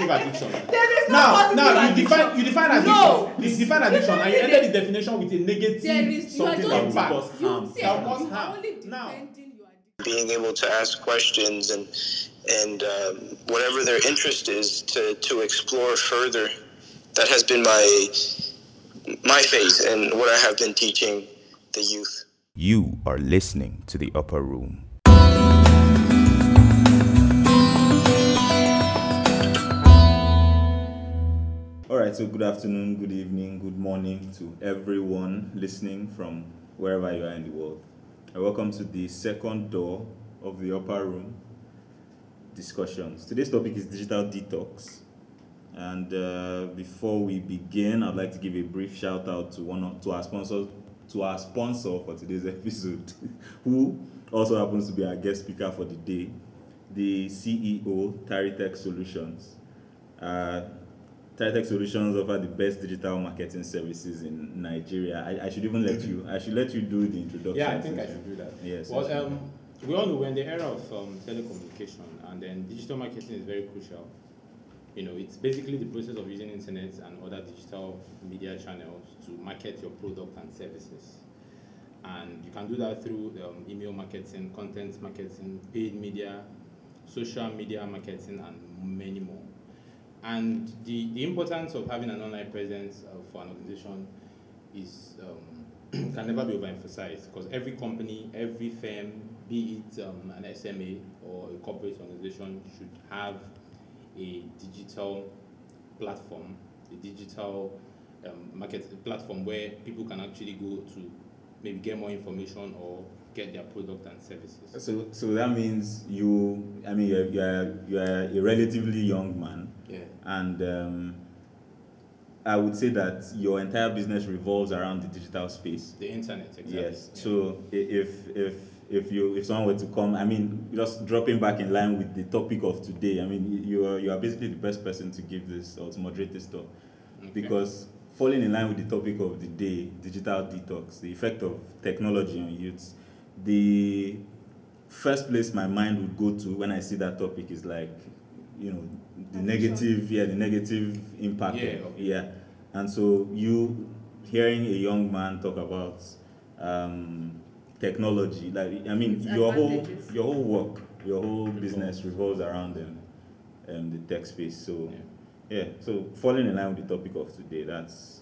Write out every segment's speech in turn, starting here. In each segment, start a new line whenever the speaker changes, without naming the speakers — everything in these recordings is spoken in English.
of addiction.
There is no
now,
positive
now you
addiction.
define you define addiction.
No.
You define addiction, and you ended the definition with a negative
There is you are
something
just
that will cause
you-
harm.
see,
That will cause
you are
harm.
only
Now,
defending your addiction.
being able to ask questions and and um, whatever their interest is to, to explore further. That has been my my phase and what I have been teaching the youth.
You are listening to the upper room. All right, so good afternoon, good evening, good morning to everyone listening from wherever you are in the world. And welcome to the second door of the upper room discussions. Today's topic is digital detox. And uh, before we begin, I'd like to give a brief shout out to one of, to our sponsor to our sponsor for today's episode, who also happens to be our guest speaker for the day, the CEO Taritech Solutions. Uh, Taritech Solutions offer the best digital marketing services in Nigeria. I, I should even let you. I should let you do the introduction.
Yeah, I think I
since-
should do that.
Yes,
Well,
yes.
um, we all know we're in the era of um, telecommunication, and then digital marketing is very crucial. You know, it's basically the process of using internet and other digital media channels to market your product and services. And you can do that through um, email marketing, content marketing, paid media, social media marketing, and many more. And the, the importance of having an online presence uh, for an organization is um, can never be overemphasized because every company, every firm, be it um, an SMA or a corporate organization, should have a e digital platform, a digital um, market platform where people can actually go to maybe get more information or get their product and services.
So, so that means you. I mean, you're you're, you're a relatively young man,
Yeah.
and um, I would say that your entire business revolves around the digital space.
The internet, exactly.
Yes.
Yeah.
So i- if if if you if someone were to come, I mean, just dropping back in line with the topic of today. I mean, y- you are you are basically the best person to give this or to moderate this talk,
Okay.
because falling in line with the topic of the day, digital detox, the effect of technology on youths, the first place my mind would go to when I see that topic is like, you know, the negative, yeah, the negative impact. of-
Yeah, of-
yeah. And so you hearing a young man talk about um, technology, like I mean,
Its
your whole
advantages.
your whole work, your whole business revolves around them, um, the tech space. So yeah. so falling in line with the topic of today, that's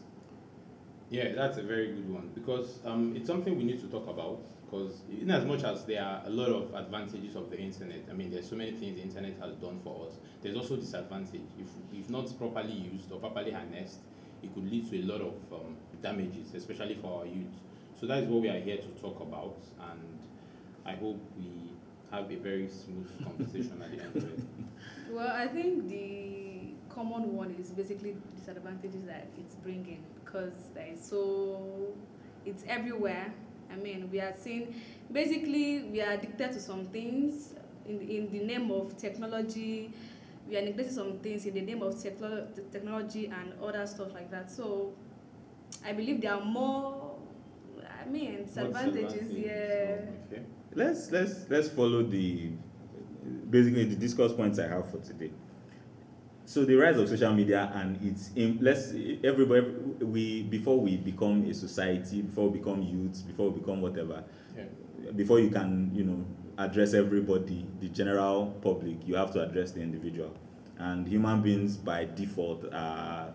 Yeah, that's a very good one because um, it's something we need to talk about. Because in as much as there are a lot of advantages of the internet, I mean, there's so many things the internet has done for us. There's also disadvantage. If if not properly used or properly harnessed, it could lead to a lot of um, damages, especially for our youth. So that is what we are here to talk about, and I hope we have a very smooth conversation at the end of it.
Well, I think the common one is basically disadvantages that it's bringing because there is so it's everywhere. I mean, we are seeing basically we are addicted to some things in in the name of technology. We are neglecting some things in the name of techlo- te- technology and other stuff like that. So, I believe there are more. I mean, disadvantages.
Disadvantages,
Yeah.
so, okay.
let's let's let's follow the basically the discourse points I have for today. So the rise of social media and its im- let's everybody we before we become a society, before we become youths, before we become whatever,
Yeah.
before you can you know address everybody, the general public, you have to address the individual, and human beings by default are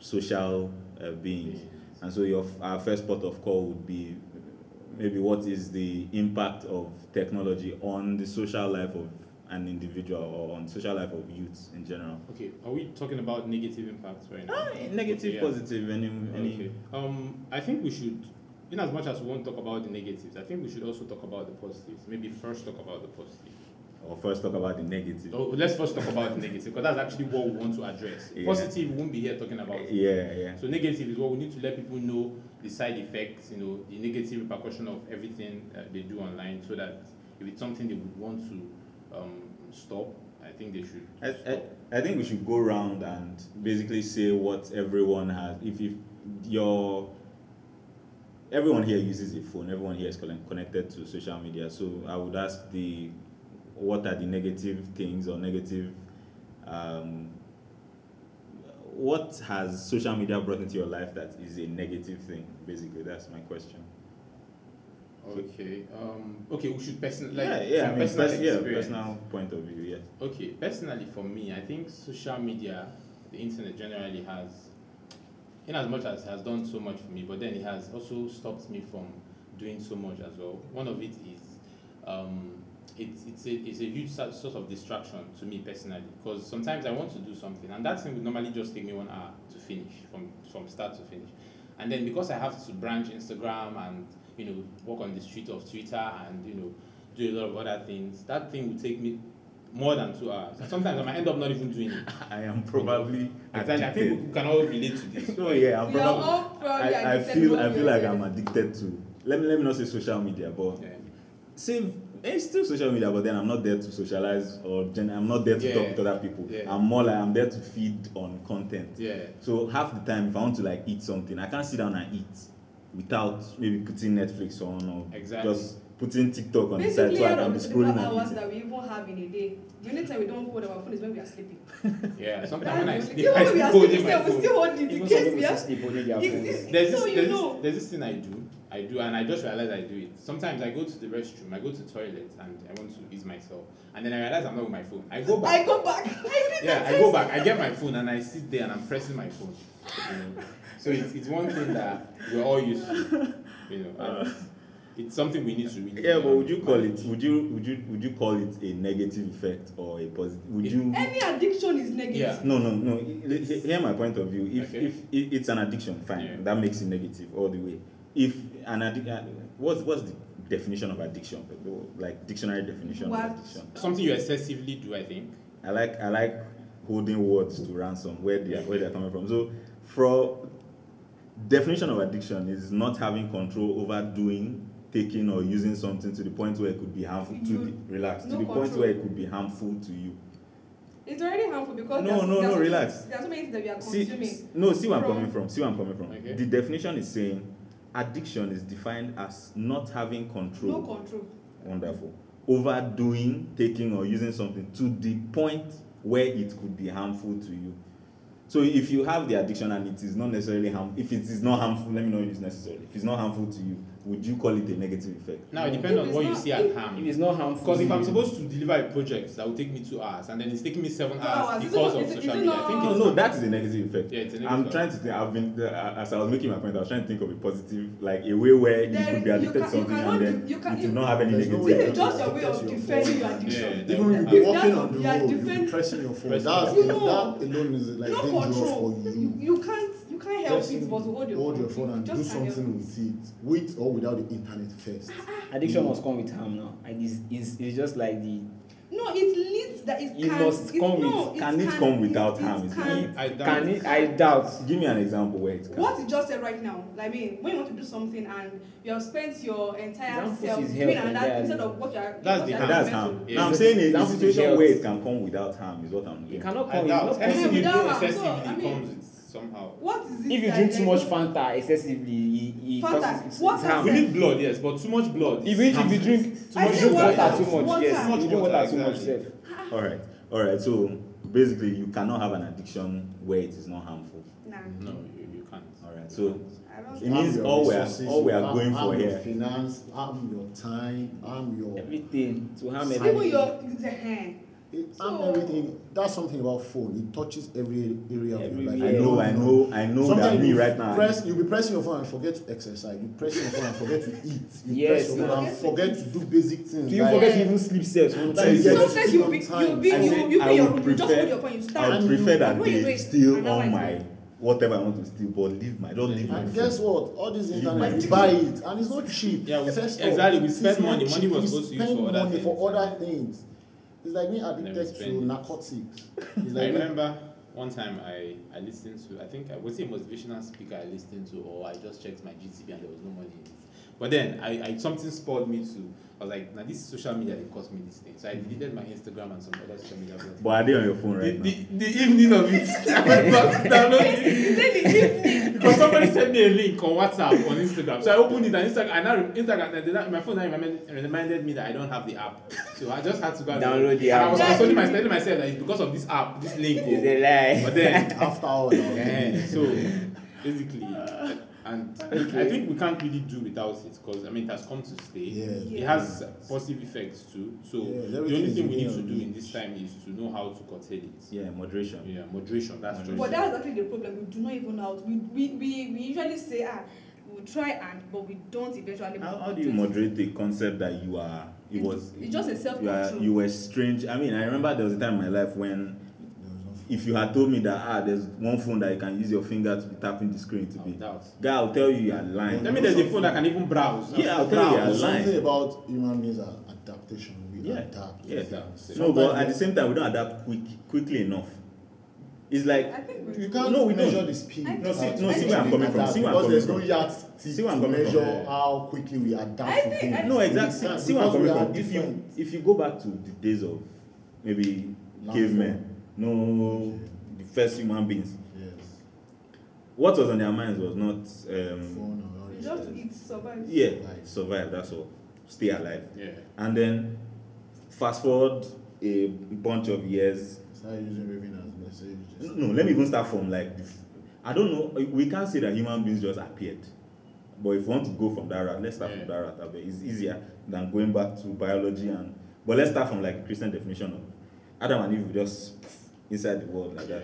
social uh, beings, and so your f- our first port of call would be maybe what is the impact of technology on the social life of an individual or on social life of youths in general
Okay. Are we talking about negative impacts right now?
negative
Yeah.
positive any, any
Okay. Um, I think we should, in as much as we won't talk about the negatives, I think we should also talk about the positives. Maybe first talk about the positive.
or first talk about the negative
Oh, let's first talk about the negative because that's actually what we want to address.
Yeah.
Positive, we won't be here talking about. it.
yeah yeah
So negative is what we need to let people know the side effects, you know, the negative repercussion of everything uh, they do online, so that if it's something they would want to um, stop, I think they should.
I, I,
stop.
I think we should go round and basically say what everyone has. If if your everyone here uses a phone, everyone here is conne- connected to social media. So I would ask the what are the negative things or negative um, what has social media brought into your life that is a negative thing? Basically, that's my question.
Okay. Um, okay, we should person like
yeah, yeah, I
from
mean,
personal
pers- yeah,
experience.
personal point of view, yes.
Okay, personally for me, I think social media, the internet generally has, in as much as it has done so much for me, but then it has also stopped me from doing so much as well. One of it is, um, it's it's a, it's a huge sou- source of distraction to me personally because sometimes I want to do something and that thing would normally just take me one hour to finish from from start to finish, and then because I have to branch Instagram and you know walk on the street of Twitter and you know do a lot of other things, that thing would take me more than two hours. And Sometimes I might end up not even doing it.
I am probably
Exactly. I think we-
addicted.
we can all relate to this.
So Oh, yeah, I'm
We are
probably.
all probably
I, I
addicted
feel
one
I
way
feel
or
like
the other.
I'm addicted to. Let me let me not say social media, but
Yeah.
save it's still social media but then i'm not there to socialize or gen- i'm not there to
Yeah.
talk to other people
Yeah.
i'm more like i'm there to feed on content
Yeah.
so half the time if i want to like eat something i can't sit down and eat without maybe putting netflix on or
Exactly.
just putting tiktok on the side
Basically,
so i
out
can
of
be
the 24
scrolling and
hours
eating
that we even have in a day, the only time we don't hold our phone is when we are sleeping.
Yeah. Sometimes when I
That's the
sleep,
only-
I sleep
even when we are
holding
sleeping,
my
still, we
phone.
still hold it in
Even
case
some
we
people
have
sleep holding their
It's-
phones.
there's this,
So you
there's,
know.
this, there's this thing I do. I do, and I just realize I do it. Sometimes I go to the restroom, I go to toilet, and I want to ease myself, and then I realize I'm not with my phone. I go back.
I go back. I did
yeah,
that
I go
test.
back. I get my phone, and I sit there, and I'm pressing my phone. You know? So it's, it's one thing that we're all used to. You know, and it's something we need to really.
yeah but would you call
manage.
it would you would you would you call it a negative effect or a positive would you
Any addiction is negative.
Yeah.
No, no, no. He- he- Hear my point of view. If
Okay.
if it- it's an addiction, fine.
Yeah.
That makes it negative all the way. If an addiction, what's what's the definition of addiction? Like dictionary definition
What?
of addiction.
Something you excessively do, I think.
I like I like holding words to ransom where they are where they're coming from. So for definition of addiction is not having control over doing, taking or using something to the point where it could be harmful to
You-
the relax. to
no
the point
control.
where it could be harmful to you.
It's already harmful because
No,
there's,
no,
there's
no,
so
relax.
Many, there's so many things that we are
see,
consuming.
s- no, see where I'm
From-
coming from. See where I'm coming from.
Okay.
The definition is saying addiction is defined as not having control.
no control.
Wonderful. Overdoing, taking, or using something to the point where it could be harmful to you. So if you have the addiction and it is not necessarily harm, if it is not harmful, let me not use necessarily. If it's not harmful to you, would you call it a negative effect?
Now it depends
If
on
it's
what you
not-
see as
if-
harm.
If it's not harmful,
Because if
to
I'm
you-
supposed to deliver a project that will take me two hours and then it's taking me seven
Two
hours
hours. Is it
because
not-
of
is it-
social
is it
media, I
not-
think
No,
it's
no, that is a negative effect.
Yeah, it's a negative
I'm
effect.
trying to think. I've been uh, as I was making my point. I was trying to think of a positive, like a way where you
There-
could be
you can-
addicted to
you
something
cannot
and then
do- you can-
it would not have any
There's no
negative.
way
This
Yeah.
is just a way
That's
of
your
defending your
fault.
addiction.
Yeah.
If
Even if you
that's
be walking on the
you are
road, you
different-
be pressing your phone.
Pressing
That's,
your
that
phone.
alone is like
no
dangerous
control.
for
you,
you.
you can't you can't help
Pressing-
it but to hold your
hold
phone.
your phone and
Just
do
can't help
something
it.
with it, with or without the internet first.
Mm.
addiction must come with harm now. Like it's, it's, it's just like the
No, it leads that it
It
can.
must
it,
come
no,
with-
it
can it come without
it,
harm,
It
is
can.
I doubt
can
it.
it, I doubt.
Give me an example where it can.
What you just said right now, like, I mean, when you want to do something and you have spent your entire
Examples
self
is
doing
health
another
entirely.
instead of what you're
That's the
And that's
Yeah.
harm.
Yeah.
Now I'm
It's a-
saying a- a
that's the
situation
health.
where it can come without harm is what I'm
It
doing.
cannot
I
come. It's
doubt.
not possible.
Anything you do
Yeah, so,
excessively
I mean-
comes with somehow.
What is it?
If you
that
drink too
you-
much Fanta excessively, it, it
Fanta,
causes it's,
what
it's
has
harm.
We
it-
need blood, yes, but too much blood.
Ah, If you,
is
if you
harmful.
drink too
I
much
said water,
too much,
water.
yes,
Much
you drink
water,
water too much,
exactly.
self.
All right, all right. So basically, you cannot have an addiction where it is not harmful.
Nah,
No, you, you can't.
All right. So
I don't.
It means
Harm your
all we are
resources,
all we are
harm-
going
harm
for
your
here.
Finance, harm your time, harm your,
Everything to harm
Even
Even
everything.
your the hand.
it- harm
So-
everything. That's something about phone. It touches every area of your life.
I
Yeah.
You don't
know, I know, I know that
Sometimes
me
you
right now.
Press, you'll be pressing your phone and forget to exercise. You press your phone and forget to eat. You
Yes,
press your phone and
yes.
forget to do basic things.
Do you
like-
forget to even sleep self
Like,
sometimes?
yeah.
Sometimes you be you be
I
you
say
you
I
be your
would
room. You just
prefer-
hold your phone. You
I
stand.
would prefer that
What you
they
doing?
steal
And
all
now I
my whatever I want to steal, but leave my don't leave my
And guess
phone.
what? All this
my
internet, you
phone.
buy it, and it's not cheap.
Yeah, we-
First
exactly,
off,
we
it's
spend
not
money. Money
cheap.
was
We
supposed to use
spend
for other
money for
things.
other things. It's like being addicted to
spend it.
narcotics. It's
I
like
remember one time I, I listened to I think I was it a motivational speaker I listened to or I just checked my GTP and there was no money in it. But then I, I something spoiled me to I was like, now this social media they cost me this thing. So I deleted my Instagram and some other social media platforms.
But are they on your phone right now?
the evening of it, I was about to download it.
Then the evening.
Because somebody sent me a link on WhatsApp on Instagram. So I opened it and Instagram and now Instagram and then my phone now reminded, reminded me that I don't have the app. So I just had to go and
Download the
and I
app.
was consoling myself, telling myself that it's because of this app, this link. oh.
It's a lie.
But then
After all, now.
eh, so basically and I think we can't really do without it because I mean it has come to stay.
Yeah.
It
Yeah.
has positive effects too. So
Yeah,
the
everything
only
is
thing we need
within
to
our
do in
reach.
this time is to know how to curtail it.
Yeah, moderation.
Yeah, moderation. That's just
But
But that's actually the problem. We do not even know. how to- We we we, we usually say ah, we will try and but we don't eventually.
How, how do you moderate the concept that you are? It was
It's just a
you are
self-control.
you were strange. I mean, I remember there was a time in my life when
There was no-
if you had told me that ah, there's one phone that you can use your finger to be tapping the screen to
I'll
be.
doubt.
Guy, I'll tell you you are lying.
Let me there's a phone that can even browse.
Yeah, I'll tell you you
Now,
are
there's something
lying.
about human beings are adaptation. We
Yeah.
adapt.
Yeah.
Adapt.
No, but at the same time, we don't adapt quick quickly enough. It's like
I think we
You can't
No, we
measure
don't.
the speed.
I-
No, see-
at
no,
which
see where I'm
we
coming from,
adapt,
see where I'm
because there's
coming
no yardstick
See where I'm
to
coming from.
measure how quickly we adapt
I
to
think-
things.
I-
No, exactly.
That's
See where I'm
because we
coming
are
from. If you
different.
if you go back to the days of maybe
Landform.
cavemen, no, the first human beings.
Yes.
What was on their minds was not um,
Phone and all
we
these
just
things.
eat survive.
yeah,
Right.
survive. That's all. Stay alive.
Yeah.
And then fast forward a bunch of years.
Start using Raven as message. just-
No, let me even start from like. the- I don't know. We can't say that human beings just appeared. But if we want to go from that route, let's start
Yeah.
from that route. I bet It's easier than going back to biology and. But let's start from like the Christian definition of Adam and Eve were just poof, inside the world like
yeah.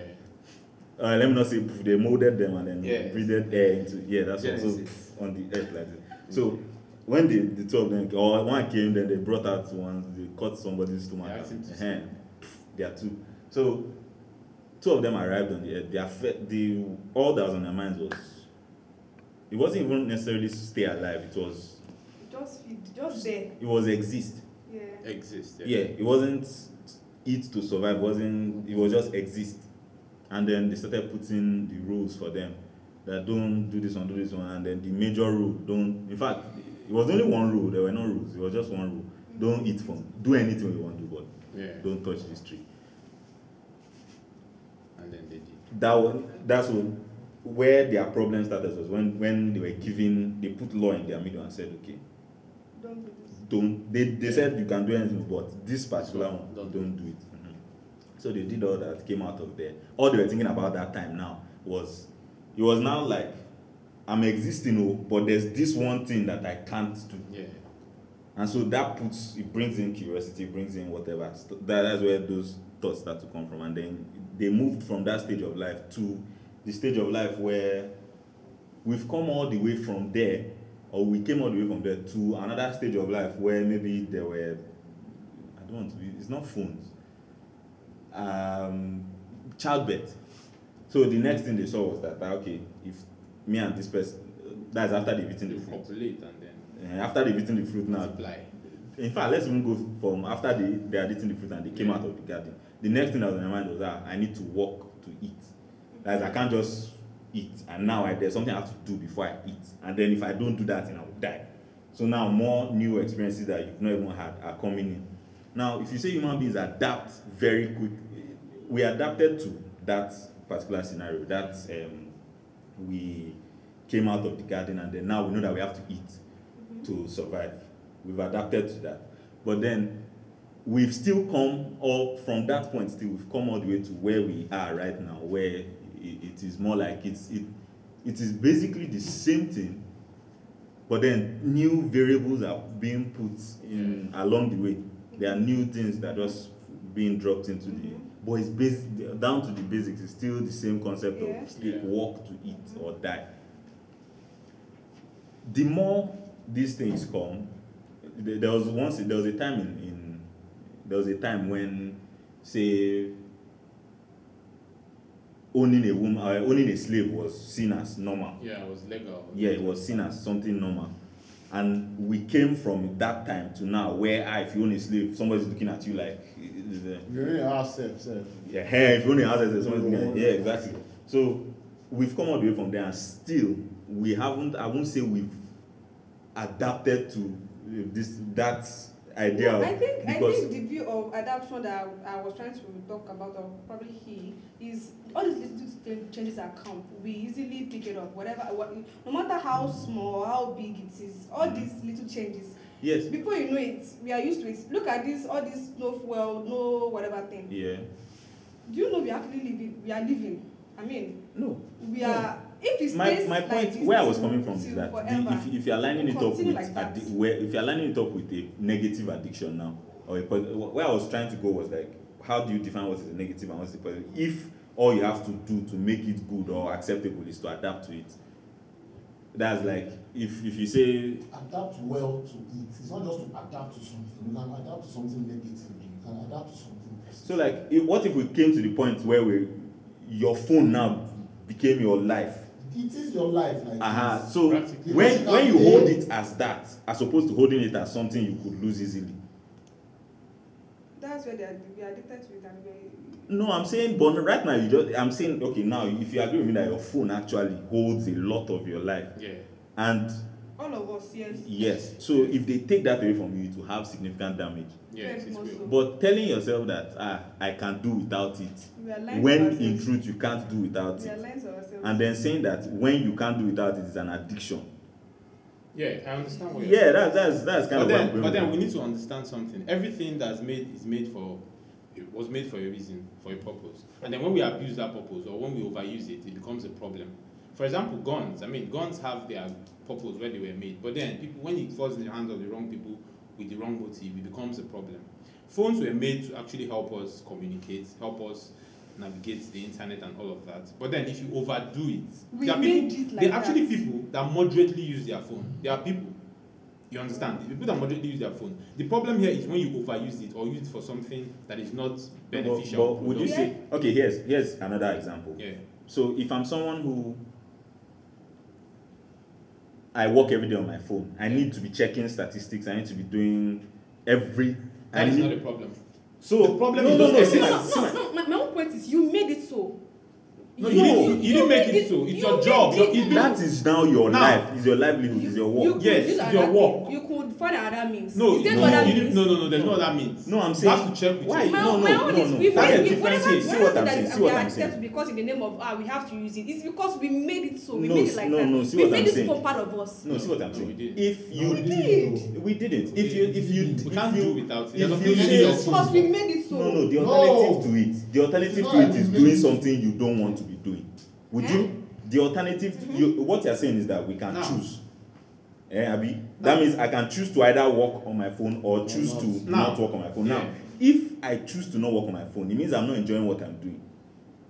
that. Uh, let me not say poof, they molded them and then
Yeah.
breathed air into. Yeah, that's also
Genesis.
on the earth like that. So when the, the two of them or one came, then they brought out one. They cut somebody's
Yeah, I
stomach.
think
and-
so.
eh, poof, They are two. So two of them arrived on the earth. Their fe- the all that was on their minds was it wasn't even necessarily stay alive. It was
Just feed. Just there.
it was exist.
Yeah.
Exist.
Yeah, it wasn't eat to survive. wasn't It was just exist. And then they started putting the rules for them that don't do this one, do this one, and then the major rule don't. In fact, it was only one rule. There were no rules. It was just one rule. Don't eat from. Do anything you want to, do,
Yeah.
but don't touch this tree.
And then they did.
that was that's wh- where their problem started was when when they were giving they put law in their middle and said okay
Don't do this.
don't they they said you can do anything but this particular one
Don't
don't,
do
do it Mhm. so they did all that came out of there all they were thinking about that time now was it was now like i'm existing oh but there's this one thing that i can't do
Yeah.
and so that puts it brings in curiosity it brings in whatever st- that, that's where those thoughts start to come from and then they moved from that stage of life to the stage of life where we've come all the way from there or we came all the way from there to another stage of life where maybe there were i don't want to be it's not phones um childbirth so the next thing they saw was that ah, okay if me and this person that's after they've eaten
They
the fruit
populate and then
Eh, after they've eaten the fruit now
multiply.
in fact let's even go from after they they had eaten the fruit and they came out of the garden the next thing that was on my mind was that i need to walk to eat that is i can't just eat and now i there's something i have to do before i eat and then if i don't do that then i will die so now more new experiences that you've not even had are coming in now if you say human beings adapt very quick we adapted to that particular scenario that um, we came out of the garden and then now we know that we have to eat to survive. We've adapted to that. But then we've still come or from that point still we've come all the way to where we are right now, where it, it is more like it's it it is basically the same thing, but then new variables are being put in along the way. There are new things that just being dropped into the but it's basic down to the basics, it's still the same concept
Yeah.
of sleep,
Yeah.
walk to eat or die. the more these things come there there was once there was a time in, in there was a time when say owning a woman uh, owning a slave was seen as normal
Yeah, it was legal.
yeah it was seen as something normal and we came from that time to now where ah if you own a slave somebody's looking at you like eh, eh, eh,
You really are self, self.
yeah, hey, if you only ask us, something like, yeah, exactly. So we've come all the way from there, and still we haven't. I won't say we've adapted to uh, this that idea
Well, I
of-
think I
because
think the view of adaptation that I, I was trying to talk about or probably he is all these little change- changes account we easily pick it up whatever what, no matter how small how big it is all these little changes
Yes.
before you know it we are used to it look at this all this no fuel no whatever thing
Yeah.
do you know we are actually living we are living i mean
No.
we are if it
My,
stays
my
like
point
this
where I was
till-
coming from
till
is that the,
forever,
if, if you're lining it up with
continue like that.
addi- where if you're lining it up with a negative addiction now or a posi- where I was trying to go was like how do you define what is a negative and what is a positive if all you have to do to make it good or acceptable is to adapt to it that's like if if you say
adapt well to it it's not just to adapt to something you can adapt to something negatively you can adapt to something positive
So like, if, what if we came to the point where we, your phone now became your life?
it is your life like
Uh-huh.
this.
So
Practically.
when
Practical
when you
day.
hold it as that, as opposed to holding it as something you could lose easily.
that's where they are we are addicted to it and we
No, I'm saying, but right now you just, I'm saying, okay, now if you agree with me that your phone actually holds a lot of your life,
Yeah.
and
all of us yes
yes, so if they take that away from you, it will have significant damage.
Yes, it's
Very
real.
much
But telling yourself that ah, I can do without it,
we are lying to
when
ourselves.
in truth you can't do without
we are
it,
lying to ourselves
and then saying that when you can't do without it is an addiction.
Yeah, I understand what
Yeah, that's that's that's kind
but
of where I'm
then,
going
but
with
then
that.
we need to understand something. Everything that's made is made for, it was made for a reason, for a purpose. And then when we abuse that purpose or when we overuse it, it becomes a problem. For example, guns. I mean, guns have their purpose where they were made. But then, people, when it falls in the hands of the wrong people with the wrong motive, it becomes a problem. Phones were made to actually help us communicate, help us navigate the internet and all of that. But then, if you overdo it,
We
there are people,
made it like
there are actually
that.
people that moderately use their phone. There are people you understand? The people that moderately use their phone. The problem here is when you overuse it or use it for something that is not
But-
beneficial.
But, would you
productive.
say okay? Here's here's another example.
Yeah.
So if I'm someone who I work every day on my phone, I need to be checking statistics. I need to be doing every. I
that is
need-
not a problem.
so
the problem
no,
is
no
not
no
every-
see
no,
my-
no,
see
no,
my-
no, my, my own point is you made it so.
No, you, didn't, you didn't make it, so. It's
you
your
made
job.
it.
Your, it's been-
That is now your
Now.
life. Is your livelihood. Is your work.
could
Yes,
use
it's
another
your work.
thing. You could find another means.
no,
is there
no,
other
you
means?
didn't, no, no, no. There's no other means.
No, I'm
You
saying-
have to check with
why-
you.
My,
No, no,
my own
no,
is
no.
we
That's
the
we-
difference
whatever,
here. See
whatever
what I'm
that
saying,
is-
see what
we are
I'm saying.
addicted because in the name of ah we have to use it. It's because we made it so. We
No,
made it like
no,
that.
no, see
we
what
made
I'm
it
saying.
for part of us.
No, see what I'm
No, we
saying.
didn't.
if you
we
did, we didn't. If you if you
We
if
can't
you,
do without it.
if
There's
you
nothing
say-
we can do.
Because we made it so.
No, no, the
No.
alternative to it, the alternative
It's
to
not
it
like
is
we
doing
made it.
something you don't want to be doing. Would you? The alternative, to you, what you're saying is that we can
Eh? Mm-hmm. Now.
choose. Eh, Abi? That means I can choose to either work on my phone or choose to
Now.
not work on my phone. Now, if I choose to not work on my phone, it means I'm not enjoying what I'm doing.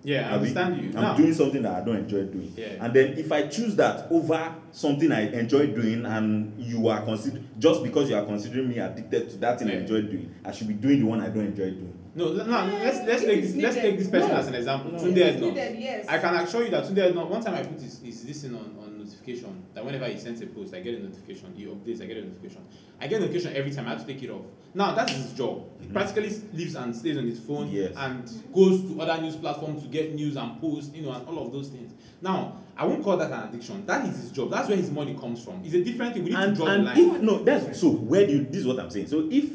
Yeah, I
Abi?
understand you.
I'm
now,
doing something that I don't enjoy doing.
Yeah.
And then if I choose that over something I enjoy doing and you are consider just because you are considering me addicted to that thing I
Yeah.
enjoy doing, I should be doing the one I don't enjoy doing.
no, l- now let's let's
If
take
it's
this, let's
needed.
take this person
No.
as an example.
No.
Tunde
If it's
is not.
needed, yes.
I can assure you that Tunde is not. One time I put his, his this thing on, on notification that whenever he sends a post, I get a notification. He updates, I get a notification. I get a notification every time. I have to take it off. Now that's his job. He practically lives and stays on his phone
Mm-hmm. Yes.
and goes to other news platforms to get news and posts, you know, and all of those things. Now I won't call that an addiction. That is his job. That's where his money comes from. It's a different thing. We need
and,
to draw
and
the line.
if no that's so where do you this is what i'm saying so if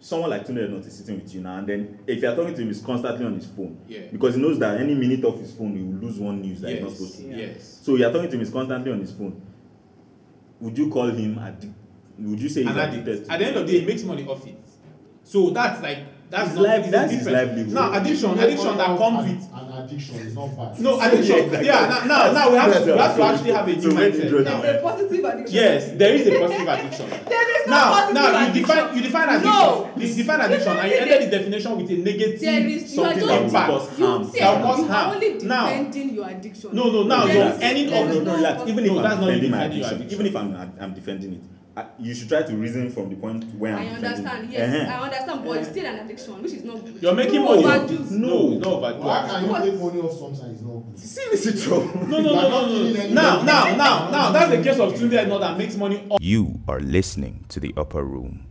someone like tunde not is sitting with you now and then if you're talking to him he's constantly on his phone
Yeah.
because he knows that any minute off his phone he will lose one news that he's not supposed
yes.
to
Yes.
so you're talking to him he's constantly on his phone would you call him addic would you say he's
and at,
addicted
the,
to
at the end of the day he makes money off it so that's like that's
His
not
life-
it's
that's his
different.
livelihood.
now addiction addiction that comes with
an addiction is not bad
no addiction
Yeah,
yeah,
exactly.
now, now now we have to we have to actually have a
So
new
when you draw
mindset
down-
now. eh?
There's a positive addiction.
yes there is a positive addiction
There is no
now
positive
now you
addiction.
define you define addiction
No.
you define addiction and
I
you
ended
ended
the definition with a negative.
There is you are just
something that
don't
will
back.
cause
you
harm
say
that was
you are
harm.
only
Now-
defending your addiction.
no no now
no,
There
you're
is-
any
there
of
is
no,
the
no, relax. Even if
No,
I'm
that's not
defending my
defending your
addiction,
addiction.
even if I'm I'm defending it, I, you should try to reason from the point where
I
I'm defending. Uh-huh.
understand,
it.
yes,
Eh-heh.
I understand, but it's still an addiction, which is not good.
Uh-huh. you're making
No,
money
but
off
you-
it.
No.
no no but
why can you
What?
make money off something is not good
See this is true.
no no no no no now now now now that's the case of Tunde Ednor that makes money off
You are listening to the upper room.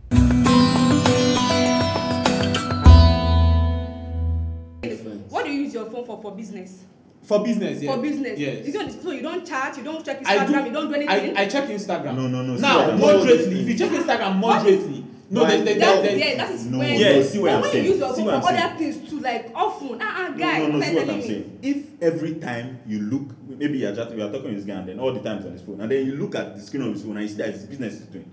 What do you use your phone for for business?
for business yeah
For business.
yes
You don't, so you don't chat, you don't check
I do,
Instagram, you don't do anything.
I, I check Instagram.
No, no, no, see what
Now,
I'm
moderately.
saying.
If you check Instagram moderately, No, they, they,
that
they,
yeah that is
No,
when
yeah, see what
but
I'm
when
saying,
you use your
see
phone
what
for
I'm
other things too like often ah ah guy
no, no,
what
no,
are
see
you
what I'm
telling me
saying. If every time you look, maybe you're chatting, you're talking with this guy, and then all the time it's on his phone, and then you look at the screen on his phone and you see that his business is doing.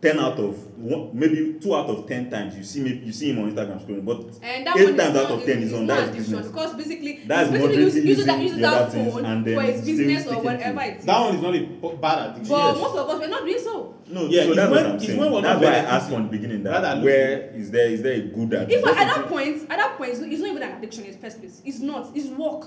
Ten out of one, maybe two out of ten times you see me, you see him on Instagram scrolling, but
And that
eight
one
times
is
out
not-
of ten is on
not
that
addiction,
business.
Because basically,
That's
basically
moderately
uses, uses that uses
using the
that
other things
phone
and then
for his
still
business or
sticking to
whatever
it.
it is.
that one is not a b- bad addiction.
but
yes.
most of us we're not doing so.
No,
Yeah,
so
it's when-
that's what I'm
it's
saying.
when we're
that's
not
why I
benefiting.
asked from the beginning
Rather
that
than
where is there is there a good addiction?
If at that point, at that point, it's not it's not even an addiction in the first place. It's not. It's work.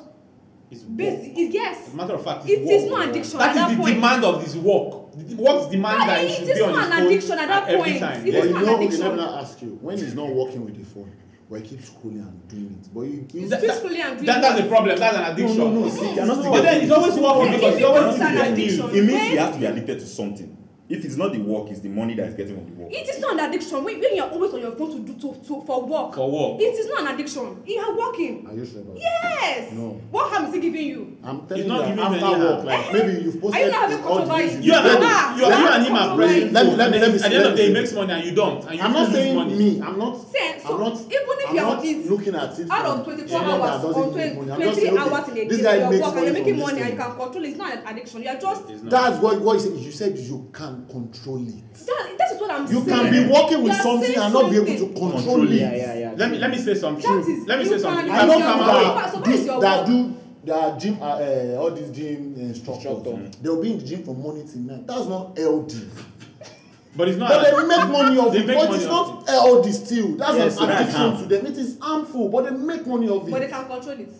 It's
Basic.
work.
It's, yes.
As a matter of fact,
It
it's
is
work.
not addiction
That
at
is
that
the
point.
demand of this work. The- What's demand
But
that
it
he should
is
be on
not
his
an
phone
addiction at that
every
point.
time?
It
Yeah.
is
But you
not
know,
an
you know,
addiction.
now ask you when he's not working with the phone, but he keeps scrolling and doing it. But you, you
It's
that-
still schooling and doing
That, that's
work.
a problem. That's an
No,
addiction.
no, no. See, you're not
But then it's always work
Yeah,
because it's
if
always
it becomes an addiction,
It means
when-
you have to be addicted to something. If it's not the work, it's the money that is getting on the work.
It is not an addiction when, when you're always on your phone to do to, to for work.
For work.
It is not an addiction. You are working.
Are you sure about that?
Yes.
No.
What harm is it giving you?
I'm
It's
telling you
not
that
giving
after
any
work,
harm.
like maybe you've posted
Are you not having
all the
control
days
by-
You and,
Ah,
did.
you, are, you
ah,
and him are
ah,
pressing
let me-
phone,
let me-
and
let me
At the end of the
say-
day, it makes money and you don't. And you
I'm not
lose
saying
money.
me. I'm not.
Say, so
I'm not.
even if
I'm
you're
not
on it,
looking at it
out
from
of 24
someone that
hours
doesn't
or
make
20,
money. I'm just
23
saying, okay,
hours in a day,
this guy
you're
makes
working, you're
money
making
from this
money and you
thing.
can control it. It's not an addiction. You're just.
It's not.
That's what what you said. You said you can control it.
That, that is what I'm
You
saying.
can be working with
You're
something
saying
and not be able to
something.
control it.
yeah yeah yeah
Let me let me say something.
That is-
let me
you
say
can-
something.
you
If
I
I
know
don't
come
come
out,
out- so what
people that,
is
this,
your
that
work?
do that gym uh, uh, all these gym instructors.
Instructor.
They'll be in the gym from morning till night. That's not LD.
But it's not.
But they make money off
They
it.
make
But
money
it's
off
not LD still. That's
Yes,
an
that's
addiction
harm.
to them. It is harmful, but they make money off
But they
it.
can control it.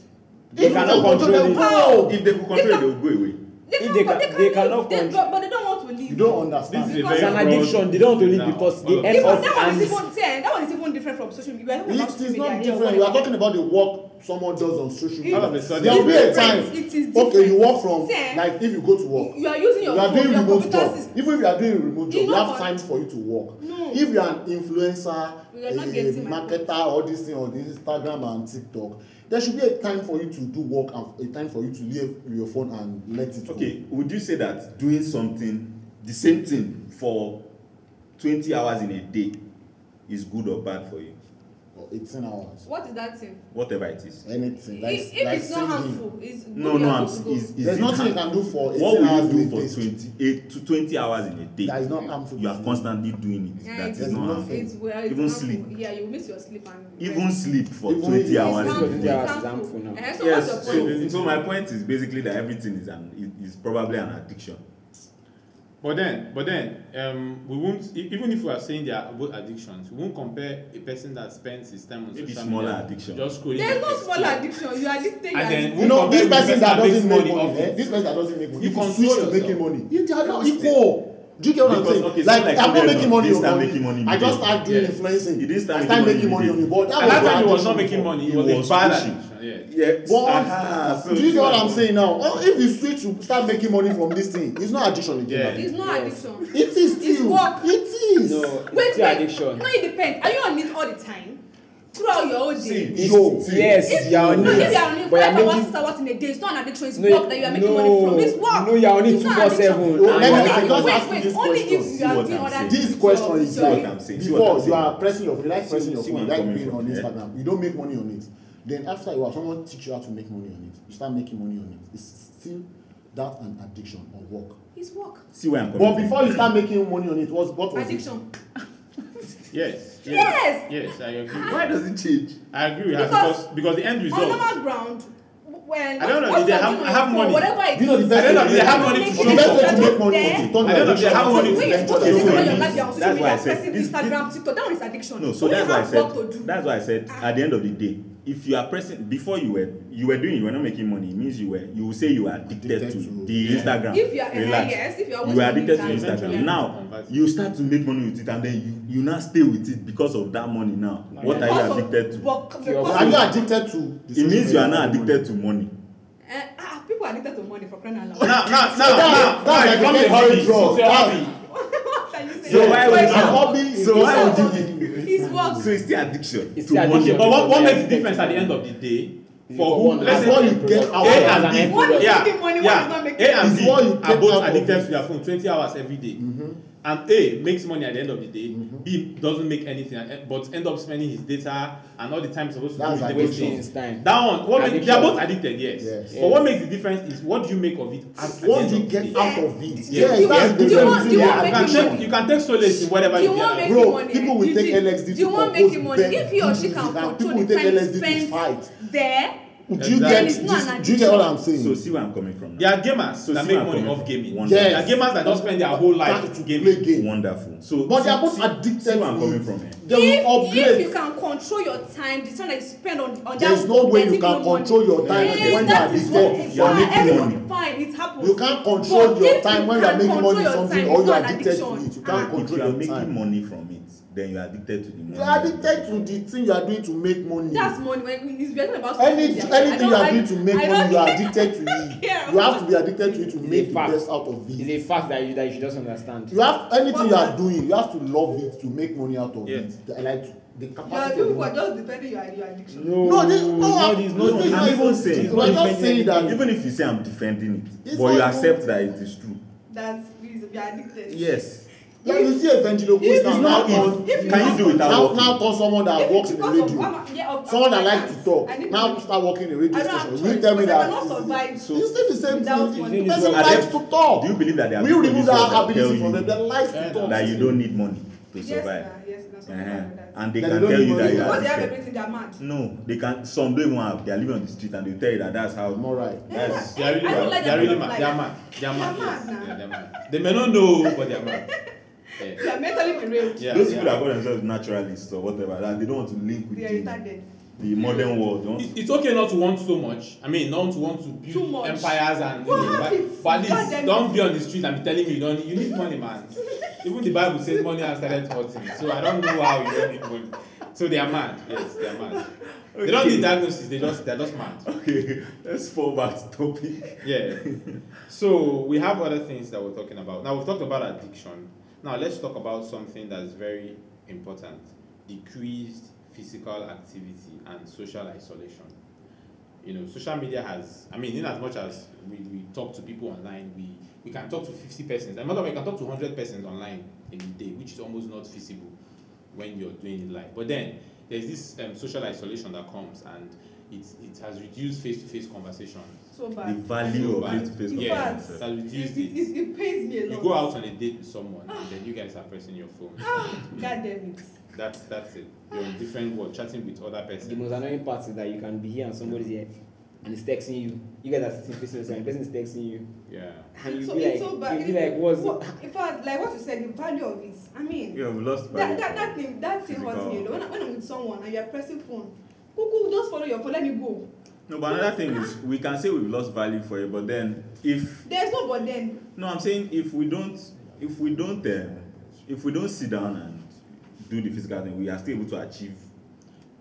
They cannot control it. Wow.
If they could control it, they would go away.
They
If
can,
they
but
can-
they can
they
leave.
cannot
They-
control-
but, but they don't want to leave.
You don't
This is
understand.
a
Because
very
it's an
broad
addiction they don't want to
now.
leave because they
Well,
end
Because
up
that one is
and
even yeah, that one is even different from social media. You are talking about
It
social
is
media
not
here,
different. You are
whatever.
talking about the work someone does on social
It-
media.
All of a sudden,
There will be a
it's
time.
different. It is
Okay, you
different.
work from
Same.
like if you go to work.
You are using your
you are
phone,
doing
your
remote
computer
job
system.
even if you are doing remote
You
job you
know
have
what?
time for you to work
No.
if you are an influencer
We are not
a
getting my
marketer all this thing on instagram and tiktok there should be a time for you to do work and a time for you to leave your phone and let it
Okay, would you say that doing something, the same thing for 20 hours in a day, is good or bad for you?
go for eighteen hours
What is that thing?
Whatever it is.
anything like
if if
like
it's not
singing
harmful, it's good.
No,
you
no,
are
I'm.
good
Is,
to go.
is
there is
it
nothing you
harm-
can do for
What
eighteen hours
will
in
you
a
do for
day
28 to 20 hours in a day?
that is not harmful
You
to
are constantly doing it.
Yeah,
That
it's-
is not harmful.
It's well, it's
Even
harmful.
sleep.
Yeah, you miss your sleep and
Even sleep for
Even
20
if-
hours
It's
in a
harmful,
Twenty
day.
hours
it's
is
harmful.
harmful now.
Eh, so
yes,
what's your point?
so, so my point is basically that everything is an is, is probably an addiction.
But then, but then, um, we won't e- even if we are saying they are both addictions, we won't compare a person that spends his time on
Maybe
social
smaller
media
addiction.
Just scrolling.
There's no
and
small
explore.
addiction. You are this thing.
And then
you
who
know this
compares
person
with
that
that
doesn't
makes
make
money
money
off
eh
it?
this person that doesn't make money
You
if you
control
switch to making
yourself.
money you they are not
Because-
equal do you get what i'm
Because,
saying
okay, so
like
like
i'm
Gabriel
not
now,
making money
he
on
start
money.
making money
i just
immediately.
start doing
Yeah.
influencing
He didn't start
i start
making
making
money
money on the board
At that
what
time, he was
addiction
not making
for.
money.
He
It was,
was
a bad
pushing.
addiction. Yeah.
Yes.
But
aha, Ah, so
do you get what
so-
I'm saying now? Oh, if you switch to start making money from this thing, it's not addiction again.
Yeah.
It's not
Yes.
addiction.
It is
It's
still.
work.
It is.
no
Wait,
it's still
wait.
addiction
No, it depends. Are you on it all the time? Throughout your whole day?
See,
Yo.
It's- yes
If
you are
no,
on
if you are on
it
it five
but you are
hours,
making
six hours in a day, it's not an addiction. It's
No,
work that you are making money from. It's work.
no, you are on it
It's not an addiction.
24/7.
Oh,
Wait,
let me- I
wait,
just
wait,
ask you
wait.
this
Only
question.
if
See
you are
what
doing
I'm
other
saying.
things.
This question
Sorry,
is
See what
sorry.
I'm saying. See what I'm
before you
saying.
are pressing your you like
See-
pressing your
see
phone, you
where I'm coming
like being
from,
on
yeah.
Instagram. You don't make money on it. Then after you are someone teach you how to make money on it, you start making money on it. It's still that an addiction or work.
It's work.
See where I'm coming
But
from.
before you start making money on it, what's what was it?
Addiction.
Yes.
Yes.
Yes, I agree.
why does it change?
I agree with her
Because-
because because the end
On
result.
normal ground, when
I don't know,
what
they
you are
have-
doing
I
on
have
phone,
money.
Whatever it
You know, the
is,
best
I don't
way
know,
to
they
make
have
money-
money to
the
show
best way
for.
to make money
Yeah.
on it. turn
I don't know,
addiction
they have
into
money to
when you're
spend
supposed
on
to
your
spend all
phone.
your life you're on social
That's why
media,
I said
pressing
this- this-
Instagram, TikTok, that one is addiction.
No, so
Only
that's why I
have work to
said.
do.
That's why I said.
Ah.
At the end of the day, if you are pressing before you were you were doing, you were not making money. It means you were you will say you are addicted,
Addicted
to
to-
the
Yeah.
Instagram.
If you are- eh,
Relax.
yes, if you are always
you were
on
addicted to
Instagram.
Instagram.
Yeah.
Now
Convert.
you start to make money with it, and then you you now stay with it because of that money. Now, what
Because
are
of
you addicted to?
work-
your
because
Are
of-
you addicted to? the
It
social
means you are
media
now
money?
addicted to money.
Eh, ah, people are addicted to money for crying out loud.
Now, now, now,
So
now,
that- that's
now,
like
it becomes
a
a hobby.
very drug.
It's a hobby.
What are you saying?
So why would
Wait,
you-
An
now,
hobby is
So why
not
would
something you-
It's work.
So it's still addiction.
It's
to
still
money.
addiction.
But what, what makes the difference at the end of the day for who?
One
Let's
as
say
what you get out
A
of
and
it.
B.
One is
yeah,
making money, one
yeah.
is not making
A and
money.
B
It's what you
are
get out
both
of
addicted
it. Mm-hmm.
to their phone 20 hours every day.
and A makes money at the end of the day, B doesn't make anything, and- but end up spending his data and all the time supposed to
That's
do with
addiction.
wasting.
It's time.
That one, what make, they are
Addiction.
both addicted, yes.
Yes.
But what makes the difference is what you make of it. At the
What
end
do you
of the
get
day.
out of it?
Yeah.
Yes, that's
Do
the
you want-
difference.
do you
Yeah,
want
You
make
can
money?
take you can take solace in whatever
Do you
you
want
get. out.
make
Bro,
you money?
people will
you
take
do-
LSD
Do
to
you want make you
compose
money?
them.
If he or she
Easy,
can
that
control the
people take
time
LSD to
spent
fight.
there,
Do you
Exactly.
get
It's not
this?
an
Do you get what I'm
So
saying?
see where I'm coming from.
There
Now.
are gamers
So
that
see
make
where I'm
money
coming
off
from.
gaming.
Wonderful.
There
Yes.
are gamers that don't spend their whole life
That's
to
play
gaming.
game.
Wonderful. So
So
But they
see-
are both
see-
addicted
see where I'm
to
coming
it.
from here.
They
if,
will
if you
upgrade.
can control your time, the time that you spend on, on
There
that
is no way you
getting
can
good money.
control your time
Yes,
when you
that
are
is
addicted
what-
to you are
fine,
making
everyone-
money.
Fine, it happens.
You can't control
But
your
if
time
you
when you are
can
making
control
money
your
something
time,
or
it's
you are
not an
addicted to
addiction.
it. You can't
Ah.
if
control
you are
your
making
time.
money from it, then you are addicted to the money.
You are addicted to the thing you are doing to make money.
That's money. When we- we are talking about
Any
stupidity, I
anything you
don't-
are
I-
doing to make
I
money,
don't
you are
care.
addicted to it. You have to be addicted to it to
It's a
make the
fact.
best out of
It's
it.
a fact that you, that you should just understand.
You have anything you are
What?
doing, you have to love it to make money out of
Yeah.
it. The- Like the
You are
capacity. of
people
money.
are just defending your your addiction.
No, this, no,
no,
I'm-
this,
No,
this
no, I'm
is-
even saying.
We're just saying that
even if you say I'm defending it,
It's
but you
not-
accept that it is true.
That's reason you are addicted.
Yes.
Yeah, you see Evangelio Coast now,
It's
now
not
turn,
if.
you
Can
want-
you do without
now,
working?
now turn someone
If
that
it's
works in the
because of-
radio.
I'm- yeah, of- of
Someone that
my
likes to
hands.
talk.
I need
Now
money.
start working in radio
I don't have
station.
choice,
You tell me
because I
that.
cannot survive
it's- It's still the same
without
thing.
money.
The person
Are
likes
they-
to talk.
Do you believe that there are
We
people in
remove
this world
that
that tell
ability from them.
you
They likes to talk.
that you don't need money to
Yes,
survive?
na, yes, na, something
Uh-huh.
like that.
And they can
That you don't
tell you that
even need
you are
money.
Because they have
addicted.
everything, they are mad.
No, they can. Some don't even have. They are living on the street, and they will tell you that that's how.
I'm alright.
That's
They are really
I don't
mad.
like
they are
that kind
really
of
mad. They are mad.
life. They are
They are mad. yes.
mad now.
Yeah, they are mad. They may not know, but they are mad. Yeah.
They are mentally derailed.
Yeah,
those
yeah.
people that call themselves naturalists or whatever. That they don't want to link with
They are
the,
retarded.
the modern world. They want
It- It's okay not to want so much. I mean, not to want to
Too
build
much.
empires and
What
but-
happens? God
but at
damn
least
it.
don't be on the street and be telling me you don't you need money, man. Even the Bible says money has started hurting, so I don't know how you don't need money. So they are mad. Yes, they are mad. They don't
Okay.
need diagnosis. They just they're just mad.
Okay, let's fall back to topic.
Yeah. So we have other things that we're talking about. Now we've talked about addiction. Now let's talk about something that's very important: decreased physical activity and social isolation. You know, social media has. I mean, in as much as we, we talk to people online, we we can talk to fifty persons. I matter we can talk to hundred persons online in a day, which is almost not feasible when you're doing it live. But then there's this um, social isolation that comes, and it it has reduced face-to-face conversations.
So
The
bad.
value
So
of
bad.
face to face
In
Yeah,
fact,
conversation.
it
sir.
has
It,
reduced
it, it,
it.
it pains me a lot.
You go out on a date with someone, and then you guys are pressing your phone.
Ah.
God damn it.
That's that's it. You're in different world, chatting with other
The
person.
most annoying part is that you can be here and somebody's here and it's texting you. You guys are sitting facing yourself and the person is texting you.
Yeah.
And you
so,
be
it's
like,
so bad.
you be like, what's
what, In fact, like what you said, the value of it. I mean,
You have lost
that,
value.
that, that thing, that thing hurts me. You know, when, I- when I'm with someone and you're pressing phone, Kuku, just follow your phone, let me go.
No, but another thing is we can say we've lost value for it, but then if
There's no but then.
no, I'm saying if we don't, if we don't, um, if we don't sit down and do the physical thing, we are still able to achieve.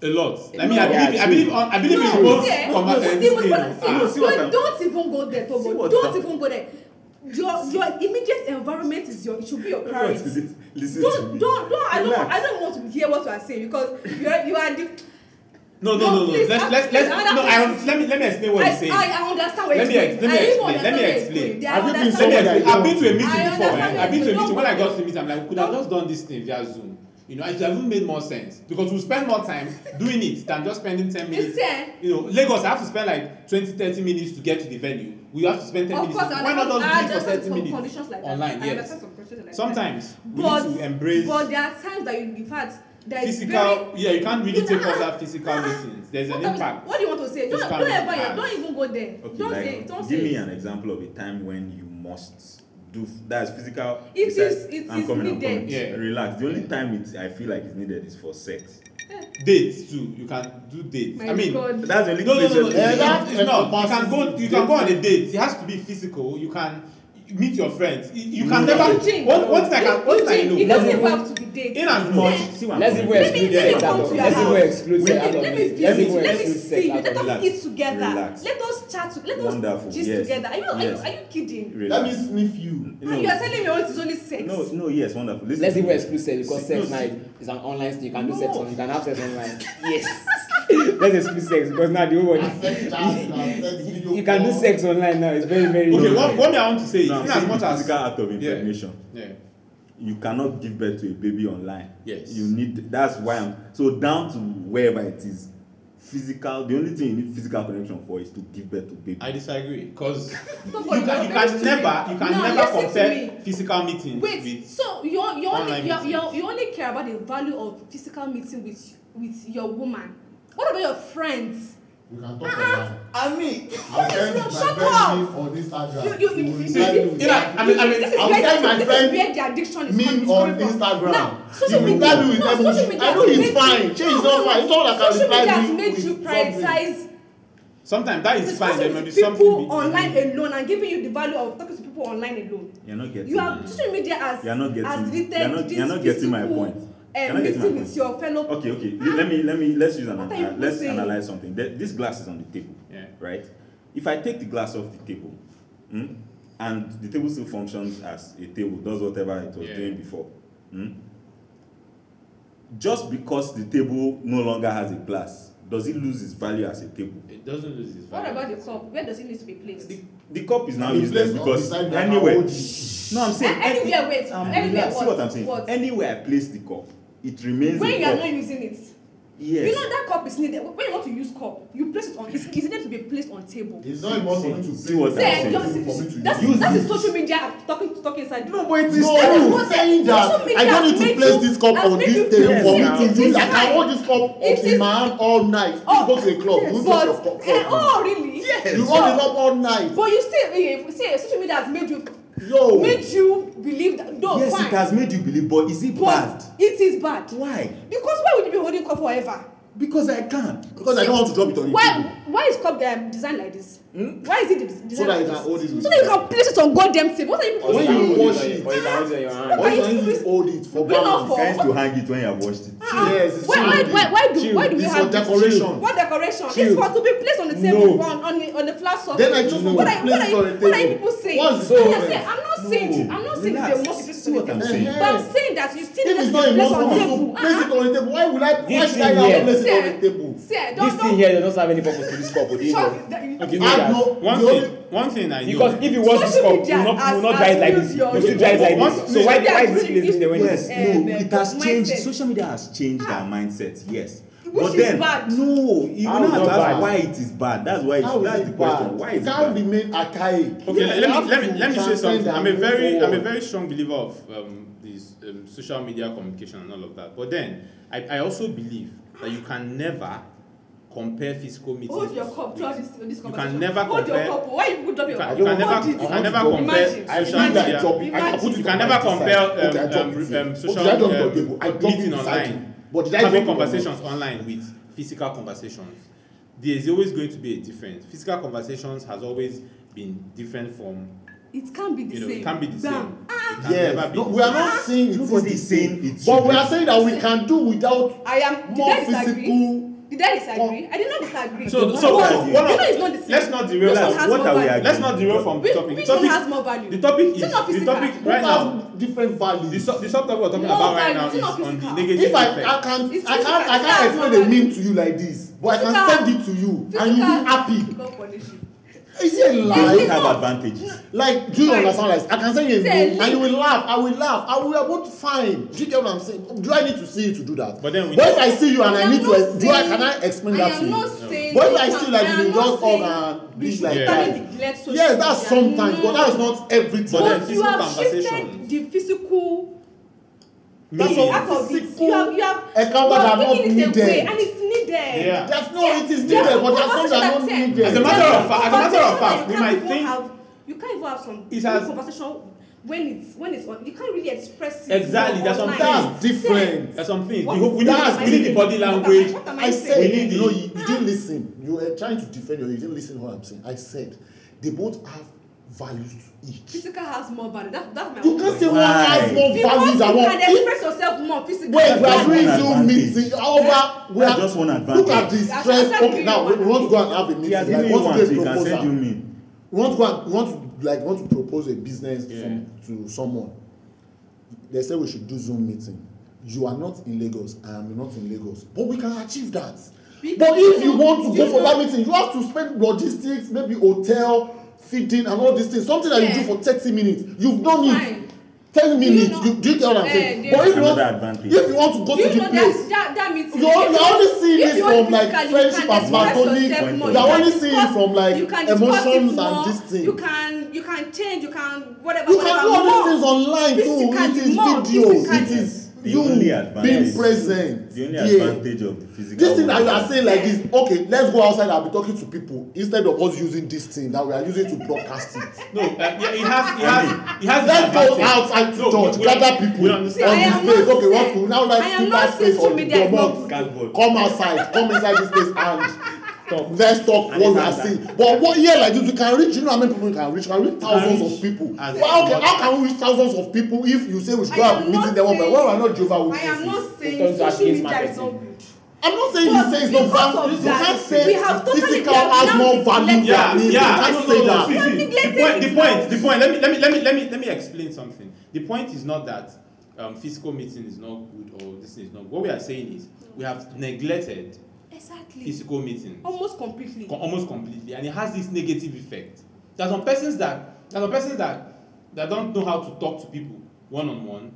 A lot. I
No,
mean, I
yeah,
believe, I
true.
believe, on, I believe in
No,
both.
yeah.
conver-
No,
uh,
see what-
you know,
what-
ah.
No, see what
Don't-
I'm-
don't even go there,
See
Togo.
what
Don't
I'm-
even go there. Your your immediate environment is your it should be your priority.
Listen to
Don't
me.
don't don't I don't
Relax.
I don't want to hear what you are saying because you are you are the
no, no, no, no.
please,
Let's
I-
let's
please,
let's.
I-
No, I, let me let me explain what
I,
he's saying.
I, I understand where
Let me
you're
ex-
going.
let me
I even
explain, let me
understand where you're
explain. Let me
going. They understand where
Have you been Somebody
explain.
I
I've been to a
don't-
meeting
I
before.
understand
eh. I've been to a
what
meeting. When I
you're
got to the meeting, I'm like, we could have
Don't-
just done this thing via Zoom. You know, it would have made more sense because we spend more time doing it than just spending 10 minutes.
Instead-
You know, Lagos, I have to spend like 20, 30 minutes to get to the venue. We have to spend 10
Of
minutes.
course, I
Why not
understand-
just do it for
I understand
30
some
minutes?
conditions like that.
online,
I
yes.
understand some conditions like that.
Sometimes we
but,
need to embrace
but there are times that you in fact there is
physical.
very
yeah, you can't really
You
take
know,
all
ah,
that physical
ah,
meetings. There's an
what are we-
impact.
What do you want to say? Don't,
Physical
don't ever
impact.
don't even go there.
Okay,
don't
like,
say it, don't
give
say
me
it.
an example of a time when you must do that's physical.
It
it's
is-
like,
it
I'm
is
coming, I'm
needed.
coming.
Yeah.
Relax. The only time it I feel like it's needed is for sex.
Dates too. You can do dates.
My
I mean,
God.
That's the only
No, no,
place.
no, no.
where-
It's,
Yeah, that
it's not. You can go.
encompasses
You can go on a date. It has to be physical. You can meet your friends. You, you can
No.
never.
Eugene,
One, one thing I can. One thing I
Eugene, it
know.
does-
doesn't
Let's
even
go-
have to be dating.
In as
But
much.
see what I'm
Let's see
coming
where
from.
Let me
exclude
let me
sex out
come
of
to
it.
your
Let's see
house.
where exclude
Let
sex
me
out of
let me
it.
see
Let's see
you.
where
Let me
exclude
see
sex
you.
out
Let
of it.
us eat together.
Relax.
Let us chat. to- Let us
Wonderful,
gist
yes.
together. Are you are you
Yes.
are you kidding?
Let me
Relax.
sniff you.
No. You are telling me all this is only sex.
No, no, yes, wonderful. Listen
Let's
to
see where
me.
exclude sex because
See-
sex
no,
now
see-
is an online thing. You can do sex
No.
on. You can have sex online. Yes. Let's exclude sex because now the whole world. You, you can do sex online now. It's very very.
Okay,
easy.
what, what me I want to say is,
No, I'm
in
saying
as much
the
as
physical act of impregnation.
yeah,
you cannot give birth to a baby online.
Yes.
You need that's why I'm so down to wherever it is. Physical the only thing you need physical connection for is to give birth to baby.
I disagree because
You can, you can never, you can
Now,
never
listen to
compare
me.
physical meetings
Wait,
with.
so you you only
online
you, you,
meetings.
you only care about the value of physical meeting with with your woman. What about your friends?
We can talk about
Ah,
I mean,
I'll
Yes,
send
no,
my
shut
friend
up.
me for this
You
Instagram.
you
He
you,
will
you,
tell
you,
me.
You know, I mean, I mean,
this is
I'll
where
tell my
this
friend
is where the addiction is
me
coming
on
coming from.
Instagram.
Now,
You
social
will
media,
tell me with
no,
emoji.
social media
I know
has
he's
made
fine.
You,
Shey is not fine. It's all that can
social
reply
media
me
has made
with
you
something.
prioritize
Sometimes that is fine. There
discussing
may be
with
something.
people
be-
online alone and giving you the value of talking to people online alone.
You're not getting
you are
it.
social media has
You are not getting-
has deleted
you are not-
this
you are not getting my
physical,
point. You
Uh,
are not getting my
meeting
point.
with your fellow Ah,
Okay, okay. Le- Let me let me let's use an
What are you
uh, let's
saying?
analyze something. Th- This glass is on the table,
Yeah.
right? If I take the glass off the table, hmm, and the table still functions as a table, does whatever it was
Yeah.
doing before, hmm, just because the table no longer has a glass, does it lose its value as a table?
it doesn't lose its
What
value.
about the cup? Where does it need to be placed? Eh,
The, the cup is now
You
useless
place it
because
beside me and
anywhere.
I'll hold it.
No, I'm saying
A- anywhere, wait,
I'm
anywhere
relaxed. See
what?
what I'm saying?
What?
Anywhere I place the cup, it remains. a
When you are
cup.
not using it.
yes.
You know that cup is needed. When you want to use cup, you place it on. It's, it's needed to be placed on table.
It's not important for me to
See what I'm
Say,
saying.
your-
For me to
that's
use
that
it.
is social media talking to talk inside.
No, but it is
No,
true.
I'm saying that
Social media
I don't
has
need to
made
place
you-
this cup
has
on
made
this
you
table
feel
for me to
guilty.
use. I can
Yes.
hold this cup
It
up
is-
in my hand all night. You
Oh,
go to a club, you
but,
hold your cup.
eh,
cup.
oh really?
You hold it up all night.
But you still, eh, say social media has made you
Yo.
made you believe that. No,
yes,
Oh, fine.
it has made you believe, but is it
But
bad?
it is bad.
Why?
Because why would you be holding cup forever?
Because I can't.
Because I don't want to drop it on the table.
Why why is cup um, designed like this? Hmm? Why is it des- designed
Mm-hmm. So that
like
you can
this?
hold it with
so that you
you.
can place it on goddamn table. What are you people
When
saying?
you
hold it
wash
on- or
it,
you can hold it on your hand.
Why
why
you
don't you
still-
hold it for
You know
balance?
for-
Trying to hang it when you have washed it.
Yes, it's
Ah, why,
chill.
why, why, why do
Chill.
why do we
It's
have
for
this?
decoration.
What decoration?
Chill.
It's for to be placed on the table
No.
on on the on the flat surface.
Then I just
what
want
are,
to
what,
place
are,
it on
you-
the
what are you
table.
people saying?
What's the
Yes,
difference?
yes, I'm not saying I'm not saying
Relax.
they must be placed on
See
the
what I'm
table.
saying?
But I'm saying that you still
If
need to
it's not
be placed
enough
on
for me
table.
to place it
Uh-huh.
on the table, why would I? Why
This
should I
thing
now
here.
place it on
See,
the table?
See, I
This
don't
thing
don't.
here does not serve any purpose to this cup.
Sure, that you-
Okay,
I
guys,
know-
one
the
thing,
only-
one thing I know.
because if you wash this
Social
cup you
media
no you no
has-
dry it
has
like
used
this
your-
you still dry it like
Once-
this so why
social
why is
media
it placed in there when
Yes,
it's
Eh,
no,
but
it has
mindset. Ah.
changed. Social media has changed our mindset. Yes.
Which is
but then,
bad.
no, you
How
know
is
how to
that
ask
bad?
why it is bad. That's why.
How
It,
is
that's the
it
question.
bad?
Why
It
is it
can't
bad?
remain archaic.
Okay,
We
let, let
have
me let
to
me let me say
transcend
something.
and
I'm a
move
very I'm a
forward.
very strong believer of um, these um, social media communication and all of that. But then I, I also believe that you can never compare physical meetings.
Hold your cup
with-
throughout this, this
You
conversation.
can never
Hold
compare.
your cup. Why you put drop
You
your
can,
cup?
you can never,
Hold
you
it.
can never
Imagine.
compare
I
social
feel like
media.
dropping. I can
Imagine.
put
You
it on
can
my
never
this
compare um,
side. Okay, I drop
um,
it
um,
here.
social
Okay, I drop it on
um,
the table. I drop
meeting
it beside you.
online,
But did I
having
drop it on
conversations
my-
online with physical conversations. There is always going to be a difference. Physical conversations has always been different from
It can't be the
you know
same.
it can be the same.
Bam. Ah,
It can never
Yes,
be
no,
the
we are
same.
not saying it is
Nobody
the
is
same,
saying it
but
should
we
be.
are saying that we can do without
I am. Did
more
I disagree?
physical-
Did I disagree? I did not disagree.
So-
But
so
you
what-
know
what-
it's not the same.
let's not derail
This
that.
one has more
What are we
value.
arguing?
Let's not derail from the
Which-
topic.
which
the
one
topic
has more value?
The topic is
Is it not
the
physical?
topic
Who
right
Both have
now.
different values.
The, sub the subject we're talking
More
about right
value,
now
it's
is
not
on the
physical.
negative
if I
effect.
I can't
It's
I
physical,
can't I
it's not
can't explain a
value.
meme to you like this, but I can
Physical-
send it to you
Physical-
and you be happy.
God punish you.
Is it a
I
lie?
don't have advantages.
Like, do you
Fine.
understand? Like, I can send you a
Say
meme and you will laugh. I will laugh. I will about fine. Do you get what I'm saying? Do I need to see you to do that?
But then we-
but if I see you and I,
am
need to,
not
ex- do I
saying-
can I explain
I
that
am
to you?
not saying
But if
we
I
can-
see like
I
you
am
just
not
hug
saying
and
we
be
should
like
totally
that.
neglect social
Yes, that's
media.
sometimes, but that's not every
But
time.
then
But you
physical
have shifted
conversations-
the physical
That's
meaning
all
out of it.
physical
You have you have
encounter
you have
that are
taken
not
it away
needed.
and it's needed.
Yeah.
That's no,
Yeah,
it is needed,
yeah,
but there are some that are not
conversation that's
needed.
it.
As a matter of
Yeah,
fact- as a matter of
conversation
fact,
that
we
you
might
can't even
think-
have- you can't even have some
It has-
conversation when it's when it's on. You can't really express it.
Exactly,
more
that's what I'm
online.
That's different.
There's some things.
What
We, go- we,
is-
need,
that's
we need the body
what am I-
language.
what am
I
We
said,
need
you know,
the-
you, you didn't listen. You were trying to defend your, you didn't listen to what I'm saying. I said, they both have values to each.
physical has more value. That, that's my
You
own
can't
point.
say one
Why?
has more
because
value
you
than one.
can
If-
express yourself more physically.
Wait, we are
one
doing Zoom
advantage.
meeting. Over,
That's
we are
just one
Look at
advantage.
the
That's
stress.
exactly
Okay, now we we want to go and have a
He
meeting.
has
Like,
given you
want
one,
to
so
do
you
a
can send you
proposal.
me.
We want to go and we want to like want to propose a business
Yeah.
from, to someone. They say we should do Zoom meeting. You are not in Lagos. I am not in Lagos. But we can achieve that.
We
but
can
if
do
you want
Zoom.
to go for that meeting, you have to spend logistics, maybe hotel, feeding, and all these things. Something that you
Yeah.
do for thirty minutes. You've done
Fine.
it. ten minutes
know-
you do you get what i'm
Eh,
saying
they-
but if you
Another
want
advantage.
if you want to go
Do you
to the
know
place
that, that, that meeting?
you only-
if
you only see
if
this
you want
from, like,
physically, you
friendship
can
as
express
platonic.
yourself more,
You
are only
can
seeing
discuss-
from, like,
you can discuss it
emotions and
more,
this thing.
You can you can change. You can whatever.
you
whatever
can do all
more.
these things online too it
Physically
is
more,
videos it
physically.
is
The
you
only
being
advantage-
present
The only
there
advantage of the physical.
this thing that you
world-
are saying like this okay let's go outside and be talking to people instead of us using this thing that we are using to broadcast it
No, uh, yeah, it has, it has, it has.
let's go
disadvantage.
outside to
No,
church
we-
gather
We
people on the
See, I
understand.
am
space
not
okay what
saying-
we now
I
like
am
keep
not
that space
saying to
on the
me that
doormat
Cardboard.
come outside come inside this place and
Talk.
let's talk
And
what
it's
we are
like
seeing but one year like this you can reach you know how many people you can reach you can reach thousands
reach
of people
as-
but how can how can we reach thousands of people if you say we should
I
go
am
out meeting
not
them one by one we are not jehovah
I am
witnesses
not
Because
saying
of
social
this
media is not
marketing.
good.
i'm not saying you
But
say it's not
because
value
of
you
that,
can't say
we have totally-
physical
we have
has
now
more value
neglected
yeah,
than me you
yeah.
can't say that
see, see.
Neglected
The point, the
is
point,
now.
the point. Let me, let me, let me, let me, let me explain something. The point is not that um, physical meeting is not good or this is not. What we are saying is we have neglected
Exactly.
physical meeting
Almost completely.
co- almost completely, and it has this negative effect. There are some persons that there are some persons that that don't know how to talk to people one on one.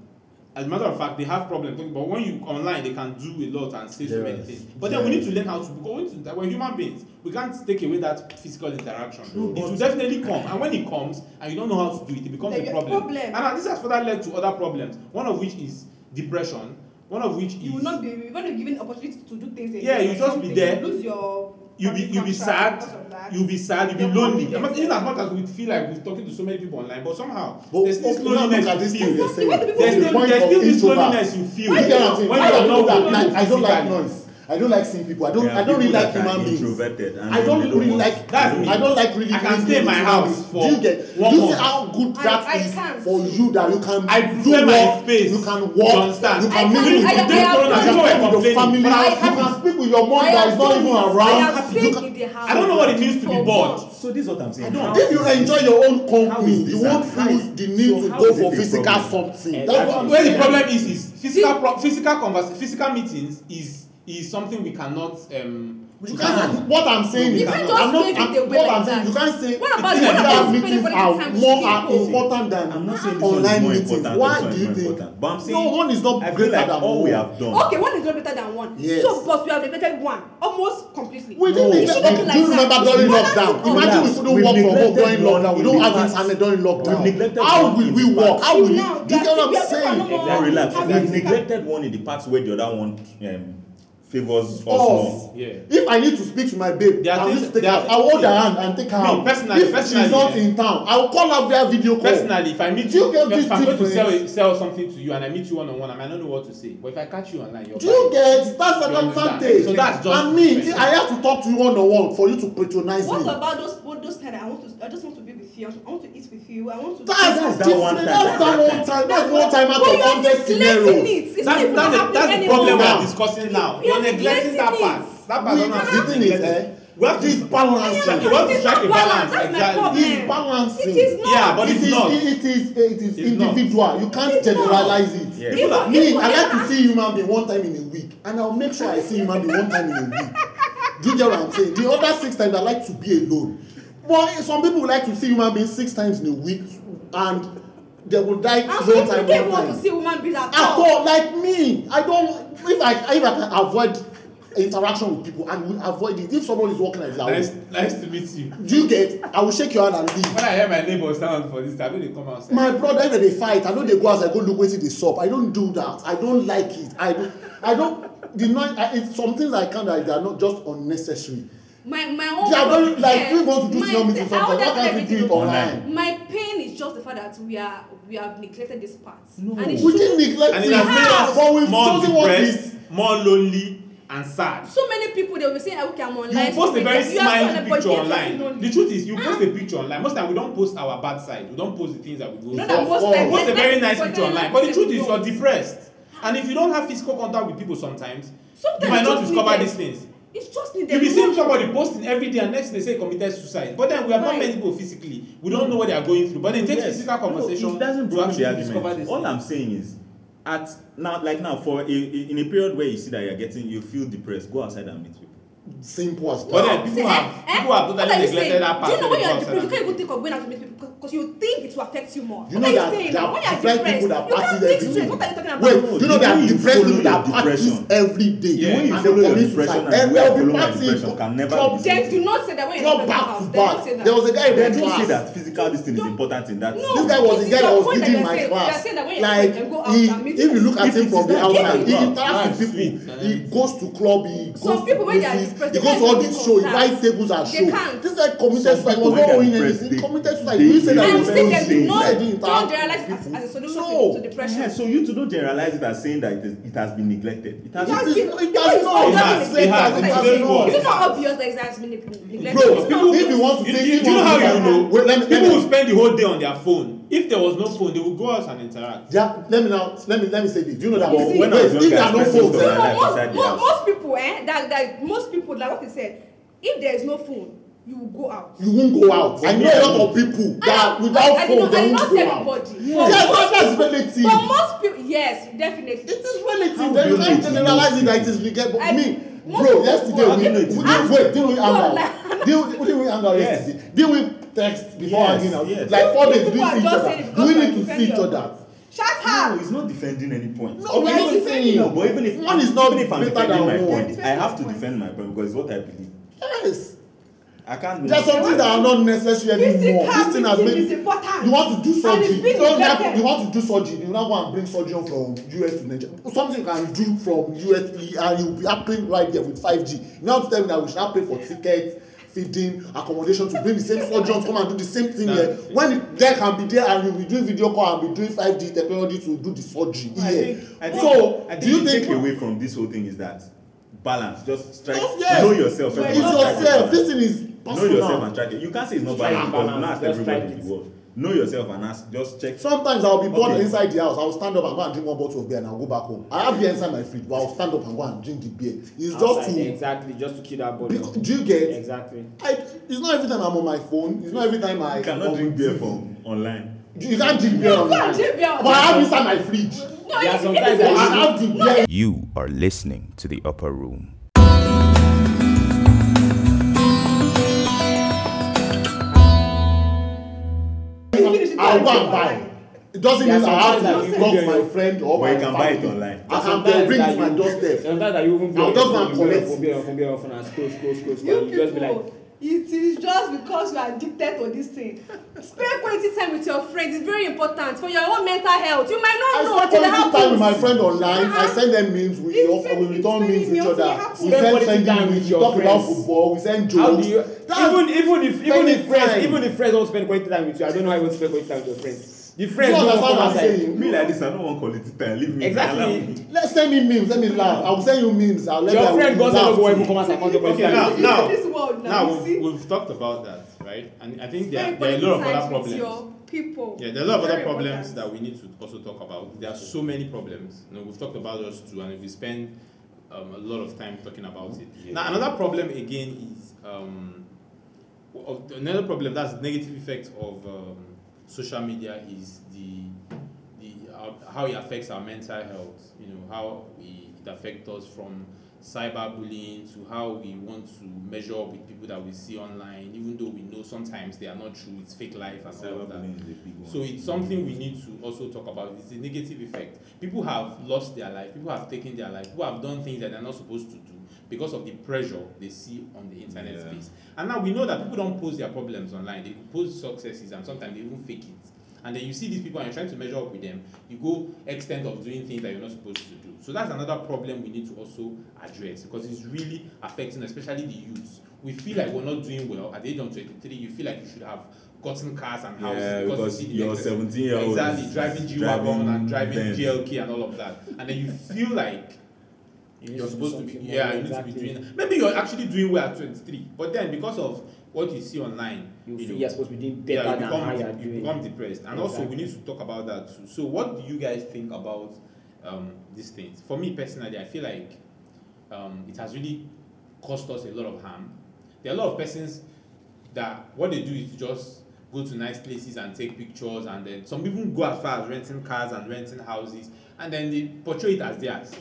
As a matter of fact, they have problems. But when you online, they can do a lot and say so many
Yes.
things. But then we
Yes.
need to learn how to because we need to, that we're human beings. We can't take away that physical interaction.
True,
it will
but-
definitely come, and when it comes, and you don't know how to do it, it becomes
Then
a
your
problem.
problem.
And uh, this has further led to other problems. One of which is depression. One of which is
you will not be you will not be given opportunity to do things again
Yeah, you
or
just be
something.
there.
you lose your
you be you be
contract
sad
because of that.
you be sad you be
Your
lonely
confidence.
even as much as we feel like we talking to so many people online but somehow
but
there's this
okay now
loneliness
look
you
at this thing
feel
they
there's
Exactly,
say
what do
still
people
point
there's
of
still this
introvert
loneliness you feel
You
when
get what I'm saying?
you are
I don't
not
do that.
with
Like,
people
I don't like
physically.
noise. I don't like seeing people. I don't.
There are
I don't really
people
like
that are
human beings.
introverted and
I
they
don't
don't
really
want-
like.
That's me.
I don't like really.
I can
being
stay in my
with human
house
beings.
for
Do you
one
get? do you see
month.
how good
I-
that
I
is
can't.
for you that you can
I
do
prefer my
work.
space.
You can
You
walk.
understand? I
You can
can't-
meet with
I- I-
your
I-
people.
I-
You
I-
can with your
complaining, but
family.
I-
You can speak with your mom that is not even
I
around. You
have
can-
been in the house.
I don't know what it means to be
for
bored.
months.
So this is what I'm saying.
don't-
How
If you
is
enjoy
this-
your own
how is
company,
this
you won't
a-
feel the need
so
to
how
go
is it
for
a
physical
problem?
something. That's what
Exactly.
I'm
where the
saying.
problem Eh, is is physical pro- physical convers physical meetings is is something we cannot um
You can't. What I'm saying
You
is,
can't
I'm
just
not.
make
I'm,
it away
what I'm
like
saying,
that.
you can't say
What about
It's
you?
like
What about you
physical meetings
spending quality
are
time with
more are
people?
important than
I'm not saying this one is
online
more
meetings.
important.
Why
this one is
do you
more
think?
important. But I'm saying
No one is not
I feel
greater
like
than
all we
one.
have done.
Okay, one is not better than one.
Yes.
So, but we have neglected one almost completely.
We
No.
didn't
It
need
look
should
that. Do
like
you remember
that.
during
Why not do all
lockdown? Imagine
that?
we couldn't
We've
work from home
neglected one
during lockdown.
in
We
the
don't have
past.
internet during
We've neglected
lockdown. How
one
will
in
we
the
work?
past.
How will we?
Now,
Do you
we
get
are-
what
we
I'm
are people are
saying?
no more-
Now relax.
Have
We've
physical-
neglected one in the past where the other one um, favors us
Us.
more.
yeah
If I need to speak to my babe,
There are
I'll
things-
just take
there
her.
are-
I'll hold her
yeah.
hand and take her
No,
out.
personally-
If she's
personally,
not
yeah.
in town, I'll call her via video call.
personally if i meet
Do you
you
get
if
this
if i'm going to sell
difference?
sell something to you and i meet you one on one i might not know what to say but if i catch you online you're
Do you
fine.
get that's an
You understand?
advantage?
So that's just
and me,
different.
I have to talk to you one on one for you to patronize
what
me.
about those what those kind of i want to i just want to be with you i want to eat with you i want to
That's
That's that
different.
one time.
That's that one time. That's one time out
But
of
you are
hundred
neglecting
scenarios.
it. It's not
that's
even
that's the,
happening
that's the
anymore.
problem
Now.
we're discussing now.
We are
You're neglecting
neglecting
that
it.
part. That part
We,
doesn't have
the
to
thing
be
is,
neglected.
eh,
We have to
this
strike.
balancing.
We have to
It's
strike a
not
balance.
balance. That's my
Exactly.
problem.
It's balancing.
It is not.
Yeah, but
it
it's
is,
not.
It is, it is
It's not.
individual. You can't
It's not.
generalize it.
Yeah.
People are-
Me, I like to see human being one time in a week, and I'll make sure I see human being one time in a week. Do you get what I'm saying? The other six times I like to be alone. But some people would like to see human beings six times in a week, and they would like
And
no
so people
time,
don't
one
want to
time.
see woman be like "Oh,
at all like me i don if i if i can avoid interaction with people and we avoid it if someone is walking like
Nice,
that
nice to meet you.
do you get i will shake your hand and leave
When I hear my neighbor sound for this, I know they come outside.
my brother if i dey fight i no dey go outside go look wetin dey sup i don do that i don like it i don i don the noise i it some things i can that they are not just unnecessary
My my own.
they are very like we want to do
my-
small meeting
I
sometimes
ordered
why can't we do
everything
it online
My pain is just the fact that we are we have neglected this part. No. And it
we
shows
dey neglect
And it has made
it
us
but we
more
chosen what is
depressed, more lonely, and sad.
so many people they will say "Ah, okay I'm online.
You post a very
You are so
smiling
online,
picture
but yet it's
online. The
lonely.
truth is, you post a picture online. Most time we don't post our bad side. We don't post the things that we go
Not
through.
that
Of
most
course.
times.
post a
there's
very
nothing
nice
for
picture
them
online but the
to
truth is you're
post.
depressed and if you don't have physical contact with people sometimes,
Sometimes
you might not
it's just
discover
needed.
these things
It's just
you
needed.
be seeing somebody posting every day and next day say he committed suicide but then we have not
Right.
met people physically we don't know what they are going through but then it takes
Yes.
physical
No,
conversation
it doesn't
to
broaden
actually
the
discover
argument
this
all
thing.
i'm saying is at now like now for a, a, in a period where you see that you're getting you feel depressed go outside and meet people
simple as
But
that.
then people have people have
Eh, What are
totally
you saying?
neglected that
Do
part.
you know when
when
you're
they go
depressed, you
outside
can't
and-
even think of going out to meet people because you think it will affect you more.
You
what
know
are you
that
saying
there
now?
are
When you're
depressed
depressed,
people
you
that
can't
practice
think
every
straight.
day.
What are you talking about?
Wait,
No,
you know
the way
there are
you
depressed
follow
people that
your
practice
depression-
every
The
day.
way you
And
follow
they
your
commit
depression
suicide.
and the
Every
way I
every
follow my
party-
depression can never
club
be the
Then
same.
do not say that when you're
club
depressed.
back to
They don't
back.
say that.
There was a guy in
Then
my
you see
class.
that physical this thing is important in that.
No.
This guy was
It
the
is
guy that
your
was
point
leading
that
my
you're saying-
class.
you're saying that when you're
Like,
depressed, you go out
he,
and meet
if you look at
If
him
it
from
is
the
that
outside,
good,
he
wow,
interacts with
that's
people.
sweet.
He goes to club, he goes
Some people
to
when they are
places,
depressed,
he
they
goes
can't
to all
even
these
go
shows, he
outside.
buys tables
They
and shows.
can't.
This guy committed
Some
suicide,
people
he was not
when
owing
they are
anything. He
depressed,
committed suicide.
they-
He didn't
they- they-
say that he
I'm
was
Very
saying that do
very
safe.
not
I
He
don't generalize
interacts
it as, as a
with people.
solution to,
So,
to depression.
Yeah, so you to not generalize it as saying that it, is, it has been neglected. It has.
It has been-
It is-
because
it
it's
has
not done in
not been
the
neglected. It has-
past,
it
like
has
you said.
not.
Is it not obvious that it has been neglected?
Bro,
It's not
people-
if you want to
You,
take
you,
it
you know
on
how
the-
you know?
Wait, let me- let
people
me-
will spend the whole day on their phone. If there was no phone, they would go out and interact.
Yeah, let me now let me let me say this. Do you know that
You
but
see-
when
When I
was
wait, if
younger,
there
I
are no
spent most of
phones
No,
my
there,
life
no, most,
inside the
mo-
house.
most people, eh, that, that most people, like what he said, if there is no phone, you will go out.
you won't go out. I know a lot of people that without
I, I,
phone
I
they
did not
won't
say
go out.
everybody.
Yeah,
But,
that- that's
most,
relative.
but most people, yes, definitely.
It is relative.
How
Then
do you
you can't
know it's
generalize it
not?
that it is legal. But
I-
me,
most
bro,
people
yesterday
go
we,
out.
know
we,
it is
we
not.
wait. Did we hang out?
like-
Did we did we hang out
Yes.
yesterday? Did we text before
Yes,
hanging out?
yes.
Like four days, we
People
didn't
are
see each
just saying
other.
it
Do we
because
need
you
to
are
see each
defending
other?
Shut
No,
up!
he's not defending any point.
No,
Okay,
we are
not
just saying-
no, but even if
One is not
even if I'm
better
defending
than
my
one.
point, I have to
Defend
defend my point because it's what I believe.
Yes.
I can't.
There are some things that are not necessary anymore. This thing has
Physicality is
made
important.
you want to do
And it's
surgery.
been
You don't have,
neglected.
you want to do surgery. You now go and bring surgeon from US to Nigeria. Something you can do from US to- and you'll be happening right there with 5G. You now tell me that we should not pay for tickets, feeding, accommodation to bring the same surgeon to come and do the same thing here. When there can be there and you'll be doing video call and be doing 5G technology to do the surgery
I
here.
think, I think,
So
I think
do you
the
think
takeaway from this whole thing is that balance. Just strike.
Just yes.
Know yourself.
It's
first of all, strike
yourself.
balance.
This thing is
Know yourself
personal.
and track it. You can't say it's not
Strike
balance, but
balance,
not
just
everybody
strike
in
it.
the world. Know yourself and ask. Just check.
Sometimes I'll be bored
Okay.
okay. inside the house. I'll stand up and go and drink one bottle of beer and I'll go back home. I have beer inside my fridge, but I'll stand up and go and drink the beer. It's just
Outside,
to.
exactly just to kill that body.
Because, do you get?
Exactly.
I, it's not every time I'm on my phone. It's not every time I.
You
I'm
cannot
on
drink
TV.
beer from online.
You can't drink beer.
You can't
online.
drink beer
But I have
online.
inside my fridge.
No,
There are
it-
some
it
times
is
that
I
you
important.
have the beer.
You are listening to the upper room.
I'll go and buy. It doesn't
There are
mean I have
some times
to
that
block
you-
my friend or
But
my
you can buy it
family.
online.
I can they'll bring it to my doorstep.
Sometimes that you even
I'll
be
just
on
go
your
and
phone,
collect
you'll be on your phone, you'll be on your phone and scroll, scroll, scroll,
you
scroll. and You
people
just be like,
it is just because you are addicted to this thing spend quality time with your friends is very important for your own mental health you might
I
not know
spend
till it
quality time
happens
with my friend online. I
Uh-huh.
send them memes. We
It's
off,
been-
we return
it's been
memes with each
years, it
other.
happens.
We
Spend
send
quality
sending
time
memes.
with
We
your
talk about
friends.
football. We send
how do you
jokes.
even even if even
spending
if friends
time.
even if friends don't spend quality time with you i don't know how you want to spend quality time with your friends the friends
You
don't
understand
come
what I'm
outside
saying?
Me like this, I don't want quality time. Leave me.
Exactly.
Allow me.
Let's send me memes. Let me laugh. I will send you memes. I'll let
your
them
friend goes
laugh
out go
too.
even come outside come to quality
Okay,
time
now,
with you.
now,
this world now,
now
you see.
we've, we've talked about that, right? And I think there,
spend
there are a
quality
lot of
time
other
with
problems.
your people
Yeah, there are a lot of
Very
other problems
important.
that we need to also talk about. There are so many problems. You know, we've talked about those too, and we spend um, a lot of time talking about it. Now, another problem again is um, of- another problem that's negative effect of um, social media is the the uh, how it affects our mental health. You know how we, it affects us from cyberbullying to how we want to measure up with people that we see online, even though we know sometimes they are not true. It's fake life and all of that.
Cyberbullying is a big one.
So it's something we need to also talk about. It's a negative effect. People have lost their life. People have taken their life. People have done things that they're not supposed to do because of the pressure they see on the internet
Yeah.
space. And now we know that people don't post their problems online. They post successes and sometimes they even fake it. And then you see these people and you're trying to measure up with them. You go extent of doing things that you're not supposed to do. So that's another problem we need to also address because it's really affecting, especially the youths. We feel like we're not doing well at the age of 23. You feel like you should have gotten cars and houses
Yeah,
because,
because
you see the
you're
excess-
17 year old.
Exactly, driving G wagon and driving
Benz.
GLK and all of that, and then you feel like
You need
you're
to do
supposed to be
something more,
yeah, you need
exactly.
to be doing. Maybe you're actually doing well at 23, but then because of what you see online,
you
know,
feel you're supposed to be doing
yeah,
better
you
than how
become,
you're
you
doing
become depressed. And also, we
Exactly.
need to talk about that too. So, what do you guys think about um, these things? For me personally, I feel like um, it has really caused us a lot of harm. There are a lot of persons that what they do is to just go to nice places and take pictures, and then some even go as far as renting cars and renting houses, and then they portray it as theirs.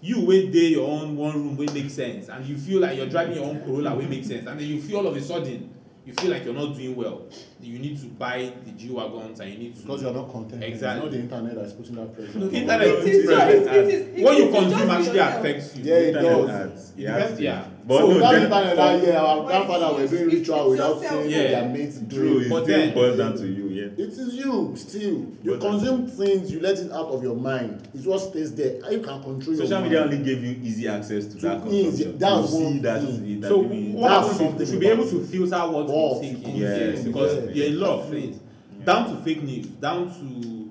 you wey dey your own one room wey make sense and you feel like you're driving your own corolla wey make sense and then you feel all of a sudden you feel like you're not doing well you need to buy the g-wagons and you need to
because you are not content
Exactly.
it's not the internet that is putting that pressure
No,
on
internet
It is,
is
so it is, it
present.
is,
What
it
you
is just
consume actually
yourself.
affects you.
Yeah, it
Internet
does.
ads,
It
yeah,
depends- yeah.
But
so
no,
that
gen-
internet
for-
that year our grandfather were
It's-
doing
it's
ritual without
yourself.
seeing
Yeah.
their mates
True,
do
it
it
But
still
then-
boils down to you, yeah.
it is you still you
But-
consume things you let it out of your mind it what stays there how you can control your
Social
mind
media only gave you easy access to that
easy,
consumption.
that's
you see
one
that,
thing.
that
So
giving-
what
That's
happens
something
is you should be
about
able to filter what
What
you're taking.
you
consume.
Yes, because
Yes.
there are a lot of things. Down to fake news, down to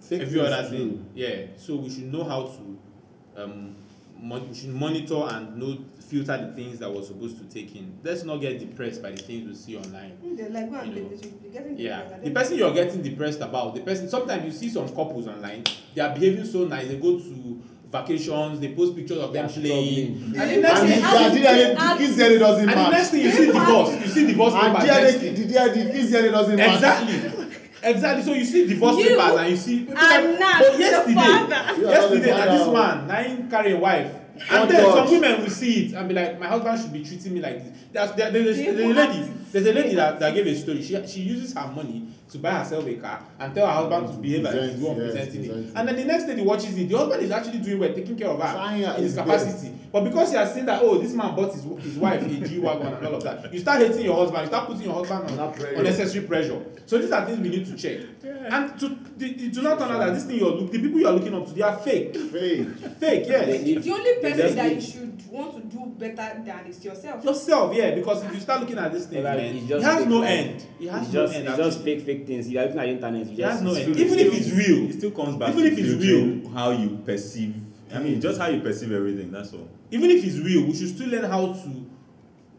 Fake
every
news
other
too.
thing. Yeah. So we should know how to um mon- we should monitor and know filter the things that we're supposed to take in. Let's not get depressed by the things we see online.
They're like, go and
You
get
know.
this, you'll be getting
Yeah,
depressed.
the person you're getting depressed about, the person. Sometimes you see some couples online, they are behaving so nice. They go to vacations, they post pictures of them playing, and the next
and the
thing,
How do you
DNA the
act?
kids DNA doesn't
and the next
match
thing you see divorce, you see divorce
and
papers. next
DNA
thing.
the DNA the kids DNA doesn't match
Exactly, exactly. So you see divorce
You
papers and you see.
are not
But
You
the father.
yesterday,
are
yesterday,
not the
na this
father.
man, na him carry a wife.
God
And then
God.
some women will see it and be like, my husband should be treating me like this. There's, there, there's,
They
there's,
will
a lady,
act-
there's a lady
they
that,
act-
that gave a story. She, she uses her money to buy herself a car and tell her husband to behave like
Present,
he's the one
yes,
presenting it.
presenting.
And then the next day he watches it. The husband is actually doing well, taking care of her
Trying her
in his
his
capacity. But because he has seen that, oh, this man bought his, his wife a G Wagon and all of that, you start hating your husband, you start putting your husband
That
on
pressure.
unnecessary pressure. So these are things we need to check. And to, the, the, do not turn out that this thing you're look, the people you are looking up to, they are fake.
Faith.
Fake, yes.
The only person that you
Exactly.
should want to do better than is yourself.
yourself yeah because if you start looking at this thing
Like,
man,
it's
it
just
has
fake,
no
like,
end it has
It's
no
just,
end
it's just fake, fake things. You are looking at the internet. You
It
just
has no
it's
end.
filled
Even
with
if
fake
it's
things.
real,
it still comes back
even
to
if it's
filtering how you perceive. I mean, just how you perceive everything. That's all.
even if it's real we should still learn how to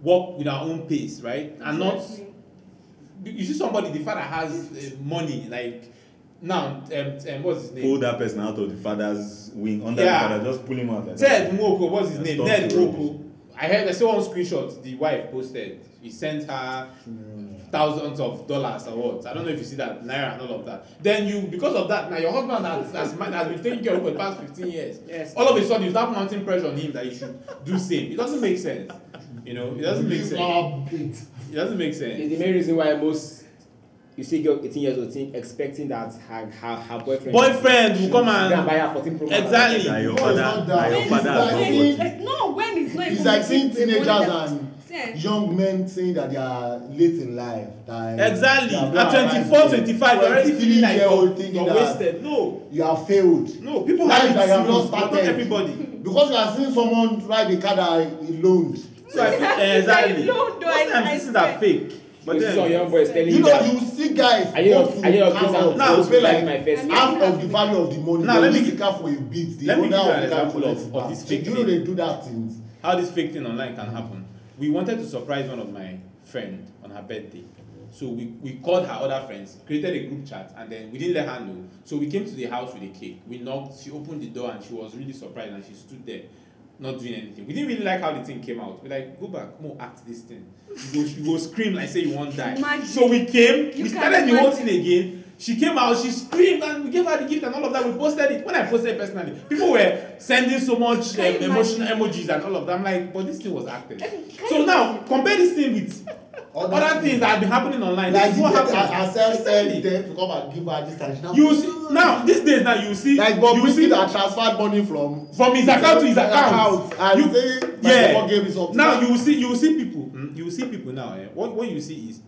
work with our own pace right and not you see somebody the father has uh, money like now um, um, what's his
Pull
name
that person out of the father's wing under
Yeah.
the father. Just pull him out. Like
ted
that.
nwoko what's his
And
name
stop
ned
the
nwoko i heard i saw one screenshot the wife posted he sent her thousands of dollars or what i don't know if you see that naira and all of that then you because of that now your husband has has, man- has been taking care of you for the past fifteen years
Yes.
all of a sudden you start mounting pressure on him that he should do same it doesn't make sense you know it doesn't make
This
sense
flower plate.
it doesn't make
It's
sense
the main reason why most you see girl 18 years old think, expecting that her, her, her boyfriend
boyfriend will come
Go and buy
and
her 14 Pro Max.
Exactly.
That your
No, it's not
father. That your
that. It's
father has not
like seeing-
watched it.
Like, no, when it's not
It's
even
like seeing
the money
teenagers
that-
and
Sir.
young men saying that they are late in life. That
exactly
they have
at
not arrived
twenty-four
yet.
twenty-five you already feeling like
23-year-old
you're
thinking
you're
that
wasted no
You have failed.
no people
Life
have it
that you have
serious,
not
but not
started.
everybody.
Because you are seeing someone ride a car that he loaned.
So I feel eh, exactly.
No, no,
Most
I-
times
I
these things are
swear.
fake. But
You see some
then,
young boys telling
You
you
know,
that
you see guys
I know-
go
I know
to
of kids
car
that
now,
now,
go
pay
to buy
like
my first.
Now,
half of the value of the money.
Now,
Now,
let
let
me
the
gi-
car for a bit. The
let me give
owner
you
of
an
the car
example
collects
of- of
back.
this fake
You know
thing.
they do that thing.
how this fake thing online can happen. We wanted to surprise one of my friend on her birthday. So we, we called her other friends, created a group chat, and then we didn't let her know. So we came to the house with a cake. We knocked, she opened the door and she was really surprised and she stood there, not doing anything. We didn't really like how the thing came out. We're like, go back, more act this thing. You go, you go scream like say you won't die.
Imagine.
So we came,
You
we
can
started the whole
imagine.
thing again. She came out, she screamed, and we gave her the gift and all of that. We posted it. When I posted it personally, people were sending so much um,
Can you
emotional emojis and all of that. I'm like, but this thing was acted.
Can
So
you
now compare this thing with
Other
other things
things.
that have been happening online.
Like
This
the
is what
girl that
happened.
herself
Exactly.
send them to come and give her this and she now-
You see now these days now you see
Like Bob
you
Whiskey
see
that transferred money from
from his account to his account.
and
You-
say my football game is up to
now
that.
you will see you will see people mm, you will see people now eh? what what you see is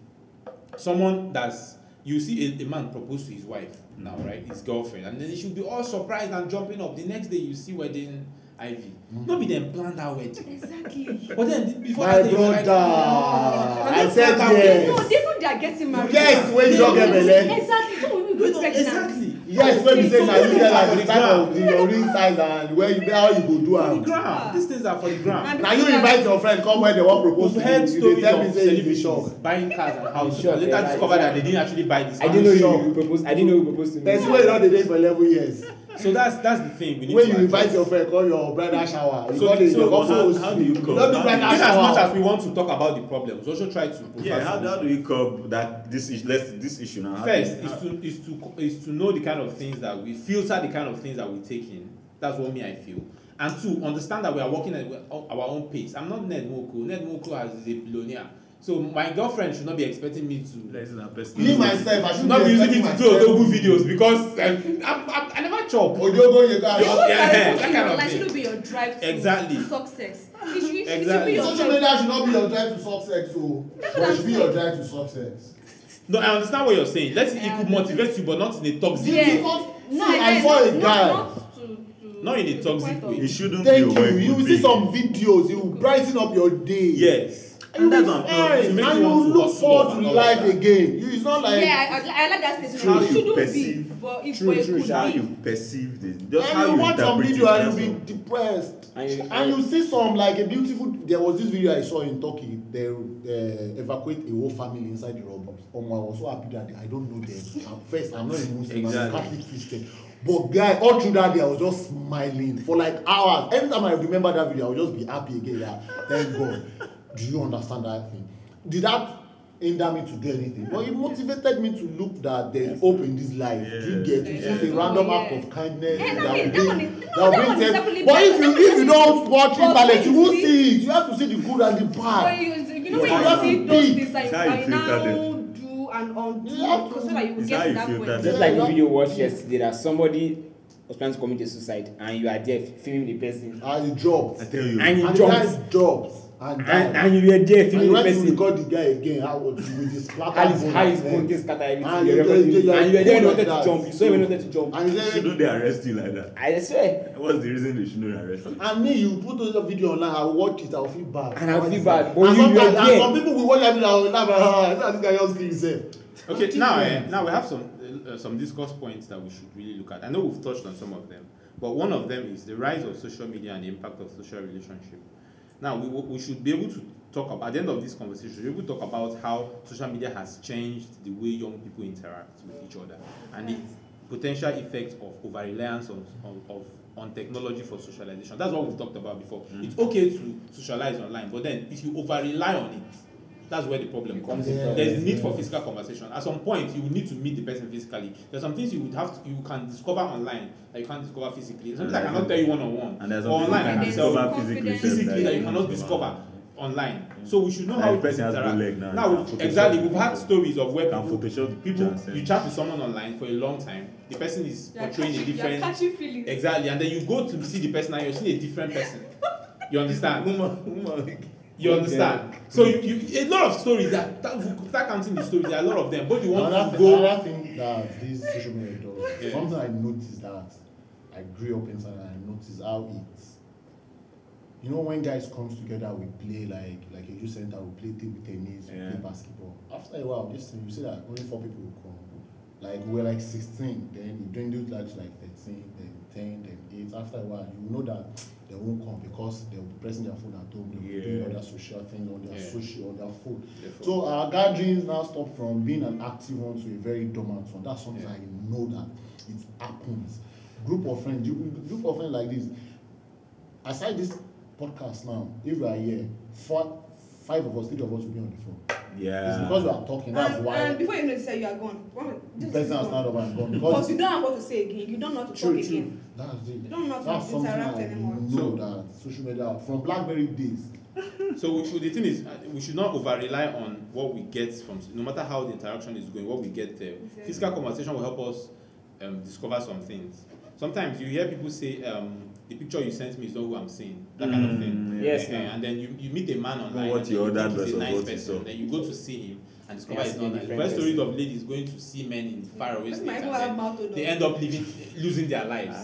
someone that's you see a, a man propose to his wife now right his girlfriend and then she will be all surprised and jumping up the next day you see wedding ivy mm. no be dem plan that wedding
Exactly.
but then before
My
that day you were like
brother,
"Ah,
I
dem
said
plan that wedding."
yes.
No, they know they are getting married.
Yes, when you
They
don't get
know-
belle.
Exactly. So we
You
will
know,
go pregnant.
exactly
yes when you say na you get like the type of the
ground
your ring size and where you how you go
for
do
the
am
ground these things are for the ground
And
na you invite your friend come where they wan propose
We've
to
heard
you you dey
stories
tell me
of
say you dey shock
celebrities buying cars and houses
Sure,
and later
yeah,
discover
yeah.
that they didn't actually buy this
I
house.
didn't know
Sure.
you, you proposed. I didn't know you proposed to me.
person wey don dey date for eleven years
So that's that's the thing we need
when
to
you
address.
invite your friend come your bridal shower you
So-
come dey
so
dey come
but how-
host
how do you come?
no be
How do
bridal
you-
In as much as
shower
we want to talk about the problems, also try to provide
Yeah. How, how do
solutions.
you curb that this issue? Let's this issue now. How do you-
First is to is to is to know the kind of things that we filter the kind of things that we take in. That's what me I feel. and two understand that we are working at our own pace i'm not ned nwoko ned nwoko as is a billionaire so my girlfriend should not be expecting me to
Let's not personal.
me myself i
should
should
not be using
expecting
me to do
myself.
odogu videos because um, I'm, I'm, i never chop
ojogo you go
Yeah.
out.
yeah, that
that
kind of
like,
thing.
shouldn't be your drive to,
Exactly.
to success. It should, it should
Exactly.
be your
social
drive.
media should not be your drive to success o but it should be your drive to success.
no i understand what you're saying let's it
Yeah.
could motivate you but not in a toxic
Yeah.
way
See, not-
No,
see, I
guess
saw a
not-
guy.
Not, to, to,
Not in a
to the
toxic
point of-
way.
It shouldn't
thank
be. oh,
you
it
you
could
will see
be.
some videos you will brigh ten up your day.
yes
you
And that's
will
what I'm
find
saying. It
and you
makes you want to
look
hustle
forward
and
to
all
life
that.
again you it's not like
Yeah, I, I, I like that
True,
statement. It
you
shouldn't be,
perceive-
but it,
true,
but it
true,
could
sha.
how
be.
you perceive this just how
and
you
you watch some
interpret
video
it
and you
that's all.
be depressed
And you-
and you see some like a beautiful there was this video i saw in turkey they uh, evacuate a whole family inside the rubble omo i was so happy that day i don't know them i'm first i'm not a muslim i'm
Exactly.
a catholic christian but guy all through that day i was just smiling for like hours anytime i remember that video i will just be happy again that thank god do you understand that thing did that hinder me to do anything but it motivated me to look that there is hope in this life yeah. do you get it yeah. just a random yeah. act of kindness
Yeah,
that will
Eh, that
bring
one is-
that
that
will
one
bring tears but if
is definitely better.
you if you don't watch
But
internet you
when
won't
you
see it you have to see the good and the
But
bad
you, you know
Yeah.
when you see those
Big.
things
It's how you
that you now
filter
do and undo
Yeah.
so that you will
It's
get
how
to
you
that
filter
point.
them.
just like the video we watched yesterday that somebody was trying to commit a suicide and you are there filming the person
and he dropped
I tell you.
and you
and the
jumped
guy dropped and
and
died
and you were there
and he
filming the
went to
person
record the guy again how was he with his plata
how his how his
and
bone get scattered everything
And
you
you
were recording it.
just- you
and you were
are
there when you
cool
wanted
like
to jump you saw him when you wanted to jump
and he said
shouldn't they arrest you like that
I swear
what's the reason they shouldn't arrest you
and me you put those video online i will watch it i will feel bad
And I will feel
And
bad, but
and
you- you are
sometimes and
there.
some people will watch that video and will laugh ah ah this guy just kill himself
okay now eh, now we have some uh, some discourse points that we should really look at i know we've touched on some of them but one of them is the rise of social media and the impact of social relationship now we, we should be able to talk about at the end of this conversation we will talk about how social media has changed the way young people interact with each other and the potential effects of over reliance on, on, of, on technology for socialization that's what we've talked about before it's okay to socialize online but then if you over rely on it that's where the problem comes in.
Yeah.
there's need for physical conversation at some point you will need to meet the person physically there's some things you would have to, you can discover online that you can't discover physically something i cannot tell you one-on-one
and there's
but
something
online
you
i
can
can tell you
discover physically
physically that you cannot
Yeah.
discover online so we should know
And
how
the person has
interact.
good leg now, you
now
can
we've-
Photoshop
exactly
it.
we've had stories of where
Can
people
Photoshop
people
pictures,
you
yeah.
chat with someone online for a long time the person is
You are
portraying a
catching- you are
different
catching feelings.
exactly and then you go to see the person and you're seeing a different person you understand you understand so you, you a lot of stories that that we could start counting the stories there are a lot of them both the ones who
another thing
go
another thing that this social media does
Yeah.
something i noticed that i grew up inside and i noticed how it you know when guys comes together we play like like a youth center we play table tennis we
Yeah.
play basketball after a while this thing you see that only four people will come like we were like sixteen then we bring those lads to like thirteen then ten then eight after a while you know that they won't come because they will be pressing their phone at home they will be
Yeah.
doing other social things on their
Yeah.
social on their phone
Therefore.
so our gatherings now stop from being an active one to a very dormant one that's something
Yeah.
i know that it happens group of friends you group of friends like this aside this podcast now if we are here four five of us three of us will be on the phone it's because we
yeah
are talking that's
And,
why
and before you know this, you are gone. One-
the
just
person has
gone.
not over and gone
Because
because
you don't have what to say again. You don't know how to
True,
talk
true.
again.
that's
You
it
don't know how
that's
to
something
interact
i
anymore.
know that social media from blackberry days
so we should, the thing is uh, we should not over rely on what we get from no matter how the interaction is going what we get there
Mm-hmm.
Exactly.
physical conversation will help us um, discover some things sometimes you hear people say um, the picture you sent me is not who i'm seeing that kind of thing
Mm,
yes
Eh,
now
and then you, you meet a man online
what
and
you
then
ordered
think he's a
versus
nice
what you
person
saw.
then you go to see him and discover
Yes,
he's
a
not nice
different
First stories
person.
of ladies going to see men in faraway
That's
states
my
and
whole
then
mouth to
they
do.
end up living losing their lives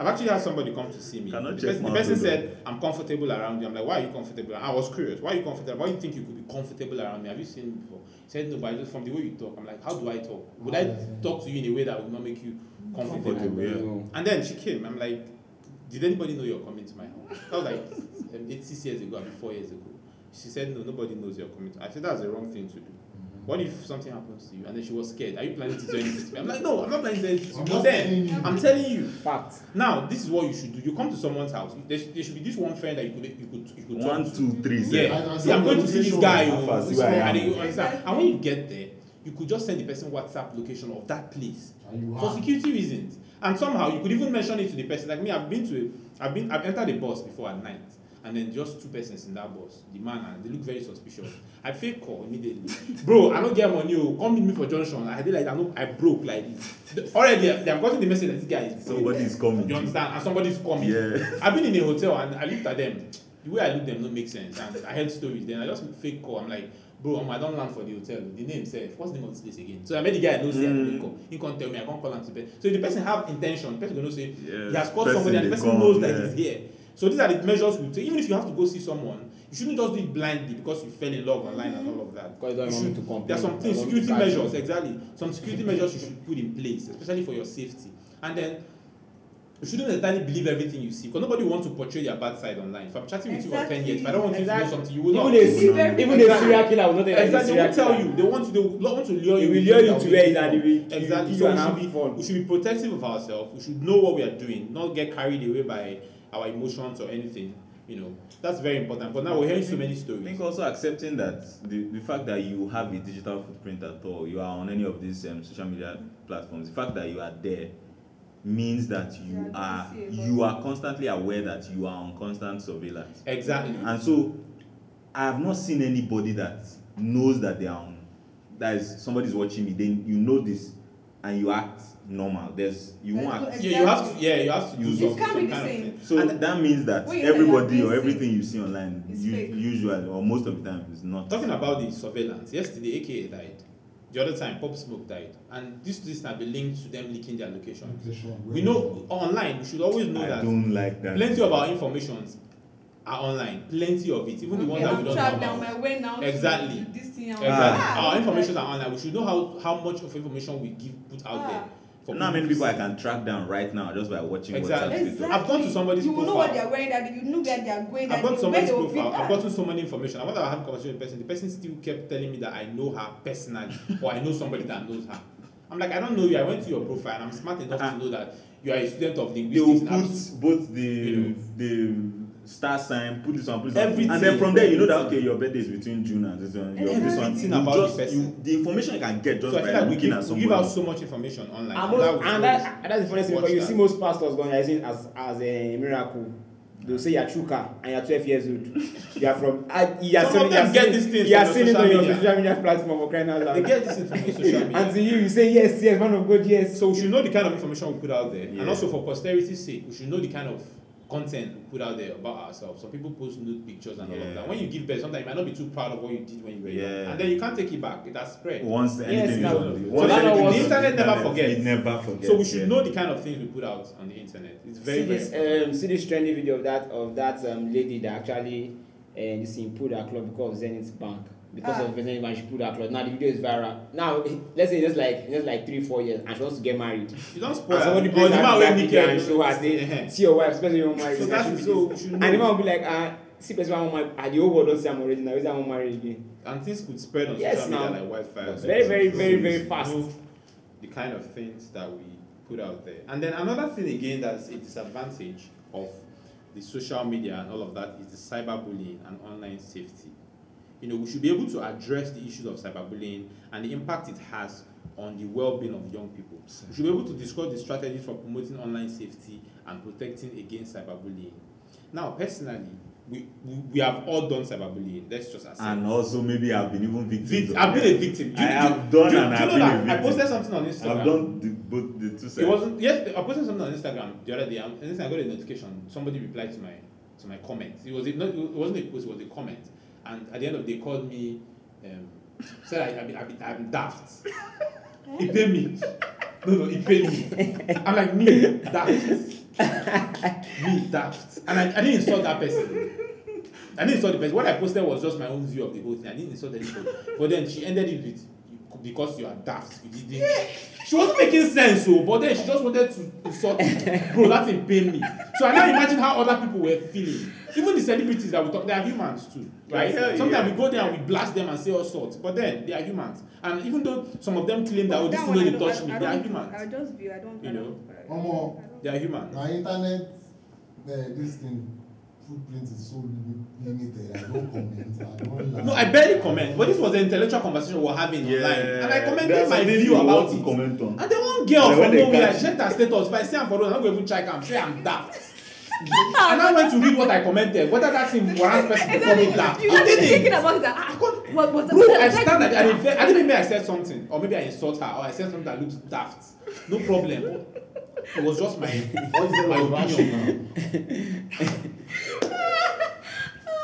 I've actually had somebody come to see me. The,
Cannot check
person, the
mouth
person
alone.
said, I'm comfortable around you. I'm like, why are you comfortable? I was curious. Why are you comfortable? Why do you think you could be comfortable around me? Have you seen me before? He said, no, but I just from the way you talk. I'm like, how do I talk? Would I talk to you in a way that would not make you comfortable?
Comfortable, yeah.
And then she came. I'm like, did anybody know you're coming to my house? That was like um, eight, six years ago, I mean, four years ago. She said, no, nobody knows you're coming. To-. I said, that's the wrong thing to do.
Mm-hmm.
What if something happens to you? And then she was scared. Are you planning to do anything to me? I'm like, no, I'm not planning to do anything to you.
I'm
But
just telling you.
then, I'm telling you,
fact
now this is what you should do you come to someone's house there, sh- there should be this one friend that you could you could you could talk
one
to
two three
yeah
seven
I- I
see i'm
don't
going to
know
see this
which
guy
one. How
oh
far see where I
and
am.
you understand and when you get there you could just send the person whatsapp location of that place
And you
for
have-
security reasons and somehow you could even mention it to the person like me i've been to a i've been i've entered a bus before at night and then just two persons in that bus the man and they look very suspicious i fake call immediately bro i no get money o come meet me for junction i dey like i no i broke like this already they have gotten the message that this guy is
Somebody's coming.
you understand and somebody's coming
Yeah.
I've been in a hotel and I looked at them. The way I looked at them don't make sense. And I heard stories. Then I just fake call. I'm like, bro, um, I don't land for the hotel. The name said, what's the name of this place again? So I made the guy know say I
Mm.
didn't call. He can't tell me. I can't call him to bed. So if the person have intention, the person gonna say
Yes,
he has called
person
somebody and the
dey
person
come,
knows that
yeah.
he's here. So these are the measures we take. Even if you have to go see someone, you shouldn't just do it blindly because you fell in love online and all of that.
Because you don't want
You
me
should-
to complain.
There are some
I
things,
want me to
security
catch you.
measures, exactly. Some security measures you should put in place, especially for your safety. And then you shouldn't entirely believe everything you see because nobody wants to portray their bad side online. If I'm chatting with you for 10 years, if I don't want you to know
Exactly.
something, you will
even
not.
a
It's very-
even a serial killer will not tell you that he's a
Exactly, they
serial
won't tell
killer.
you. They want to, they will want to lure
They
you.
will
with
lure
things
you
that
to
will
where
make
that
you
they will
fall.
give
Exactly.
you
So
an
we should, be,
handful.
we should be protective of ourselves. We should know what we are doing, not get carried away by our emotions or anything. You know, that's very important. But now we're hearing so many
I
stories.
think also accepting that the, the fact that you have a digital footprint at all, you are on any of these um, social media platforms, the fact that you are there means that you
You are
are
being seen,
you are constantly aware that you are on constant surveillance.
Exactly.
And so I have not seen anybody that knows that they are on that is somebody's watching me, then you know this and you act normal. There's you won't
That's
act
Yeah, you have to. Yeah, you have to do
It
something.
can't
some
be
kind
the
of
same.
thing.
So and that means that
Wait,
everythody
like,
or
this
everything you see online,
is
u-
fake.
usually or most of the time, is not.
Talking about the surveillance, yesterday AKA died. The other time, Pop Smoke died. And this this have been linked to them leaking their location. We know online, we should always know
I
that
don't like that.
plenty of our informations are online. Plenty of it, even the one
okay,
that we
i'm
don't
trapped
know
on my
about.
way now to-
Exactly.
to this thing
Exactly.
Ah.
Our information are online. We should know how, how much of information we give put out
Ah.
there.
You know how many
to
people I
see.
can track down right now just by watching
Exactly.
WhatsApp.
Exactly.
Twitter.
I've gone to somebody's
you will know what
profile.
they are wearing that day, you know where they are going that
I've got
day, where
somebody's
they will be
profile. I've
at.
gotten so many information. I want to have a conversation with the person. The person still kept telling me that I know her personally or I know somebody that knows her. I'm like, I don't know you. I went to your profile and I'm smart enough
Uh-uh.
to know that you are a student of
They will
linguistics. and abs-
put both the
You
the star sign, put this one, put this one,
Everything.
and then from there you know that okay, your birthday is between June and this one. Your this one.
Everything
You
about
just,
the person.
you- the information you can get just
so I
by
feel like we
looking at
give, we
somebody.
give out so much information online.
and
that
most
we
and that and that's the funniest thing
watch
because you
that.
see most pastors gonorize it as as a miracle they will say you are chuka and you are twelve years old you are from ah you are
Some
seen
of
you are
them get
seen
these things
you are
from
seen
your
it on your
social
social media platform for crying out
they
loud
get this information from social media.
and to you you say yes yes man of god yes
So we should know the kind of information we put out there,
Yeah.
and also for posterity's sake, we should know the kind of content we put out there about ourselves. Some people post nude pictures and all of
Yeah.
that. When you give birth, sometimes you might not be too proud of what you did when you were young,
Yeah.
and then you can't take it back. It has spread.
Once anything
now.
is on the,
So
once
that
anything
was-
is on
The
internet never forgets.
It never forgets.
so we should
yeah.
know the kind of things we put out on the internet. It's very
see
very.
this
important.
um, see this trendy video of that of that um, lady that actually uh, this thing pulled her club because of Zenith Bank because
Ah.
of Zenith Bank she pulled her club now the video is viral now let's say just like just like three four years and she wants to get married
You don't spoil.
and somebody
or
plays
Ah, the man
that that
wey
video
naked.
and show her say
Eh-heh.
see your wife especially your married
So
and
that's-
she be
so
this.
we should
and the
know.
man will be like ah see person I wan marry ah the whole world don see am already na reason I wan marry again
And things could spread on
Yes,
social media
now.
like wildfire.
It's very, very, very,
So we
very
should
fast.
know The kind of things that we put out there. And then another thing again that's a disadvantage of the social media and all of that is the cyberbullying and online safety. You know, we should be able to address the issues of cyberbullying and the impact it has on the well-being of young people. We should be able to discuss the strategies for promoting online safety and protecting against cyberbullying. Now, personally, we, we, we have all done cyberbullying. Let's just accept.
And also maybe I've been even victim.
Vic-
of
I've
that.
been a victim. Do you-
I
do-
have done
do you-
and
do you
I've
know
been
that
a victim.
I posted something on Instagram.
I've done the, both the two sides.
It wasn't. Yes, I posted something on Instagram the other day. And then I got a notification. Somebody replied to my to my comment. It was a, not, it wasn't a post. It was a comment. And at the end of the day, called me. Um, said I, I, be- I, be- I'm daft. He paid me. No, no, he paid me. I'm like me daft. me daft. And I, I didn't insult that person. I didn't insult the person. What I posted was just my own view of the whole thing. I didn't insult anybody. But then she ended it with "You- because you are daft. You didn't. She was making sense, so but then she just wanted to insult me. Bro, that thing pain me. So I now imagine how other people were feeling. Even the celebrities that we talk, they are humans too, right?
Yeah, yeah.
Sometimes we go there and we blast them and say all sorts, but then they are humans. And even though some of them claim that oh,
But
this
that
thing
one, I
didn't
don't-
touch
I-
me,
I
they are
don't-
humans.
I'll just view. I don't.
You
I
know?
don't- I don't-
Omo.
I don't-
They are humans.
na internet eh, this thing footprint is so li- limited. I don't comment. I don't laugh.
No, I barely comment, but this was the intellectual conversation we we're having
Yeah,
online. Ah, And I commented
there's
my
something
view
you want
about
to
it.
comment on.
And then one girl
Like, when
from
they
nowhere
catch-
checked her status. If I say I'm for road, I'm not going to even check am. Say I'm daft. and I went to read what I commented. Whether that's in Warren's person to call me daft.
you
I
have been thinking
didn't.
about it that ah what was
Bro, I stand at I didn't, I didn't maybe I said something, or maybe I insult her, or I said something that looks daft. No problem. It was just my
What is
my
your reaction
opinion.
now?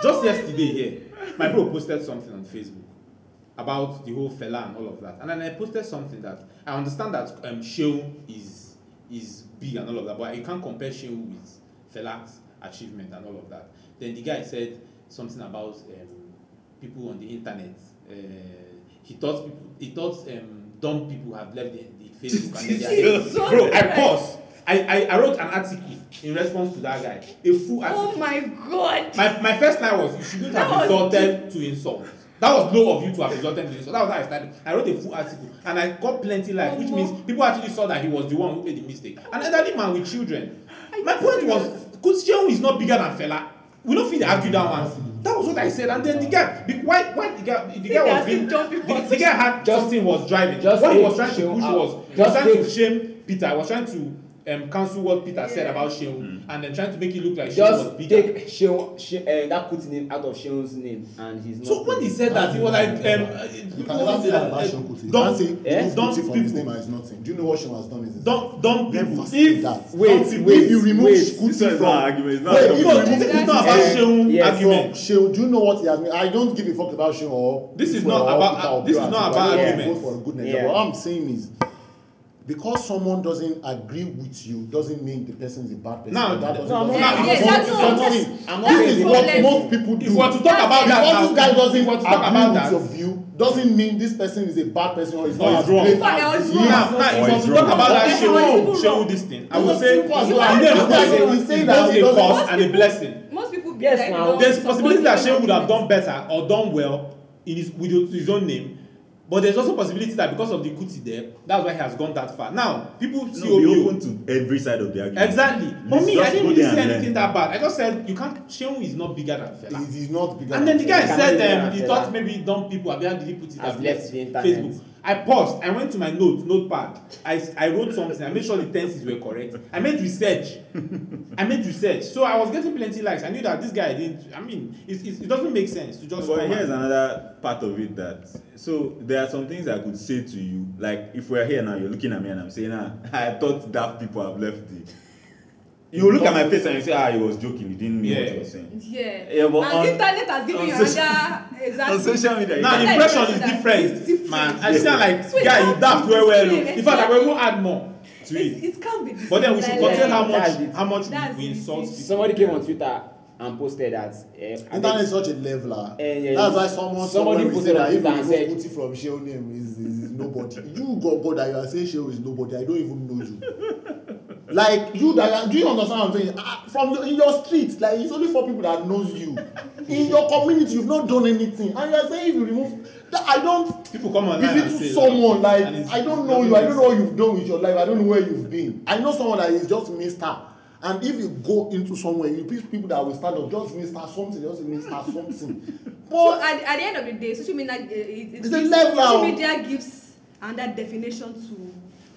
Just yesterday here, my bro posted something on Facebook about the whole fella and all of that. And then I posted something that I understand that um Shehu is is big and all of that, but you can't compare Shehu with fella's achievement and all of that. Then the guy said something about um, people on the internet. Uh, he thought people, he thought um, dumb people have left the, the Facebook and then they are
Jesus
bro. I
Christ.
paused. I, I I wrote an article in response to that guy, a full article.
oh my god
My, my first line was you shouldn't
That
have
was
resorted to insult. That was low of you to have resorted to insult. That was how I started. I wrote a full article and I got plenty likes, which
Omo.
means people actually saw that he was the one who made the mistake. And elderly man with children.
Are
My
you
point
serious?
was, Kutshewu is not bigger than fella. We don't feel they argue that one. That was what I said. And then the guy, the, why, why the guy, the guy
See, they are
was being,
still
the,
jumping
the guy had Justin was driving.
Justin,
what he was trying to
Shehu
push
out.
was, he was trying to
Justin.
shame Peter. I was trying to um, cancel what Peter said
Yeah.
about Shehu and then trying to make it look like Shehu was
just
bigger.
take Sheun, Sheun, uh, that Kuti name out of Sheun's name and he's not.
So when he said that, he was like, um, uh,
You can never say that about Sean Kuti. Don't say
eh?
Don't
eh? don't from his
people.
name as nothing. Do you know what Sean has done? Is
don't don't people.
Never say
If
that.
wait,
Don't people-
wait,
if you remove
wait.
Kuti
This one is
from
not argument. It's not
Wait,
argument.
you
no,
know,
this is not
Eh,
about Shehu
yes.
from
argument.
Shehu, do you know what he has made? I don't give a fuck about Shehu or
This is
people
not
or
about-
Peter or
this is
Bira,
not
but I
about
don't
arguments.
Vote for a good
Yeah.
Nigeria. What I'm saying is. Because someone doesn't agree with you doesn't mean the person is a bad person.
Now-
But that doesn't
no, I'm
mean-
not-
I'm
Yeah,
not-
that's not-
that's not-
that's-
This is
that's
what
problem.
most people do.
If we are to talk about that
because
now,
this guy doesn't
if we are to talk
agree
about
with
that-
your view doesn't mean this person is a bad person or is
Or
not
is wrong.
as great
Fuck, I
as
was
he
wrong.
is.
Now, now, if
Or
I
it's
was to talk
wrong.
about
Or
that
it's wrong.
Shehu, Shehu this thing, I would
Because
say,
people are
and
so
then
angry.
I
People
would
are
say
saying
it's
that
both
he
a
doesn't-
cause and a blessing.
most people be
Yes,
like
now.
don't
There's
support
possibility that
even
Shehu would have done
arguments.
better or done well in his with his own name. But there's also possibility that because of the Kuti there, that's why he has gone that far. Now, people see
No, be
Obio-
open to every side of the argument.
Exactly. For
Let's
me,
just
I didn't
go
really
there
say
and
anything
learn.
that bad. I just said you can't. Shehu is not bigger than Fela.
He's- he's not bigger
And
than
then the guy
Fela.
said
Cannot
um,
be
he
bigger than
thought
Fela.
maybe dumb people have did he put it
Has
as
left the internet.
Facebook. I paused. I went to my note notepad. I, I wrote something. I made sure the tenses were correct. I made research. I made research. So I was getting plenty likes. I knew that this guy didn't. I mean, it, it, it doesn't make sense to just.
But
come
here's
and-
another part of it that so there are some things I could say to you. Like if we're here now, you're looking at me and I'm saying, ah, I thought daft people have left the you look at my face and you say, ah, he was joking, he didn't mean what
Yeah.
he was saying.
yeah,
Yeah, but
and
on-
the internet has given
on
you
social-
another exactly
On social media, you
Now
can-
Yeah.
impression
Yeah.
is different,
It's different.
man. I sound like
Sweet.
guy you daft well well. oh.
Sweet.
In fact, I will even add more to it.
it, it can't be the
But then
same
we should
dialect.
consider how
That's
much
it.
how much
That's
we
it.
insult people.
somebody came on Twitter and posted that. Uh,
Internet is such a leveler.
Eh, yeah, yeah.
That's why
Somebody
someone somebody will
put
say
it
that
on
if you
Twitter
remove
and said-
Kuti from Shehu name is, is, is nobody. You got bored that you are saying Shehu is nobody. I don't even know you. like you that you- do you understand what I'm saying? Ah, From your, in your street, like it's only four people that knows you. In your community, you've not done anything, and you are saying if you remove that, I don't.
people come online and say
Belittle someone like
and it's-
I don't
it
know
doesn't
you. I
make
don't know what
sense.
you've done with your life. I don't know where you've been. I know someone that is just Mister. And if you go into somewhere, you pick people that will start up just Mister something, just Mister something.
So
But
at, at the end of the day, social media, uh, it, it
It's a
gives-
level.
social media gives another definition to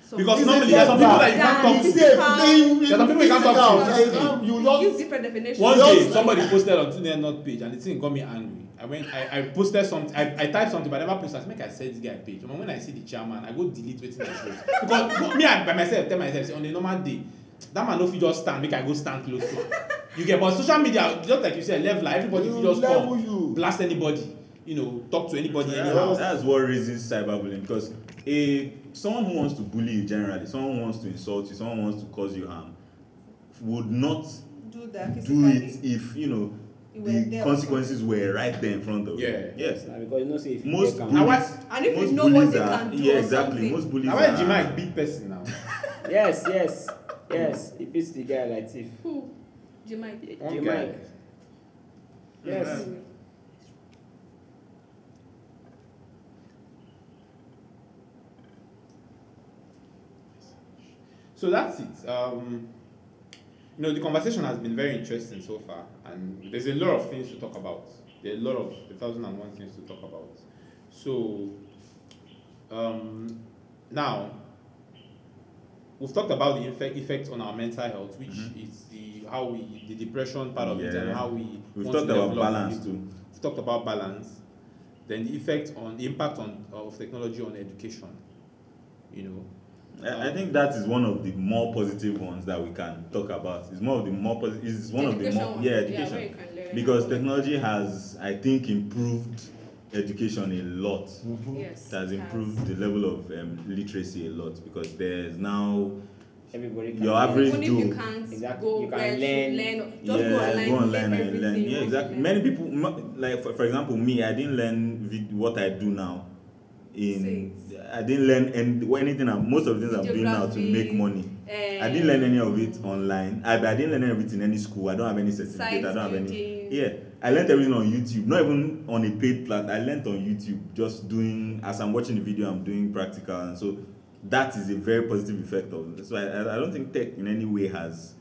some
Because
it's
people.
a
normally there's some people that you can't
level.
talk to.
It's a- in- in
There's some people you can't talk to.
physical, like, um,
it
You
gives
just
different definitions.
One
Just
day
like-
somebody posted on Twitter not page and the thing got me angry. I went I, I posted something I, I typed something but I never posted. I said, make I said this guy page. And when I see the chairman, I go delete wetin I post. Because me I by myself tell myself say on a normal day, that man no fit just stand make I go stand close to am. You get but social media just like you said level like everybody
You
fit just
level
come
you.
blast anybody you know talk to anybody
Yeah,
anyhow.
That's what raises cyberbullying because a someone who wants to bully you generally, someone who wants to insult you, someone who wants to cause you harm, would not
do that
do
physically.
it if you know
You were
the
there.
consequences were right there in front of
Yeah.
you. Yes.
Nah, because you know, say if
Most
you
Now
can,
why-
bullies.
And if you
most
know what
bullies
they
are-
can do
Yeah,
or
exactly.
something.
Most bullies
Now why
are.
Jima is big person now?
yes, yes, yes, he beats the guy like thief.
Who? Jemai.
One
Jim
guy.
Mike. Yes.
So that's it. Um, you know, the conversation has been very interesting so far, and there's a lot of things to talk about. There are a lot of a thousand and one things to talk about. So, um, now we've talked about the effect, effects on our mental health, which is the how we the depression part of it and
Mm-hmm. Yeah.
how we
We've
want to
talked about
develop
balance
it.
too.
We've talked about balance, then the effect on the impact on of technology on education. You know,
I, I think that is one of the more positive ones that we can talk about. It's more of the more positive. It's one of the
Education
more
one.
yeah
Yeah,
education
where you can learn.
because technology has I think improved education a lot.
Yes.
It has
it
improved the level of um, literacy a lot because there's now
Everybody can
Your
learn.
average-
Even if you
do.
can't
Exactly.
go
You can
where
learn.
to learn, just
yeah,
go online,
go online
learn
and
everything.
learn.
you
Yeah,
want to
exactly.
learn.
Many people, m- like for, for example, me, I didn't learn vid- what I do now. In I didn't learn and anything. I'm- Most of the things I'm doing now to make
Videography,
money. I
um,
didn't learn any of it online. I, I didn't learn any of it in any school. I don't have any certificate. I
Site
don't have any.
building.
Yeah, I learned everything on YouTube. Not even on a paid platform. I learned on YouTube, just doing as I'm watching the video, I'm doing practical, and so that is a very positive effect of. it. So I, I- I don't think tech in any way has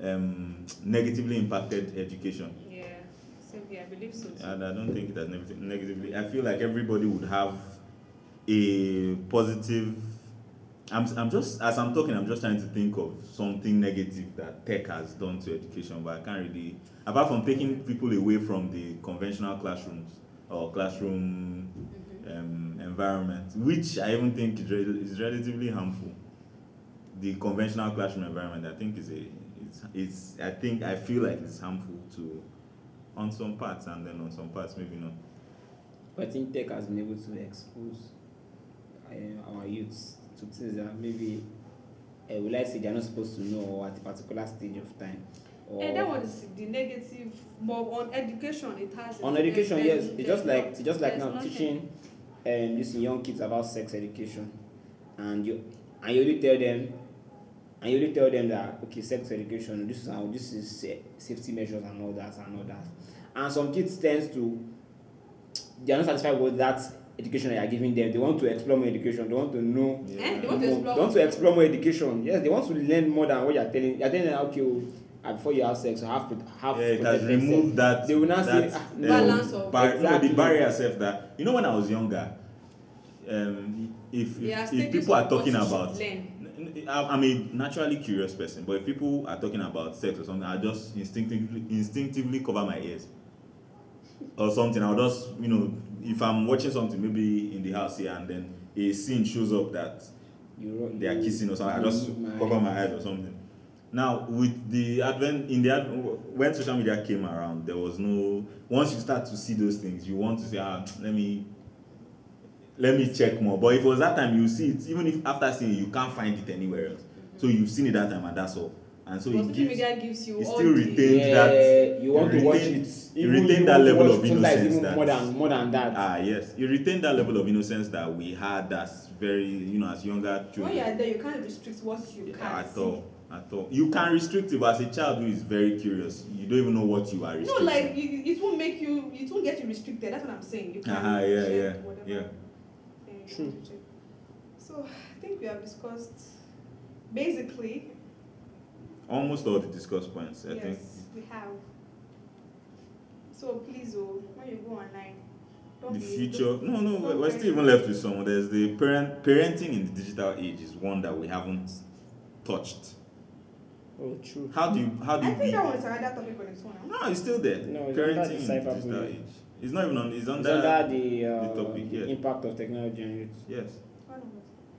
um, negatively impacted education.
Yeah, same here. I believe so. Too.
And I don't think it has neg- negatively. I feel like everybody would have a positive. I'm, I'm just as I'm talking, I'm just trying to think of something negative that tech has done to education, but I can't really. Apart from taking people away from the conventional classrooms or classroom um, environment, which I even think is, rel- is relatively harmful. The conventional classroom environment, I think, is a it's, it's I think I feel like it's harmful to on some parts and then on some parts maybe not.
But I think tech has been able to expose uh, our youths to things that maybe, uh, will I say, they're not supposed to know or at a particular stage of time. Or
And Eh, that was the negative, but on education, it has.
on education,
there's-
yes,
there's-
it's just like it's just like
there's
now
nothing.
teaching, um, using young kids about sex education, and you and you only tell them, and you only tell them that okay, sex education, this is how this is sa- safety measures and all that and all that, and some kids tends to, they are not satisfied with that education that you are giving them. They want to explore more education. They want to know
Eh, they
more.
want to explore.
They want to explore more education. Yes, they want to learn more than what you are telling. You are telling them okay. oh, ah, Before you have sex, you have to have.
yeah, it has
protected sex.
removed that
They will not say,
that,
"Ah,
um,
balance of-
bar- no,
Exactly.
the barrier self that you know when I was younger, um, if
There are
if, if
stages
people
of
are
what
talking
you should
about,
learn.
N- n- I- I'm a naturally curious person, but if people are talking about sex or something, I just instinctively instinctively cover my ears or something. I'll just you know if I'm watching something maybe in the house here and then a scene shows up that
you ro-
they are
you-
kissing or something. I
you
just
Mm, my-
cover my eyes or something. Now with the advent in the ad, when social media came around, there was no. Once you start to see those things, you want to say, ah, let me, let me check more. But if it was that time, you see it. Even if after seeing it, you can't find it anywhere else. So you've seen it that time, and that's all. And so
But
it
social
gives.
media gives you
It
all
still
the-
retains
Yeah,
that.
you want to watch
retains-
it.
You
Even
retain
you
that
want to
level
watch
of
things like
innocence.
even
that-
more than more than that.
Ah yes, you retain that level of innocence that we had as very you know as younger
When
children.
you are there, you can't restrict what you can.
at all at all you can restrict it but as a child who is very curious you don't even know what you are
No,
restricting
like it, it won't make you. It won't get you restricted. That's what I'm saying. You can.
Aha, Uh-huh, yeah,
check
yeah,
whatever
yeah.
thing you
True.
want to check. So I think we have discussed basically.
almost all the discuss points i
yes,
think
we have. So please, oh, when you go online, don't
the
be,
future
Don't,
no no we're, we're still even left with some there's the parent parenting in the digital age is one that we haven't touched
Oh, true.
how do you how do
I
you
think
be
that was another topic on its own. huh?
no it's still there
No, it's under the
parenting in the digital
cyberbullying.
age it's not even on it's
It's
under,
under the, uh,
the topic,
the
yeah.
impact of technology on youth.
yes
One of us.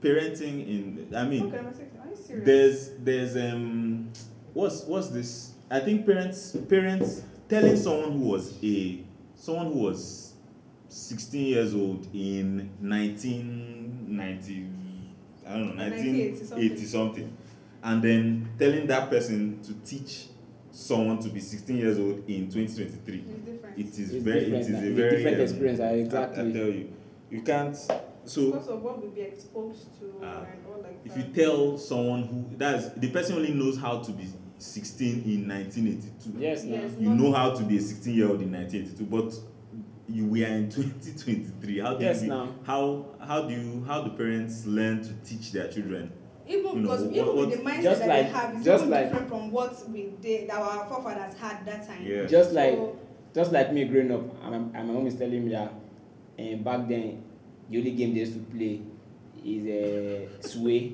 parenting in i mean
Okay, number six. Are you serious?
there's there's um what's what's this i think parents parents telling someone who was a someone who was 16 years old in 1990 i don't know
1980 something.
1980 something and then telling that person to teach someone to be 16 years old in 2023
It's different.
it is
It's
very it
different,
is a
like,
very
different
um,
experience, uh,
I- I,
exactly.
tell you you can't so
because of what we'll be exposed to
Ah.
and all like
if
that.
you tell someone who that's the person only knows how to be 16 in 1982
Yes, no.
Yes.
you know how to be a 16 year old in 1982 but you we are in 2023 how do
Yes,
you be-
now.
how how do you how do parents learn to teach their children
even
You know,
because
what-
even with
what-
the mindset
just
that
like-
we have is
just
even
like-
different from what we did that our forefathers had that time.
Yeah.
just like
So-
just like me growing up and my, and my mom is telling me that um, back then the only game they used to play is uh, sway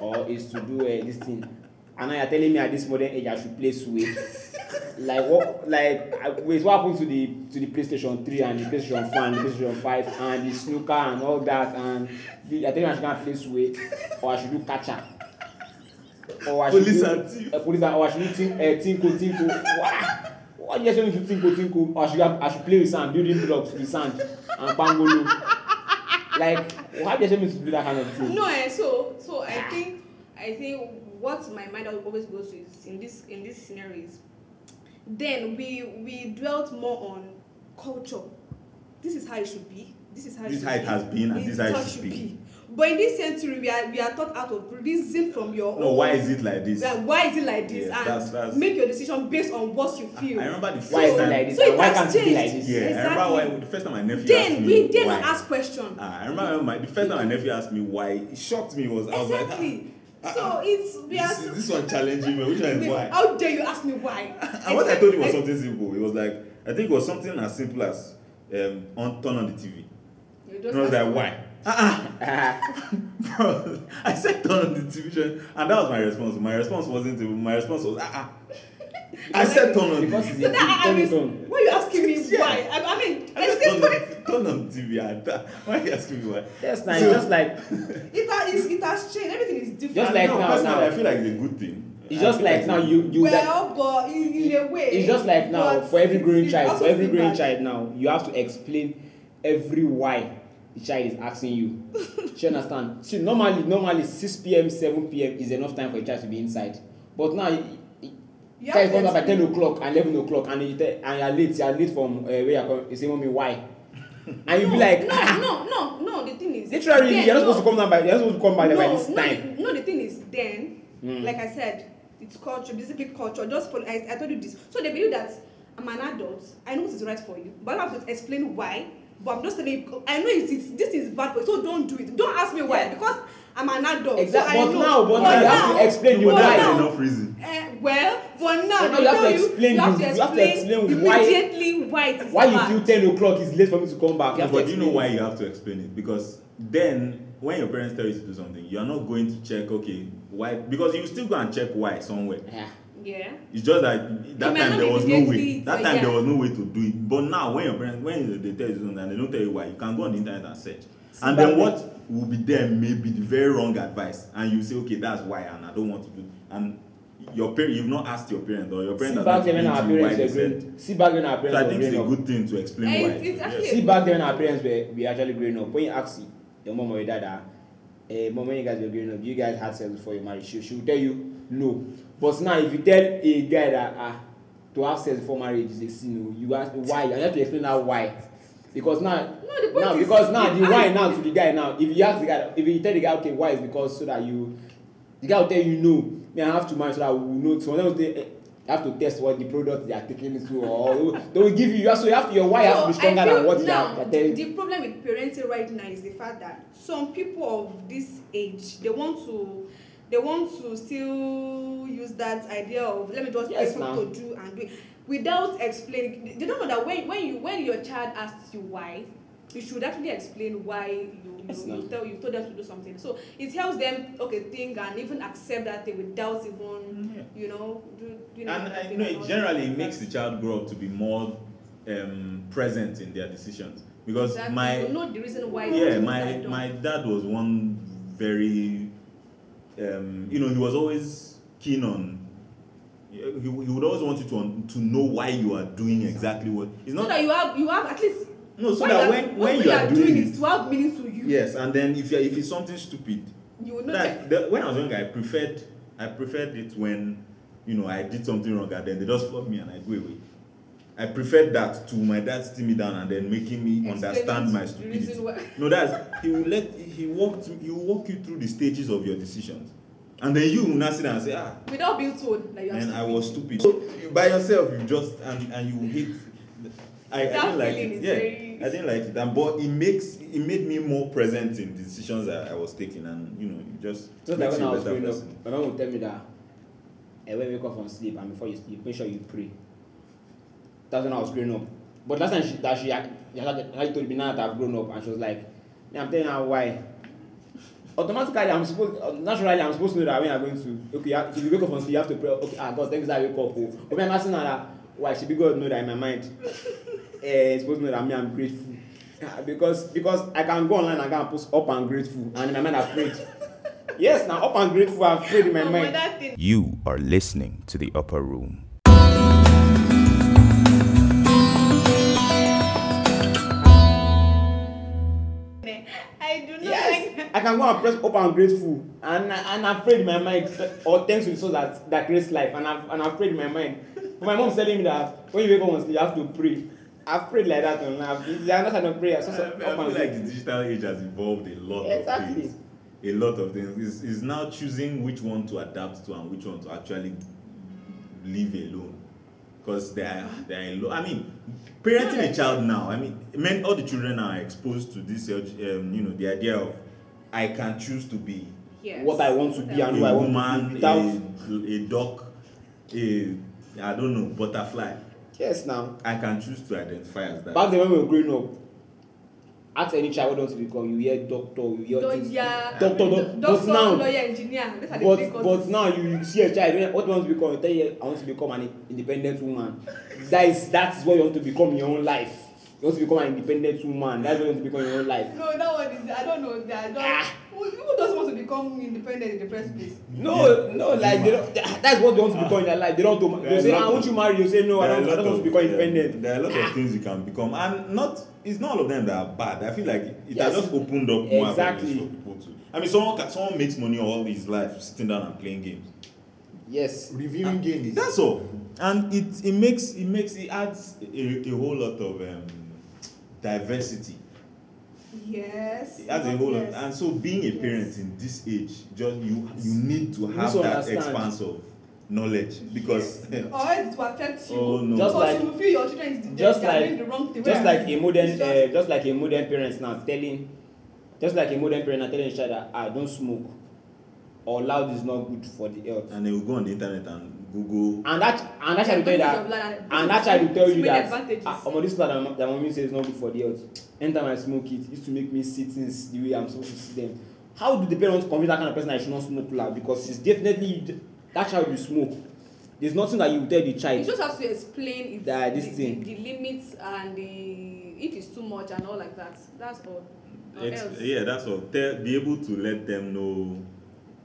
or is to do uh, this thing and now you're telling me at this modern age i should play sway like what like I, wait what happen to the to the playstation three and the playstation four and the playstation five and the snooker and all that and the, you're telling me i should go and play sway or i should do catcher or i should
Police
do
and thief.
uh, police and or I should do tin uh, tinko tinko wah why do you tell me to tinko tinko or I should have, I should play with sand building blocks with sand and pangolo like why do you tell me to do that kind of thing.
no eh so so i think i think what my mind al- always goes to is in this in this scenario is then we we dwelt more on culture this is how it should be this is how
This
it,
how it
should
has
be.
been and this how it should be.
but in this century we are we are taught out of reason from your
No,
own
why is it like this?
like, why is it like this
Yeah,
and
that's- that's-
make your decision based on what you
I
feel
remember the first
why is
time.
it like this
so
and
it
why
has
can't it be like
changed.
this.
Yeah, I
Exactly.
remember why the first time my nephew asked
then
me
we then
why.
ask question
Ah, I remember when my, the first time my nephew asked me why. It shocked me. It was I was
exactly
like, ah,
so
ah,
it's we are
this, is this one challenging me. Which one is why?
how dare you ask me why
And what I told him was something simple. It was like I think it was something as simple as um, on turn on the TV.
You
And
just
I was
ask-
like, why? Ah, ah. Bro, I said turn on the television, and that was my response. My response wasn't even. My response was ah ah. I said turn on the
because
TV.
it's
So
a
that I, I
turn
mean,
it on.
why you asking me
Yeah.
why? I, I mean,
I
I
just
still
turn on, turn on TV. And that, why are you asking me why?
yes na
So-
just like
it has it has changed. Everything is different.
Just
And
like
no,
now,
personally,
now.
I feel like it's a good thing.
it's
I
just
feel
like
it's
now
a-
you you like.
well, but in, in a way.
it's just like now
but
for every
it's-
growing
it's
child
also
for every
still
growing
bad.
child now you have to explain every why the child is asking you she understand see normally normally six pm seven pm is enough time for a child to be inside but now e- e-
You
child
have
come
to
out by ten
explain.
o'clock and eleven o'clock and you tell and you are late you are late from uh, where you are coming you say mummy why and you be like
no,
ah
no, no, no. The thing is,
literally
then,
you are not
no,
supposed to come down by you are not supposed to come by
no,
there by this
no,
time
No, the thing is, then,
Mm.
like I said, it's culture, basically culture. Just for I, I told you this, so they believe that I'm an adult. I know what is right for you, but I don't have to explain why. But I'm just telling you, because I know it's, it's this is bad for you, so don't do it. Don't ask me why because I'm an adult.
exactly
So I
but
know.
now but now
but
you have
now,
to explain the
But
Well,
that's
now-
why.
enough reason.
Eh, well, for now,
But now
they
you have
tell
to
you,
explain
you have to
the- you have to
explain,
explain why-
immediately why it is
why you
bad.
feel ten o'clock is late for me to come back you
No,
have
but
to
do you
explain
know
it.
why you have to explain it? Because then when your parents tell you to do something, you are not going to check, okay, why? Because you still go and check why somewhere.
Yeah.
yeah.
It's just that that
might
time
not
there
be
was
the
no
best
way.
fit,
That
but
time
yeah.
there was no way to do it. But now when your parents when they tell you something and they don't tell you why, you can go on the internet and search. And
that
then
way.
what will be there may be the very wrong advice, and you say, okay, that's why, and I don't want to do. And your parent, you've not asked your parent, or your parent
see
has
back
not
then when our
explained to you why
parents
they
were
said.
growing see back then
So
our
I
parents were
think it's a
growing up
good thing to explain
Eh,
why.
it's- it's actually
see back then when our parents were we actually growing up when you ask your mom or your dad ah eh mom when you guys were growing up you guys had sex before your marriage she she will tell you no but now if you tell a guy that ah to have sex before marriage is a sin o you ask why and you have to explain that why because now
No, the point
now
is-
because now the
I-
why now to the guy now if you ask the guy if you tell the guy okay why is because so that you the guy will tell you no me i have to marry so that we will know so then we say eh you have to test what the product they are taking into or they will give you you have so you have to your why has to be
So,
stronger
I
than
feel
what they
now,
are they are telling you
The problem with parenting right now is the fact that some people of this age they want to they want to still use that idea of let me just
Yes,
tell
ma'am.
you to do and do it without explaining. They don't know that when when you when your child asks you why. You should actually explain why you,
Yes,
you,
ma'am.
you tell you told them to do something. So it helps them okay think and even accept that thing without even
Yeah.
you know do, doing
Mm-hmm. and I
anything
know
about
it generally it makes the child grow up to be more um, present in their decisions because
Exactly.
my
you know the reason why you
yeah
do
my
that, don't.
my dad was one very um, you know he was always keen on he, he would always want you to un- to know why you are doing exactly what it's
so
not
that you have you have at least
no so
when
that
you are-
when when you are doing it
it to have meaning to you
yes and then if you are- if it's something stupid
you will know
that,
that,
the, when I was young, I preferred I preferred it when you know I did something wrong and then they just flog me and I go away. I preferred that to my dad sitting me down and then making me
Explaining
understand my
the
stupidity.
reason why-
No, that's he will let he walked he will walk you through the stages of your decisions, and then you will now sit down and say ah
without being told that you are
and I
stupid.
was stupid. So by yourself, you just and and you hate. I, I
That
didn't like
feeling
it.
is
Yeah.
very-
I didn't like it, and but it makes it made me more present in the decisions that I was taking, and you know, it just
Just like
makes
when
you
I
a
was
better
growing up,
person.
my mom would tell me that eh, when you wake up from sleep and before you sleep, make sure you pray. That's when I was growing up. But last time she, that she, had- she had- had told me now that I've grown up, and she was like, "Now I'm telling her why. Automatically, I'm supposed, uh, naturally, I'm supposed to know that when I'm going to, okay, you have- if you wake up from sleep, you have to pray. Okay, ah, God, thank you that I wake up. Oh. But me, I'm asking her that, why? She be God know that in my mind. Eh, supposed to know that me, I'm grateful. Ah, Because because I can go online and go and post up and grateful, and in my mind, I've prayed. Yes, now up and grateful, I've prayed in
Oh,
my
Omo,
mind.
that thing
You are listening to the Upper Room.
eh, I do not like
Yes, I can go and press up and grateful, and I- and I've prayed in my mind, or thanks to the source that that creates life, and I've and I've prayed in my mind. But my mom's telling me that when you wake up on sleep, you have to pray. I've prayed like that, and I've it's another of prayer. So, so
I,
up
Eh, I
and
feel like the
grateful.
digital age has evolved a lot
Exactly.
of things. A lot of things. It's, it's now choosing which one to adapt to and which one to actually leave alone. Because they are, they are a lo- I mean, parenting a child now, I mean, men, all the children are exposed to this, uh, um, you know, the idea of I can choose to be
Yes.
What I want to be
a
and who I want to be
woman,
without.
a, a duck, a, I don't know, butterfly.
Yes, now
I can choose to identify as that.
back then when we were growing up, ask any child what they want to become. You hear doctor, you hear
Don't
things-
ya-
doctor, doc-
Do-
but
doctor,
now.
lawyer, engineer. Those are the three
but
courses.
but now you see a child when what you want to become you tell you i want to become an independent woman that is that is what you want to become in your own life you want to become an independent woman that is what you want to become in your own life
No, that one is. I don't know. That, I
Ah.
don't, who, who doesn't want to become independent in the first place?
no no like they don't that is what they want to become in their life they don't to
There
they
are
say
a lot
ah won't
of-
you marry you say no i
There are a
don't i
lot
don't want to
of,
become
um,
independent
There are a lot of things you can become, and not it's not all of them that are bad. I feel like it
Yes.
has just opened up more
Exactly.
avenues for people to. I mean, someone can, someone makes money all his life sitting down and playing games.
yes
reviewing game is
That's all, and it it makes it makes it adds a, a whole lot of um, diversity.
Yes.
It adds a whole
yes.
lot, and so being a parent in this age, just you you need to have
to
that
understand.
expanse of knowledge because.
Or else it will affect you.
Oh, no.
Just
Because
like-
you will feel your children is they,
just
they are
like-
doing the wrong thing.
just
whereas
like a modern
it's
uh, just like a modern parents now telling just like a modern parent now telling a child that ah don't smoke or loud is not good for the health
and they will go on the internet and Google
and that and that child will tell you
Advantages of
that
learning.
and that child will tell you
Many
that
advantages.
ah omo this plant that my mom- that my mummy say is not good for the health anytime i smoke it used to make me see things the way i'm supposed to see them how do the parents convince that kind of person that i should not smoke loud because it's definitely that child will smoke there's nothing that you will tell the
You
child
just have to explain it,
That this
the,
thing.
The, the limits and the if it's too much and all like that. That's all. Or
Ex-
else,
yeah, that's all. Tell, be able to let them know.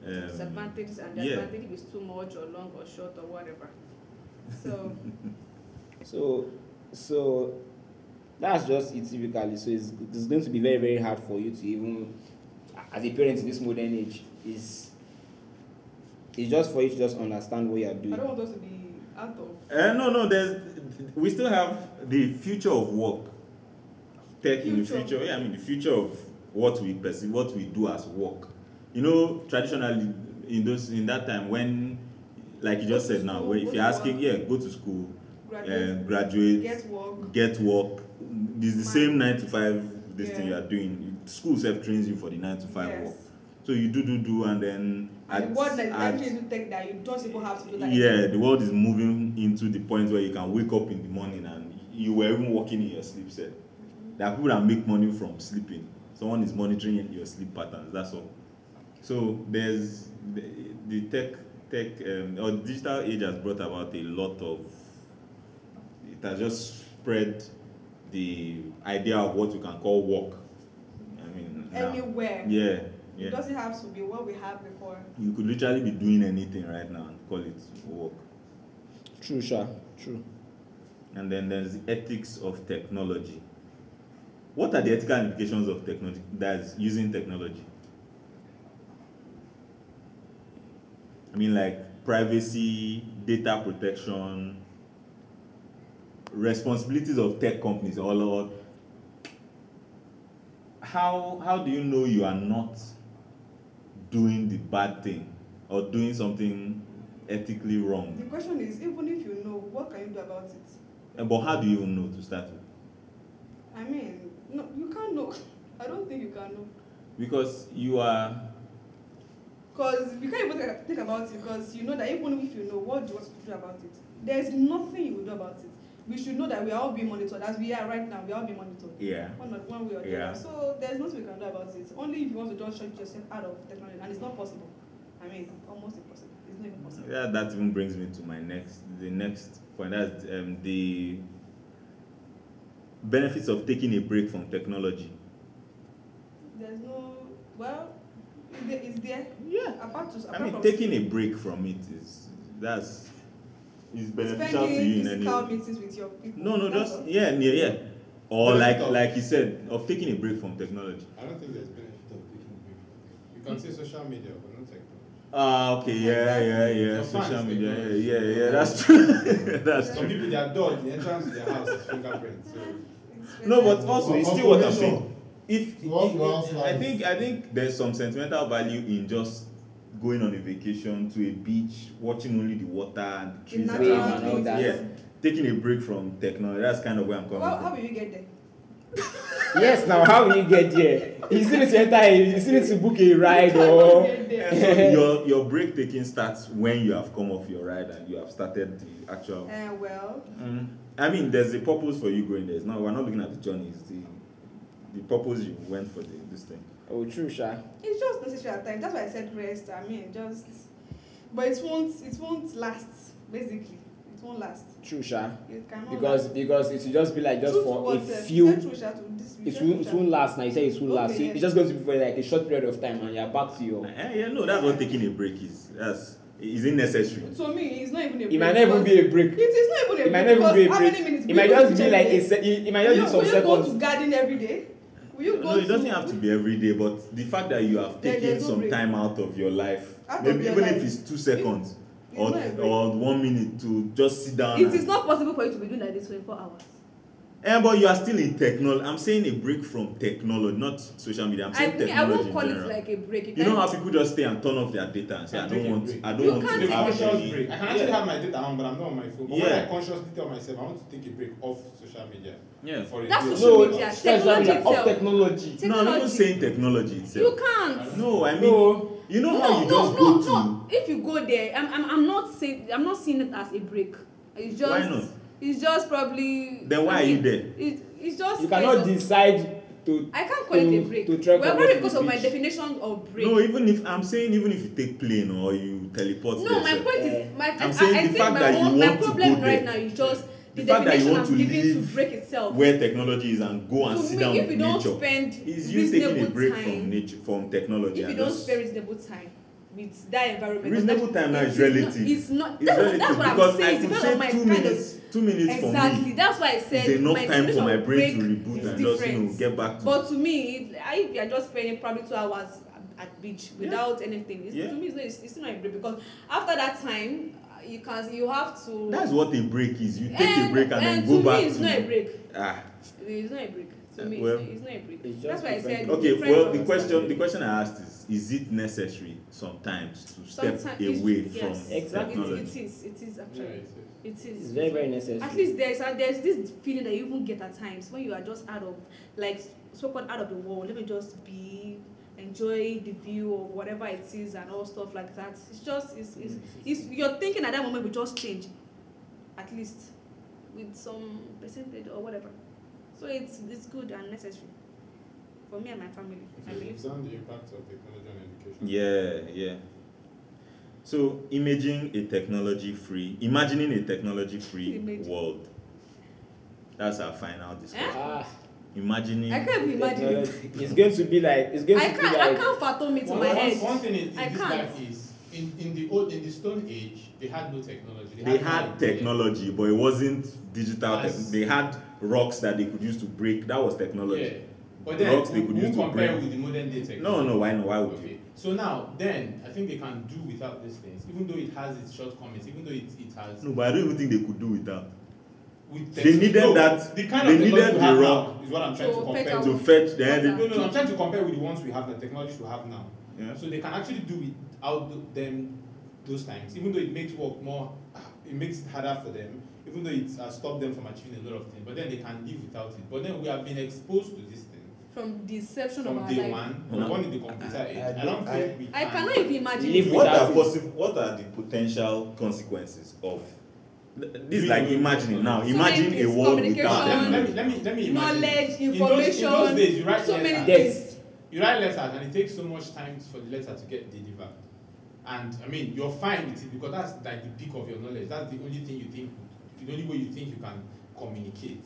Um,
disadvantages and the
yeah.
advantage if it's too much or long or short or whatever. So
so so that's just it typically so it's it's going to be very very hard for you to even as a parent in this modern age is it's just for you to just understand what you are
just- I
doing
don't want us to be out of.
eh, no, no. There's we still have the future of work. Tech in the
Future.
future. Yeah, I mean the future of what we perceive, what we do as work. You know, traditionally in those in that time when, like you just
Go to
said now,
school,
where
go
if
to
you're asking,
work.
yeah, go to school,
Graduate.
uh, graduate,
Get work.
get work. It's the same nine to five. This thing you
Yeah.
are doing. School self trains you for the nine to five
Yes.
work. So you do do do and then
And the
at-
word like
at-
actually do take that you don't even have to do that.
yeah the world is moving into the point where you can wake up in the morning and you were even working in your sleep set there are people that make money from sleeping someone is monitoring your sleep patterns that's all so there's the, the tech tech um, or digital age has brought about a lot of it has just spread the idea of what you can call work i mean now-
Anywhere.
yeah
It
yeah
doesn't have to be what we have before.
you could literally be doing anything right now and call it work
true sha true
And then there's the ethics of technology. What are the ethical implications of technology? That's using technology. I mean, like privacy, data protection, responsibilities of tech companies, or or how how do you know you are not doing the bad thing or doing something ethically wrong?
The question is, even if you know, what can you do about it?
Eh, But how do you even know to start with?
I mean, no, you can't know. I don't think you can know.
Because you are
Because you can't even think- think about it because you know that even if you know, what do you want to do about it? There's nothing you will do about it. We should know that we are all being monitored as we are right now. We are all being monitored.
yeah.
One, or- one way or the
Yeah.
other. So there's nothing we can do about it. Only if you want to just shut yourself out of technology. And it's not possible. I mean, almost impossible. It's not even possible.
Yeah, that even brings me to my next, the next point. That's um, the benefits of taking a break from technology.
There's no, well, it's there. It's there.
Yeah.
Apart to, apart
I mean,
from
taking a break from it is that's is beneficial to
spending
you in any.
physical
way.
meetings with your people.
No, no,
That's
just
all.
yeah, yeah, yeah. Or like,
Benefit of-
like you said, of taking a break from technology.
I don't think there's benefit of taking a break. You can say social media, but not technology.
Ah, okay, yeah, yeah, yeah.
Your fans,
Social media, yeah,
technology.
yeah, yeah. That's true. that's
Some
true.
people, their door, the entrance to their house is fingerprint. So
It's
No,
very-
but also
Or
it's still what I'm
confirmation.
saying. If,
To us,
if-
we're outside.
I think I think there's some sentimental value in just going on a vacation to a beach, watching only the water and the trees
natural
Wave
around
and all
you.
that.
Yeah, taking a break from technology. That's kind of where I'm coming
Well, how
from.
will you get there?
yes now how will you get there you still need to enter a you still need to book a ride
Oh.
oh. or
Yeah, so your your break taking starts when you have come off your ride and you have started the actual.
Uh, well,
Mm. I mean, there's a purpose for you going there. It's not we're not looking at the journey. It's the the purpose you went for the, this thing.
oh true sha
it's just necessary at times. That's why I said rest. I mean, just, but it won't. It won't last. Basically, it won't last.
true sha
It cannot.
because
last.
because it will just be like just
True to
for a
what, uh, sir?
few
Say true, sha, to this- you
it
said
won't
true,
it
sha.
won't last now you say it won't last so
Okay, yeah.
it's just going to be for like a short period of time and you are back to your
Eh, yeah, no, that's what taking a break is. That's is it necessary?
To me, it's not even a.
it might not even be a
It
break
is not even a.
it might not even
because
be a
how
break
many minutes
it
will
might
you go
just
to
be like a
check
se- it it might
there?
just be some
Will you, will you go to
seconds
garden every day? Will you go
No, it doesn't
to,
have to be every day, but the fact that you have
There-
taken
there's no
some
break.
time out of your life,
Out of
maybe
your
even
life.
if it's two seconds
It's
or
not a break.
or one minute to just sit down.
It
and-
is not possible for you to be doing like this 24 hours.
Eh, but you are still in technology. I'm saying a break from technology, not social media. I'm
I,
saying
think- I
technology
won't
in
call it
general.
like a break.
you know
can't-
how people just stay and turn off their data and say,
I'm
I don't
taking a
want,
break.
I don't
You
want
can't
to
Take a
Ah,
have
conscious
any.
break. I can actually
Yeah.
have my data on, but I'm not on my phone. But when
Yeah.
I consciously tell myself I want to take a break off social media
Yeah.
for a
That's
day or
social
so,
media.
it's not
Technology
like off
itself.
technology
No, I'm not even
Technology.
saying technology itself.
You can't.
No, I mean,
No.
you know
no,
how you
no,
just
no,
go
no.
to.
If you go there, I'm, I'm, I'm not saying I'm not seeing it as a break. It's just
Why not?
it's just probably
Then why
I
are you
mean,
there?
It, it's just
you
space
cannot
of-
decide to
I can't call it a
to-
break.
to trek
well,
or
probably
walk
because
to
of
the
my
beach.
definition of break.
No, even if I'm saying even if you take plane or you teleport.
No, my
yourself,
point is,
Eh,
my, I,
I'm
I,
saying
I
the
think
fact
my,
that you
own, my
want to
problem
go
right
there.
now is just the,
The fact that you
definition
want
I'm
to
giving to
leave
break itself.
where technology is and go and
To
sit
me,
down
if
with
you don't
nature.
spend
is you taking a
reasonable
break
time-
from nature from technology
if you
and
don't
just-
spend reasonable time with that environment.
reasonable time now
it
is relative.
Not, it's not.
It's
that's,
relative
that's what
because
I'm saying. It's
I could
because of
say
my
two
kind
minutes.
of,
Two minutes for
exactly.
me.
That's why I said
It's enough
my
time for my
definition of
brain to
break
reboot
is
and just you know
different.
get back to.
But to me, it, I- if you are just spending probably two hours at beach without anything, it's,
Yeah.
to me it's, not, it's, it's not a break because after that time, uh, you can you have to.
That's what a break is. You take
and,
a break and,
and
then go
to
back
me, it's
to.
not a break.
Ah,
It's not a break. To
Uh,
me,
well,
it's, not, it's not a break.
it's just
That's why I
different.
said.
okay.
different
Well, the
from-
question the question I asked is: Is it necessary sometimes to step
Sometime- it's-
away
yes.
from
Exactly.
Exactly.
technology?
It, it is. It is
Yeah,
actually.
it's-
It is.
it's very very necessary
At least there's a, there's this feeling that you even get at times when you are just out of like so called out of the world. Let me just be enjoy the view or whatever it is and all stuff like that. It's just it's it's, it's your thinking at that moment will just change, at least with some percentage or whatever. So it's it's good and necessary for me and my family. I
so
believe
you've
so.
done the impact of technology on education.
Yeah, yeah. So, imaging a technology-free, imagining a technology-free
Imagine.
world. That's our final discussion.
ah
Imagining.
Eh? I can't even imagine. it.
technology it's going to be like it's going
I
to be
can't I
like
can't fathom it in
One,
my
one-
head.
one thing in, in
I
this
can't.
life is in, in the old in the Stone Age they had no technology.
They
no
had
idea.
technology, but it wasn't digital. Tech-
As-
they had rocks that they could use to break. That was
Yeah,
technology.
but then
Rocks they could
who
use to
compare
break.
with the modern day technology?
No, no, why not? Why would you?
Okay. So now, then, I think they can do without these things, even though it has its shortcomings, even though it, it has.
No, but I don't even think they could do without.
With
They
tech-
needed
no,
that-
The kind
they
of technology
needed
we have
the
now is what I'm trying
So
to compare.
better
To.
To fetch the
Water.
No,
end.
no, I'm trying to compare with the ones we have, the technologies we have now.
Yeah.
So they can actually do without th- them those times, even though it makes work more, it makes it harder for them,
even though it has stopped them from achieving a lot of things, but then they can live without it. But then we have been exposed to this thing
from the inception of
from
our
day
life.
one,
No.
born in the computer age. I,
I don't-
don't think we
I
can-
cannot even imagine.
Live
it.
what
without
are
it.
possible what are the potential consequences of this is
Really?
like imagining now
So
imagine
many
a world without
Let,
miscommunication.
me,
them
let me let me imagine.
Knowledge,
In those, in
information,
those days, you write
so
letters.
many
Yes.
things.
You write letters, and it takes so much time for the letter to get delivered. And I mean, you're fine with it because that's like the peak of your knowledge. That's the only thing you think, the only way you think you can communicate.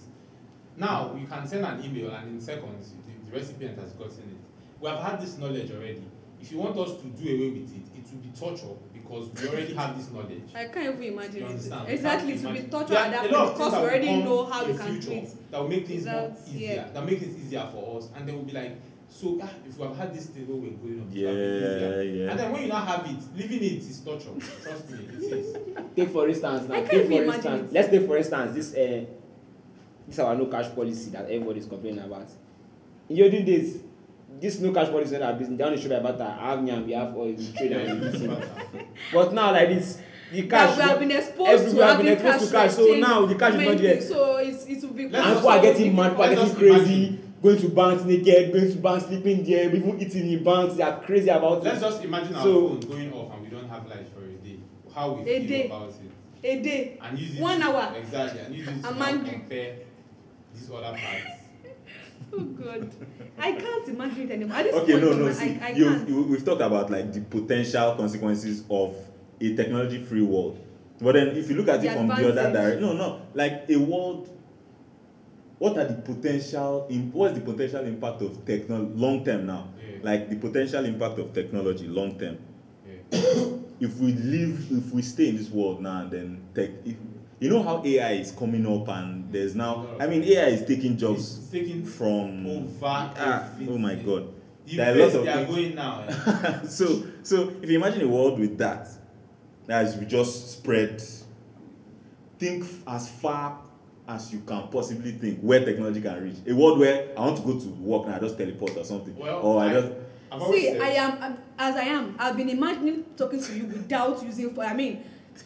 Now you can send an email, and in seconds, the, the recipient has gotten it. We have had this knowledge already. If you want us to do away with it, it will be torture because we already have this knowledge.
I can't even imagine
You understand?
it.
We
Exactly,
can't
to be
imagine.
torture
There are a
at that
lot
point
of
because
things
we
that
already
will come
know how we
in
can do
future
it.
That will make things more
Without-
easier.
yeah.
That make things easier for us, and they will be like, so ah, if we have had this thing when we we're going up, it would have been easier.
yeah
And
yeah
then when you now have it, leaving it is torture. Trust me, it is.
take for instance now
I can't
take
even
for
imagine
instance
it.
let's take for instance this uh, this our no cash policy that everybody is complaining about in the olden days this no cash policy na business down the street by bata i have yam we have oil we trade am we see but now like this the cash
That we have been exposed to
everywhere have been
having
exposed
cash.
to cash so
retained
now the cash is not
many
there
things, So it's, it will be.
and people are getting mad people are
Let us
getting crazy
imagine.
going to banks naked going to banks sleeping there even eating in banks they are crazy about
Let's
it
just imagine our
So-
phone going off and we don't have light for a day. How we
A
feel
day.
about it,
A day.
and use it
One
to-
hour.
exactly, and use it to
I'm
now
angry.
compare these other parts.
Oh God, I can't imagine it anymore. At this
okay
point
no
in
no
my-
see
I, I
you
can't.
you- we've talked about like the potential consequences of a technology free world but then if you look at
The
it from the other
advantage.
direction no no like a world what are the potential im- what's the potential impact of techno long term now
Yeah.
like the potential impact of technology long term
Yeah.
if we live if we stay in this world now then tech if, you know how ai is coming up and there's now i mean ai is taking jobs
It's taking
from
over
ah, oh my
everything.
god
The
There are a
place
lot of
they are
things.
going now. eh,
so so if you imagine a world with that as we just spread think as far as you can possibly think where technology can reach a world where i want to go to work and i just teleport or something
Well,
or Oh, i,
I-
just
I've always
See,
said-
I am I'm- as I am. I've been imagining talking to you without using. For, I mean,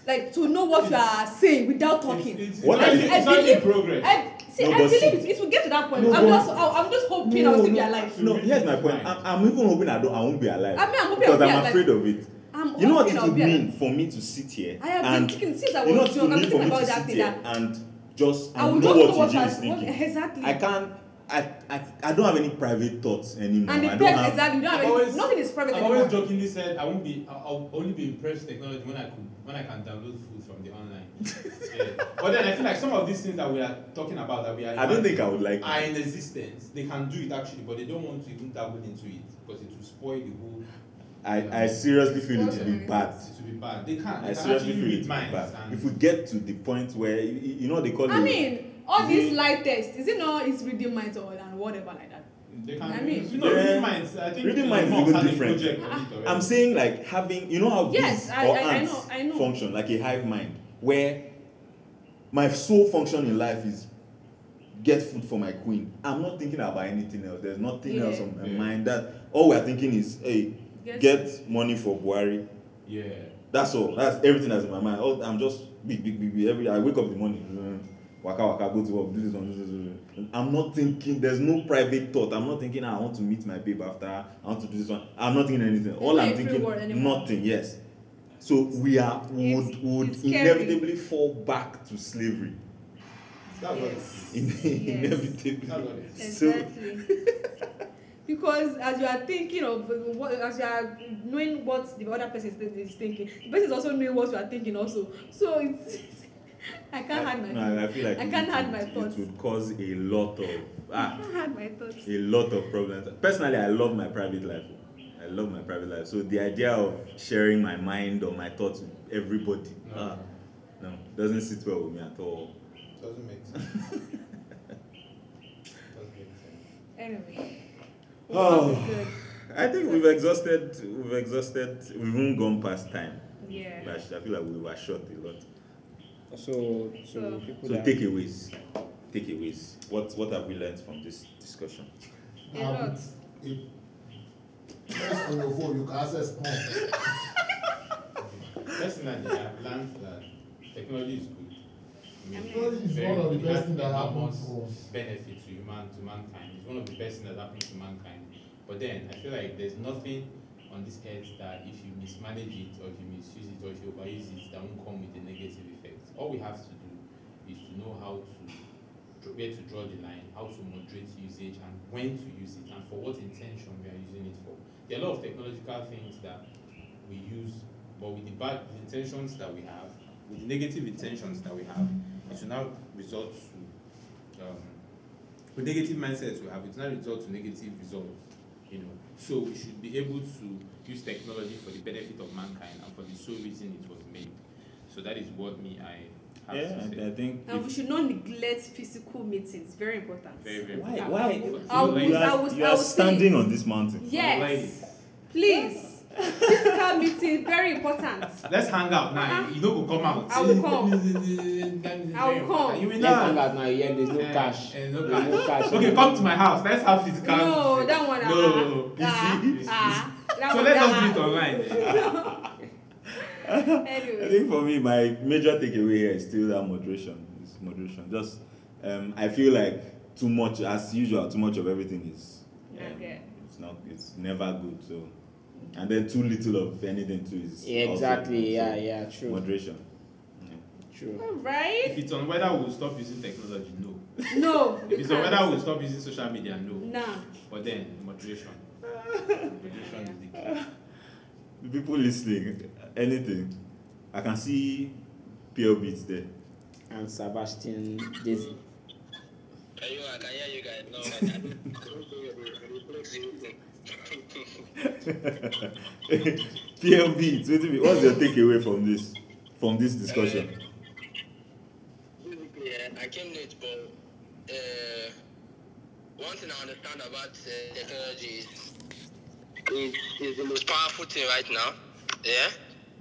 like to know what you are saying without talking.
It's, it's,
What
it's,
I-
it's,
I
not in
believe-
progress.
I, see,
No,
I
but
believe
see-
it, it will get to that point.
No,
I'm
but-
just, I, I'm just hoping I'll still be alive.
no here's my point i'm, I'm even hoping i don't i won't be alive
I mean, I'm hoping
because
I'll be
i'm
alive.
afraid of it
I'm
you know what
hoping
it
I'll
would
be alive.
mean for me to sit here
I have been
and
thinking since I
you know
was
what it
young.
would
I'm
mean for
thinking
me to
about that
sit
thing.
here
that-
and just
I
and
will
know
just know
what
what
Eugene is
has what,
thinking
exactly.
I can't. I, I I don't have any private thoughts anymore.
and the
I
death
don't have,
exactly. You don't have
I've
any,
always-
nothing is private
I've
anymore.
always jokingly said I won't be. I'll- I'll only be impressed with technology when I could, when I can download food from the online. yeah. But then I feel like some of these things that we are talking about that we are.
I don't think I would like.
are in existence. They can do it actually, but they don't want to even dabble into it because it will spoil the whole.
I, I seriously feel it to be bad.
It will be bad. They can't.
Ah. I
They can
seriously
actually
feel it to
read
be
minds.
bad.
and-
If we get to the point where you, you you know they call
I
it.
mean, all
Mhm.
these light tests, is it not it's reading minds or and whatever like that?
They can.
I mean-
you know,
Yeah.
reading minds. I think
Reading
Elon
minds is
Musk
even
had a
different.
project on it already.
I'm saying like having you know how
Yes,
bees
I-
or
I- I
ants
know, I know.
function like a hive mind where my sole function in life is get food for my queen. I'm not thinking about anything else. There's nothing
Yeah.
else on my
Yeah.
mind. That all we're thinking is hey,
Yes.
get money for Buhari.
Yeah.
That's all. That's everything that's in my mind. All, I'm just big, big, big, big. Every I wake up in the morning, mm, waka waka, go to work, do this one, do this, do this. I'm not thinking. There's no private thought. I'm not thinking. "Ah, I want to meet my babe after. I want to do this one. I'm not thinking anything. All
no
I'm
free word
thinking,
anymore.
nothing. Yes. So we are
It's-
would would
it's scary.
inevitably fall back to slavery.
That's what it is.
Yes.
In,
yes.
inevitably.
That's what it is.
So
Exactly. because as you are thinking of what as you are knowing what the other person is, is thinking, the person is also knowing what you are thinking also. So it's, I can't hide my
no, I feel like
I
it
can't
would-
hide my
It
thoughts.
would cause a lot of
I
ah.
can't hide my thoughts.
a lot of problems. Personally, I love my private life. I love my private life. So the idea of sharing my mind or my thoughts with everybody,
No.
ah, no, doesn't sit well with me at all.
Doesn't make sense. Doesn't make sense.
Anyway.
Oh.
Well, good.
I think we've exhausted. We've exhausted. We've even gone past time.
Yeah.
I sh- I feel like we were short a lot.
so
So-
to people
So
that
takeaways. Takeaways. What What have we learned from this discussion?
A
Um,
lot.
If- Just on your phone, you can access more.
Personally, I've learned that technology is good,
I mean,
Because it's
very-
one of the
it
best
has
thing that happened
enormous
to us.
benefit to human to mankind. It's one of the best things that happened to mankind. But then I feel like there's nothing on this earth that if you mismanage it or if you misuse it or if you overuse it, that won't come with a negative effect. All we have to do is to know how to dr- where to draw the line, how to moderate usage, and when to use it, and for what intention we are using it for. There are a lot of technological things that we use, but with the bad intentions that we have, with the negative intentions that we have, it will now result to um, with negative mindsets we have, it will now result to negative results. You know, so we should be able to use technology for the benefit of mankind and for the sole reason it was made. So that is what me I have
Yeah,
to say.
I, I think.
and we
if-
Um, should not neglect physical meetings. Very important.
Very very.
Why?
important.
Why?
For-
I
for the
will-
you
ladies-
I
are,
will-
you
I
are
will say
standing
it.
on this mountain.
Yes.
ladies.
Please. Physical meeting, very important.
Let's hang out now.
Uh-huh.
You know, go come out.
I will come.
I
I will come.
You will
Let's hang
not.
out now. Yeah, there's no
Eh,
cash.
eh, no
There's no cash.
Okay, come to my house. Let's have physical.
No, that one.
No.
Ah, ah,
You see?
ah, that
so
one,
let's
that
just do it
one.
online. Ah,
I
Anyway.
think for me, my major takeaway here is still that moderation. It's moderation. Just, um, I feel like too much, as usual, too much of everything is.
Not
um,
good.
It's not. It's never good. So, and then too little of anything too is.
Yeah,
also
exactly.
bad. So,
Yeah, yeah. True.
Moderation. Yeah.
True.
All right.
If it's on whether we'll stop using technology, no.
No.
If it's on
can't.
whether we'll stop using social media, no.
Nah.
But then moderation. Moderation is the key.
The people listening, anything, I can see pure beats there.
And Sebastian Daisy.
I can hear you guys. No, I can
pure beats. Wait a minute. What's your takeaway from this? From this discussion?
Basically, uh, I came late, but uh, one thing I understand about uh, technology is it's, it's the most powerful thing right now. Yeah,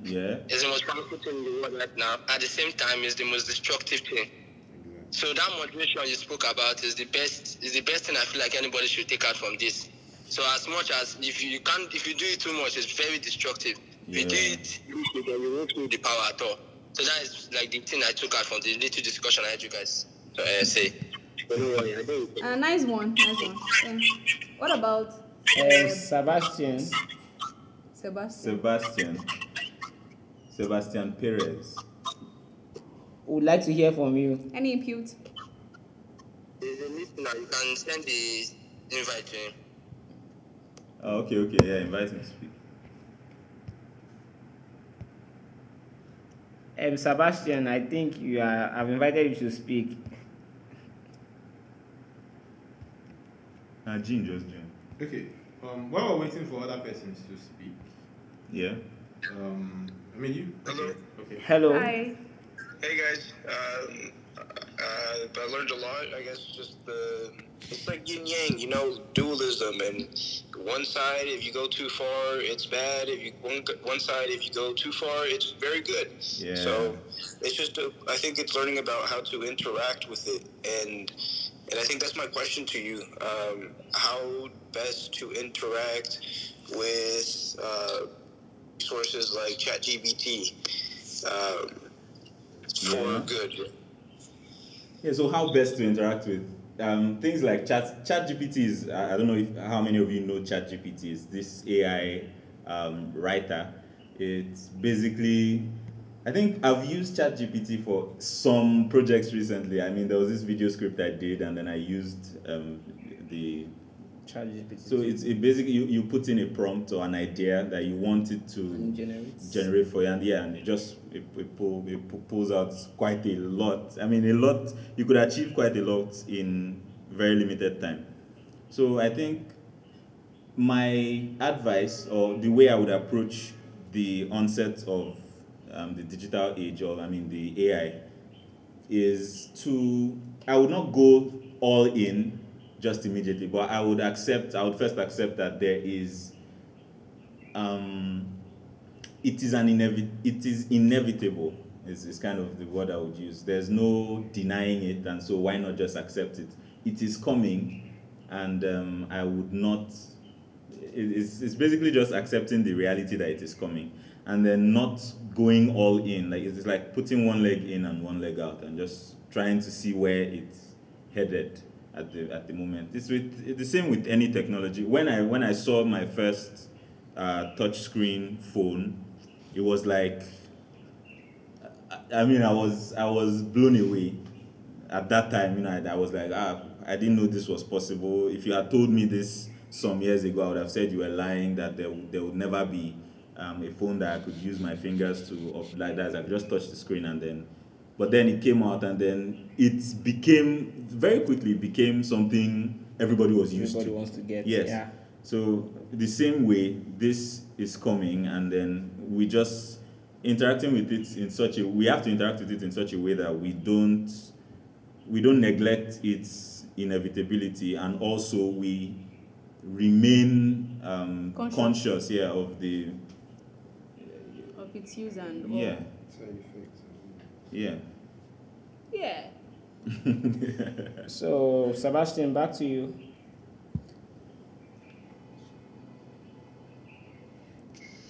Yeah.
it's the most powerful thing in the world right now. At the same time, it's the most destructive thing. So that moderation you spoke about is the best is the best thing I feel like anybody should take out from this. So as much as if you can't if you do it too much, it's very destructive. If you do
Yeah.
it little, then you won't feel the power at all. So that is like the thing I took out from the little discussion I had you guys uh, say. But don't worry, I don't-
Uh, nice one. Nice one. Thanks. What about
Uh,
uh,
Sebastian.
Sebastian?
Sebastian. Sebastian Perez.
Would like to hear from you.
Any impute?
There's a listener, you can send the invite to him.
Oh, okay, okay. Yeah, invite him to speak.
Um, Sebastian, I think you are. I've invited you to speak.
Nah, Jim just joined.
Okay. Um, while we're waiting for other persons to speak,
Yeah.
um, I mean you. Okay. Okay.
Hello.
Hi.
Hey guys, um, uh, I learned a lot. I guess just the it's like yin yang, you know, dualism. And one side, if you go too far, it's bad. If you one, one side, if you go too far, it's very good.
Yeah.
So it's just uh, I think it's learning about how to interact with it, and and I think that's my question to you: um, how best to interact with uh, sources like ChatGPT. Um, for
Yeah.
good.
Yeah. So how best to interact with um, things like chat? Chat GPT is. I, I don't know if how many of you know Chat GPT is. This AI um, writer. It's basically. I think I've used Chat GPT for some projects recently. I mean, there was this video script I did, and then I used um, the
ChatGPT.
So it's it basically you, you put in a prompt or an idea that you want it to
generates.
generate for you, and yeah, and it just it, it, pull, it pu- pulls out quite a lot. I mean, a lot you could achieve quite a lot in very limited time. So I think my advice or the way I would approach the onset of um, the digital age, or I mean the AI, is to I would not go all in just immediately, but I would accept I would first accept that there is um it is an inevi- it is inevitable is, is kind of the word I would use. There's no denying it and so why not just accept it? It is coming and um, I would not it- it's, it's basically just accepting the reality that it is coming and then not going all in like it's like putting one leg in and one leg out and just trying to see where it's headed at the at the moment. It's with it's the same with any technology. When I when I saw my first uh, touch screen phone, it was like I, I mean I was I was blown away. At that time, you know, I, I was like, ah, I didn't know this was possible. If you had told me this some years ago, I would have said you were lying that there there would never be um, a phone that I could use my fingers to up like that. I could just touch the screen and then but then it came out and then it became very quickly became something everybody was used
Everybody
to.
wants to get.
Yes.
Yeah.
So the same way this is coming and then we just interacting with it in such a we have to interact with it in such a way that we don't we don't neglect its inevitability and also we remain um,
Conscious.
conscious yeah of the
of its use and all.
yeah yeah
Yeah.
So Sebastian, back to you.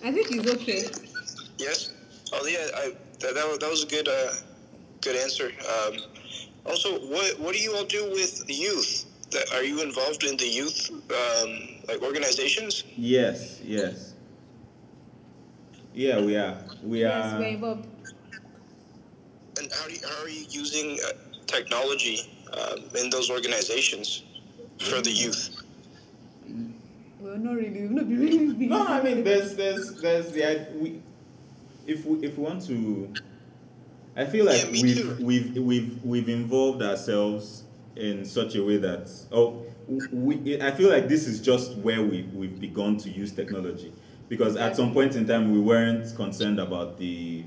I think it's okay.
Yes. Oh yeah. I that that, wa- that was a good uh, good answer. Um, also, what what do you all do with the youth? That, are you involved in the youth um, like organizations?
Yes, yes. Yeah, we are. We
Yes,
are.
we're involved.
And how, do you, how are you using uh, technology um, in those organizations for the youth?
We're not really, we're not really big.
No, I mean, there's, there's, there's the. I, we, if we, if we want to, I feel like
Yeah, me
we've,
too.
we've, we've, we've involved ourselves in such a way that oh, we. I feel like this is just where we we've begun to use technology because at some point in time we weren't concerned about the.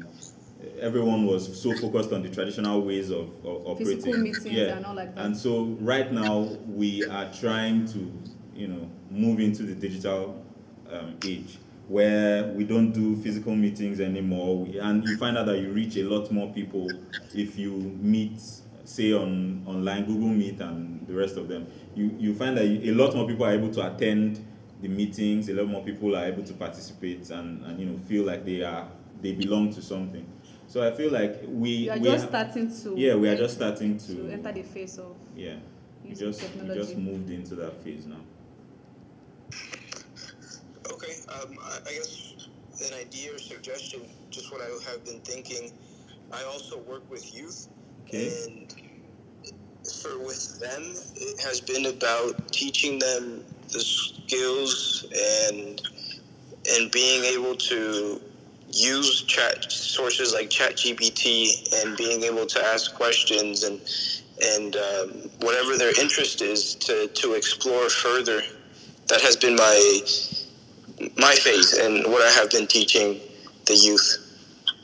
Everyone was so focused on the traditional ways of, of operating.
Physical meetings
yeah.
and all like that.
And so right now we are trying to, you know, move into the digital um, age where we don't do physical meetings anymore. We, and you find out that you reach a lot more people if you meet, say on online Google Meet and the rest of them. You you find that you, a lot more people are able to attend the meetings. A lot more people are able to participate and, and you know feel like they are they belong to something. So I feel like we
You are
we
just
ha-
starting to.
yeah, we are just starting to,
to enter the face of.
yeah. We
using
just we
technology.
just moved into that phase now.
Okay, um, I, I guess an idea or suggestion, just what I have been thinking. I also work with youth,
Okay.
and for with them, it has been about teaching them the skills and and being able to use chat sources like ChatGPT and being able to ask questions and and um, whatever their interest is to to explore further. That has been my my phase and what I have been teaching the youth.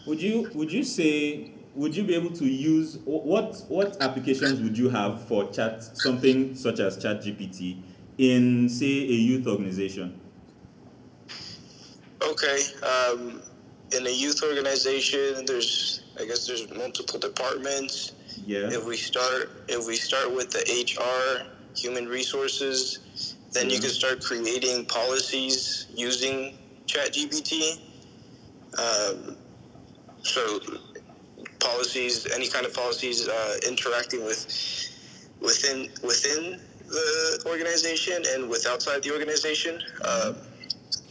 Would you would you say would you be able to use wh- what what applications would you have for chat something such as chat GPT in say a youth organization?
Okay, um, in a youth organization, there's I guess there's multiple departments.
Yeah.
If we start if we start with the HR, human resources, then you can start creating policies using ChatGPT. Um, so policies, any kind of policies, uh, interacting with within within the organization and with outside the organization. Um,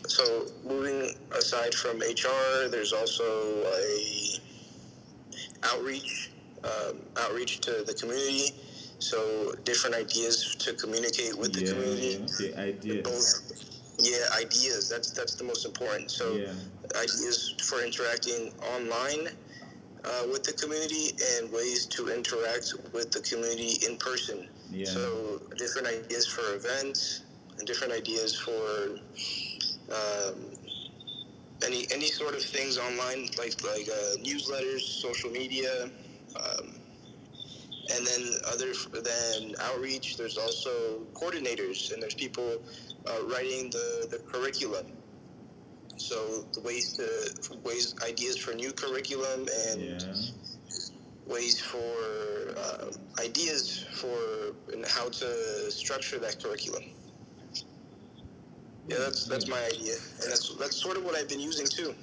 so moving aside from HR, there's also a outreach um, outreach to the community. So different ideas to communicate with the
yeah,
community.
yeah, okay, idea.
Both, yeah, ideas. That's that's the most important. So
Yeah.
ideas for interacting online uh, with the community and ways to interact with the community in person.
Yeah.
So different ideas for events and different ideas for um, any any sort of things online, like like uh, newsletters, social media. Um, and then other than outreach, there's also coordinators and there's people uh, writing the, the curriculum. So the ways to ways ideas for new curriculum and
Yeah.
ways for uh, ideas for and how to structure that curriculum. Yeah, that's that's my idea, and that's that's sort of what I've been using too.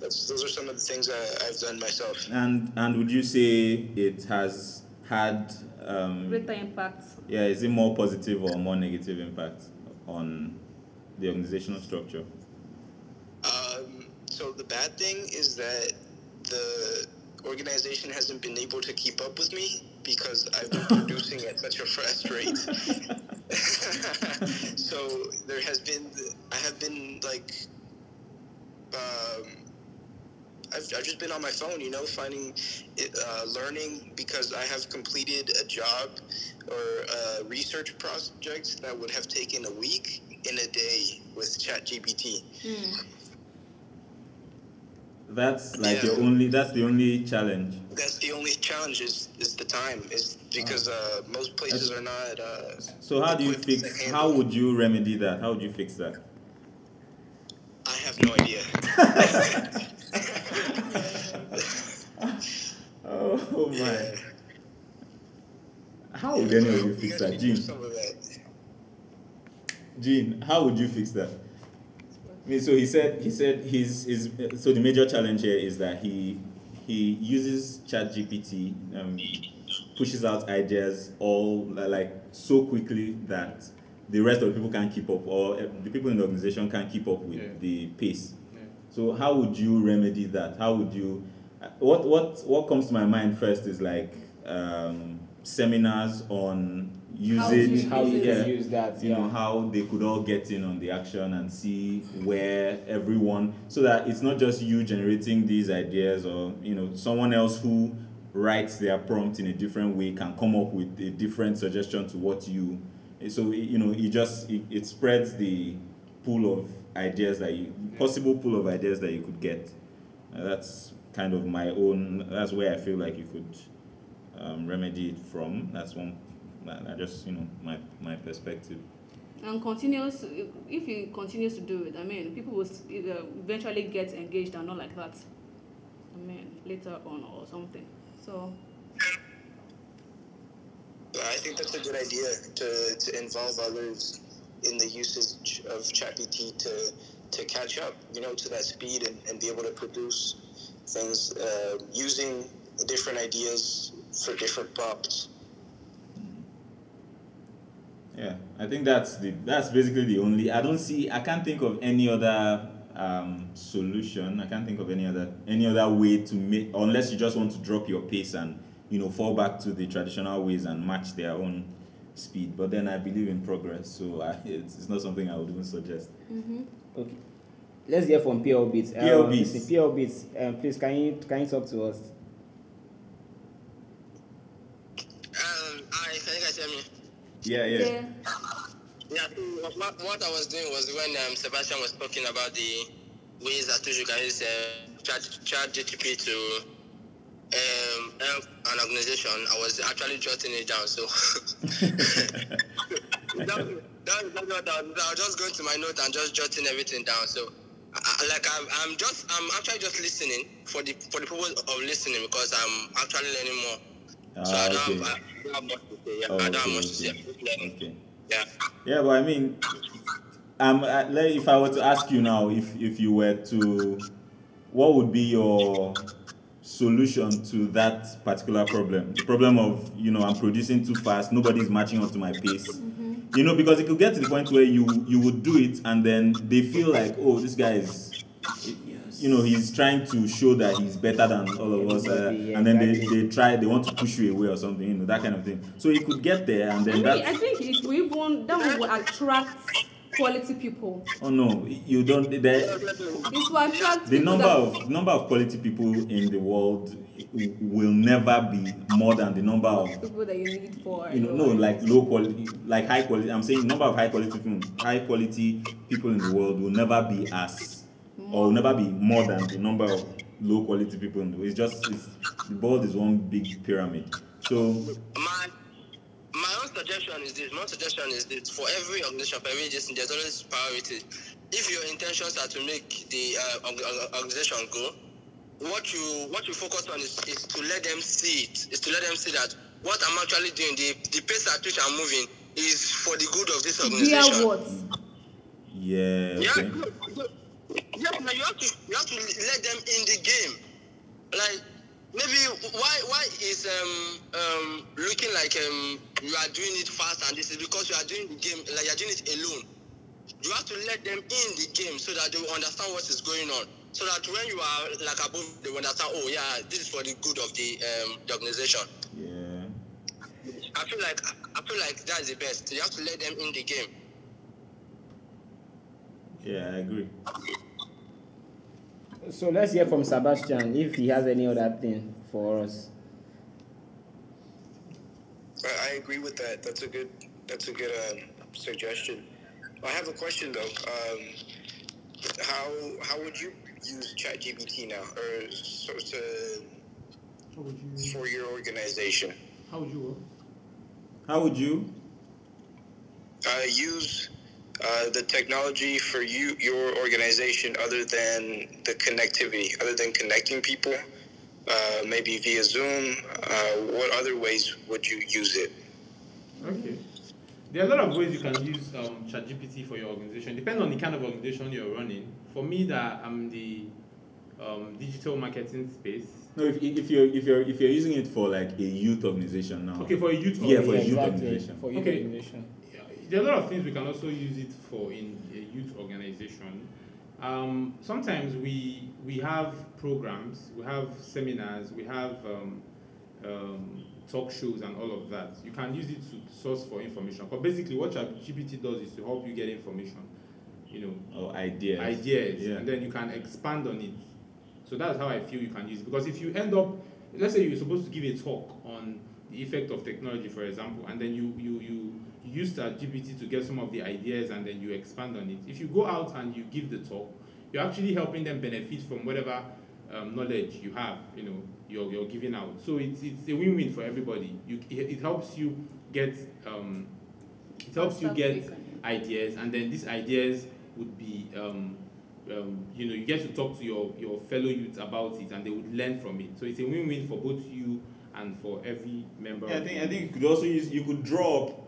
that's, those are some of the things I, I've done myself.
And and would you say it has had um,
Greater impact.
yeah, is it more positive or more negative impact on the organizational structure?
Um, so the bad thing is that the organization hasn't been able to keep up with me because I've been producing at such a fast rate. so there has been, I have been like, um, I've, I've just been on my phone, you know, finding, it, uh, learning because I have completed a job or a research project that would have taken a week in a day with ChatGPT.
That's like
Yeah.
your only that's the only challenge.
That's the only challenge is, is the time is because uh, most places are not. Uh,
So how do you
equipped to
fix
handle
how
it.
would you remedy that? How would you fix that?
I have no idea.
Oh, my. How would any of you
guys
fix that?
can do
Gene,
some of that.
Gene, how would you fix that? I mean, so he said he said his, his so the major challenge here is that he he uses ChatGPT um, pushes out ideas all li- like so quickly that the rest of the people can't keep up or uh, the people in the organization can't keep up with
Yeah.
the pace.
Yeah.
So how would you remedy that? How would you? uh, What what what comes to my mind first is like um, seminars on usage,
to
How you
yeah,
can use that,
you
yeah.
know how they could all get in on the action and see where everyone, so that it's not just you generating these ideas or you know someone else who writes their prompt in a different way can come up with a different suggestion to what you. So you know it just it, it spreads the pool of ideas that you possible pool of ideas that you could get. Uh, that's kind of my own. That's where I feel like you could um, remedy it from. That's one. I I just you know my my perspective.
And continues, if he continues to do it, I mean, people will s- uh, eventually get engaged and not like that. I mean, later on or something. So,
But I think that's a good idea to, to involve others in the usage of ChatGPT to to catch up, you know, to that speed and, and be able to produce things uh, using different ideas for different prompts.
Yeah, I think that's the that's basically the only. I don't see. I can't think of any other um, solution. I can't think of any other any other way to make unless you just want to drop your pace and you know fall back to the traditional ways and match their own speed. But then I believe in progress, so I, it's, it's not something I would even suggest.
Okay. Let's hear from PL Beats.
PL
uh,
Beats.
Mr. PL Beats, um, please can you can you talk to us?
Um, I think I tell you.
Yeah, yeah.
yeah.
Yeah, so what, what I was doing was when um, Sebastian was talking about the ways that you can use uh, chat, chat GTP to um, help an organization, I was actually jotting it down. So that, that, that, that, I was just going to my note and just jotting everything down. So I, I- like I'm, I'm just I'm actually just listening for the for the purpose of listening because I'm actually learning more. so
Ah,
I don't,
okay.
have, I don't have much to say. Yeah,
Oh,
I don't have
okay,
much to say. I'm just
okay.
learning.
okay.
Yeah.
Yeah, but I mean, um, uh, like, if I were to ask you now, if if you were to, what would be your solution to that particular problem? The problem of you know I'm producing too fast, nobody's matching up to my pace.
Mm-hmm.
You know, because it could get to the point where you you would do it, and then they feel like, oh, this guy is. You know he's trying to show that he's better than all of us, uh,
Everybody, yeah,
and then they,
exactly.
they try they want to push you away or something, you know that kind of thing. So you could get there, and
I
then
mean,
that's
I think it will even, that one will attract quality people.
Oh no, you don't. The,
It will attract
the
people
number
that-
of number of quality people in the world w- will never be more than the number of
people that you need for.
you know no
your-
like low quality like high quality. I'm saying number of high quality people, high quality people in the world will never be as or will never be more than the number of low quality people. In the world. It's just it's, the world is one big pyramid. So
my my own suggestion is this. My own suggestion is this. For every organization, for every agency, there's always priority. If your intentions are to make the uh, org- org- organization grow, what you what you focus on is, is to let them see it. Is to let them see that what I'm actually doing, the the pace at which I'm moving, is for the good of this
Dear
Mm.
organization.
what?
yeah,
Yeah,
okay.
good, good. Yes, man, you have to you have to let them in the game. Like maybe why why is um um looking like um you are doing it fast and this is because you are doing the game like you are doing it alone. You have to let them in the game so that they will understand what is going on. So that when you are like above, they will understand. Oh yeah, this is for the good of the um the organization.
Yeah.
I feel like I feel like that's the best. You have to let them in the game.
Yeah, I agree.
So let's hear from Sebastian if he has any other thing for us.
I, I agree with that. That's a good. That's a good um, suggestion. I have a question though. Um, how how would you use ChatGPT now, or so to,
How would you?
for your organization?
How would you work?
How would you?
Uh, use uh, the technology for you your organization, other than the connectivity, other than connecting people, uh, maybe via Zoom. Uh, what other ways would you use it?
Okay. There are a lot of ways you can use um, ChatGPT for your organization. Depends on the kind of organization you're running. For me, that I'm the um, digital marketing space.
No, if, if you're if you're if you're using it for like a youth organization now.
Okay, for a youth
Yeah, for a
organization.
youth organization.
For youth
Okay.
organization.
Yeah, there are a lot of things we can also use it for in a youth organization. Um, sometimes we we have programs, we have seminars, we have um, um, talk shows and all of that. You can use it to source for information. But basically, what ChatGPT does is to help you get information. You know,
Or ideas.
ideas
Yeah.
and then you can expand on it so that's how i feel you can use it. because if you end up let's say you're supposed to give a talk on the effect of technology for example and then you you you you use that gpt to get some of the ideas and then you expand on it if you go out and you give the talk you're actually helping them benefit from whatever um, knowledge you have you know you're, you're giving out so it's, it's a win-win for everybody you it, it helps you get um, it helps you
Stop
get
big on
ideas and then these ideas would be um, um, you know you get to talk to your, your fellow youth about it and they would learn from it so it's a win-win for both you and for every member
Yeah, I
of
think
the-
I think you could also use you could draw up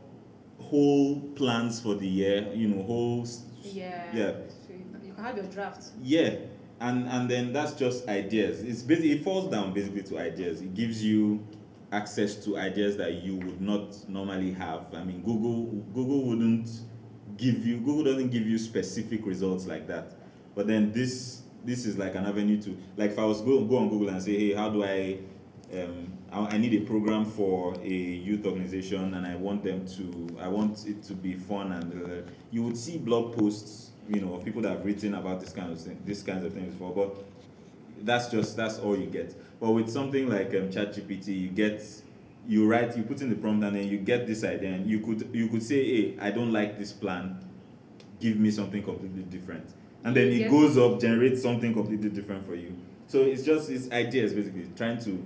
whole plans for the year. You know, whole s-
Yeah.
Yeah.
So you can have your draft.
yeah, and and then that's just ideas. It's basically it falls down basically to ideas. It gives you access to ideas that you would not normally have. I mean, Google Google wouldn't give you Google doesn't give you specific results like that. But then this this is like an avenue to like if I was go go on Google and say hey how do I um, I, I need a program for a youth organization and I want them to I want it to be fun and uh, you would see blog posts you know of people that have written about this kind of thing these kinds of things before but that's just that's all you get but with something like um, ChatGPT you get you write you put in the prompt and then you get this idea and you could you could say hey I don't like this plan give me something completely different and then it
Yes.
goes up generates something completely different for you so it's just it's ideas basically trying to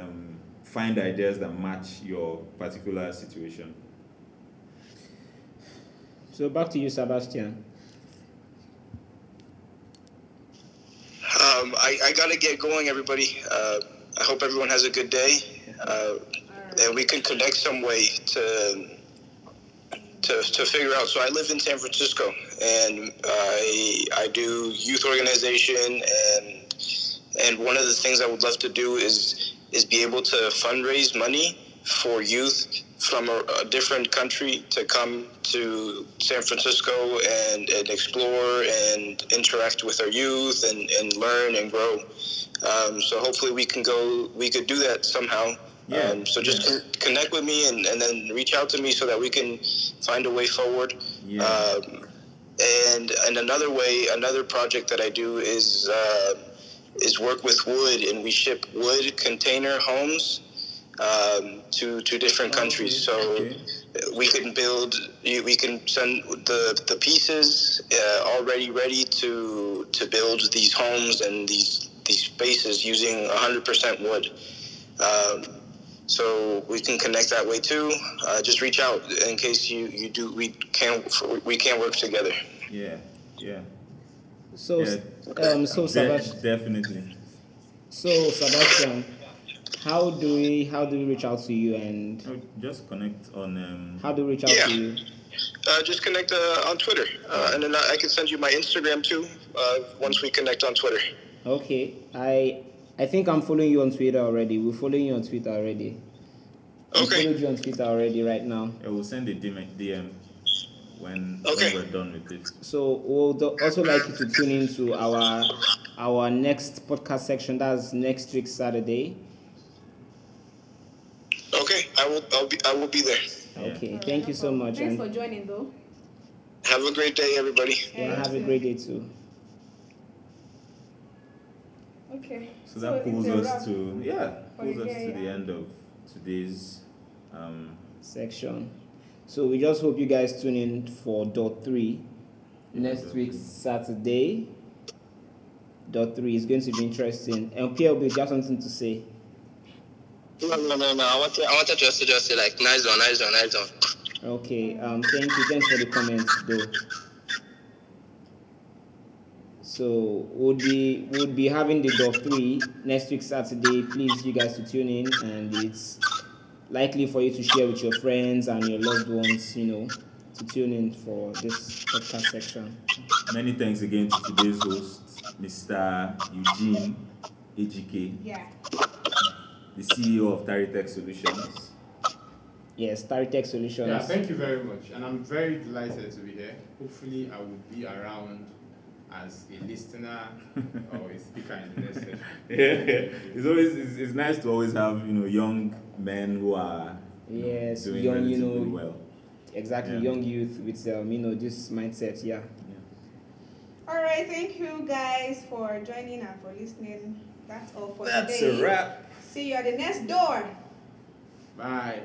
um, find ideas that match your particular situation
So back to you, Sebastian.
Um, I, I gotta get going, everybody. Uh, I hope everyone has a good day, uh, and we can connect some way to to to figure out. So I live in San Francisco, and uh, I I do youth organization, and and one of the things I would love to do is is be able to fundraise money for youth from a, a different country to come to San Francisco and, and explore and interact with our youth and, and learn and grow. Um, so hopefully we can go, we could do that somehow.
Yeah,
Um, so just
yeah.
con- connect with me and, and then reach out to me so that we can find a way forward.
Yeah.
Um, and and another way, another project that I do is uh, is work with wood, and we ship wood container homes um, to to different countries. So
Oh, okay.
we can build, you- we can send the the pieces uh, already ready to to build these homes and these these spaces using 100% wood. Um, so we can connect that way too. Uh, just reach out in case you, you do we can we can work together.
yeah yeah
So
Yeah.
um so
De-
Sebastian
definitely
so Sebastian, how do we how do we reach out to you and
No, just connect on um,
how do we reach out
Yeah.
to you?
Uh, just connect uh, on Twitter, uh, and then I, I can send you my Instagram too. Uh, once we connect on Twitter.
Okay, I I think I'm following you on Twitter already. We're following you on Twitter already. I
Okay.
followed you on Twitter already right now.
I will send a DM, DM when,
Okay.
when we're done with this.
So we'll do- also like you to tune in to our our next podcast section. That's next week Saturday.
Okay, I will. I'll be. I will be there.
Yeah.
Okay, thank you so much.
Thanks
And
for joining, though.
Have a great day, everybody.
yeah, have a great day too.
Okay.
So that pulls
it's a
us
wrap.
to yeah,
For
pulls
the
us
day,
to the
yeah.
end of today's um,
Section. So we just hope you guys tune in for dot three next
dot
week
three.
Saturday. Dot three is going to be interesting. And PLB, do you have something to say?
No, no, no, no. I want. I want to just to just say like nice on, nice on, nice on.
Okay, um, thank you. Thanks for the comments, though. So we'll be we'll be having the door three next week Saturday. Please, you guys, to tune in, and it's likely for you to share with your friends and your loved ones. You know, to tune in for this podcast section.
Many thanks again to today's host, Mr. Eugene AGK,
Yeah.
the CEO of Taritech Solutions.
Yes, Taritech Solutions.
Yeah, thank you very much. And I'm very delighted to be here. Hopefully, I will be around as a listener or a speaker in the next session.
it's always it's, it's nice to always have you know young men who are you know,
Yes,
doing
young, you
relatively
know.
well.
exactly,
Yeah.
young youth with um, you know this mindset. Yeah.
All right. Thank you guys for joining and for listening. That's all for today.
wrap.
See you at the next door.
Bye.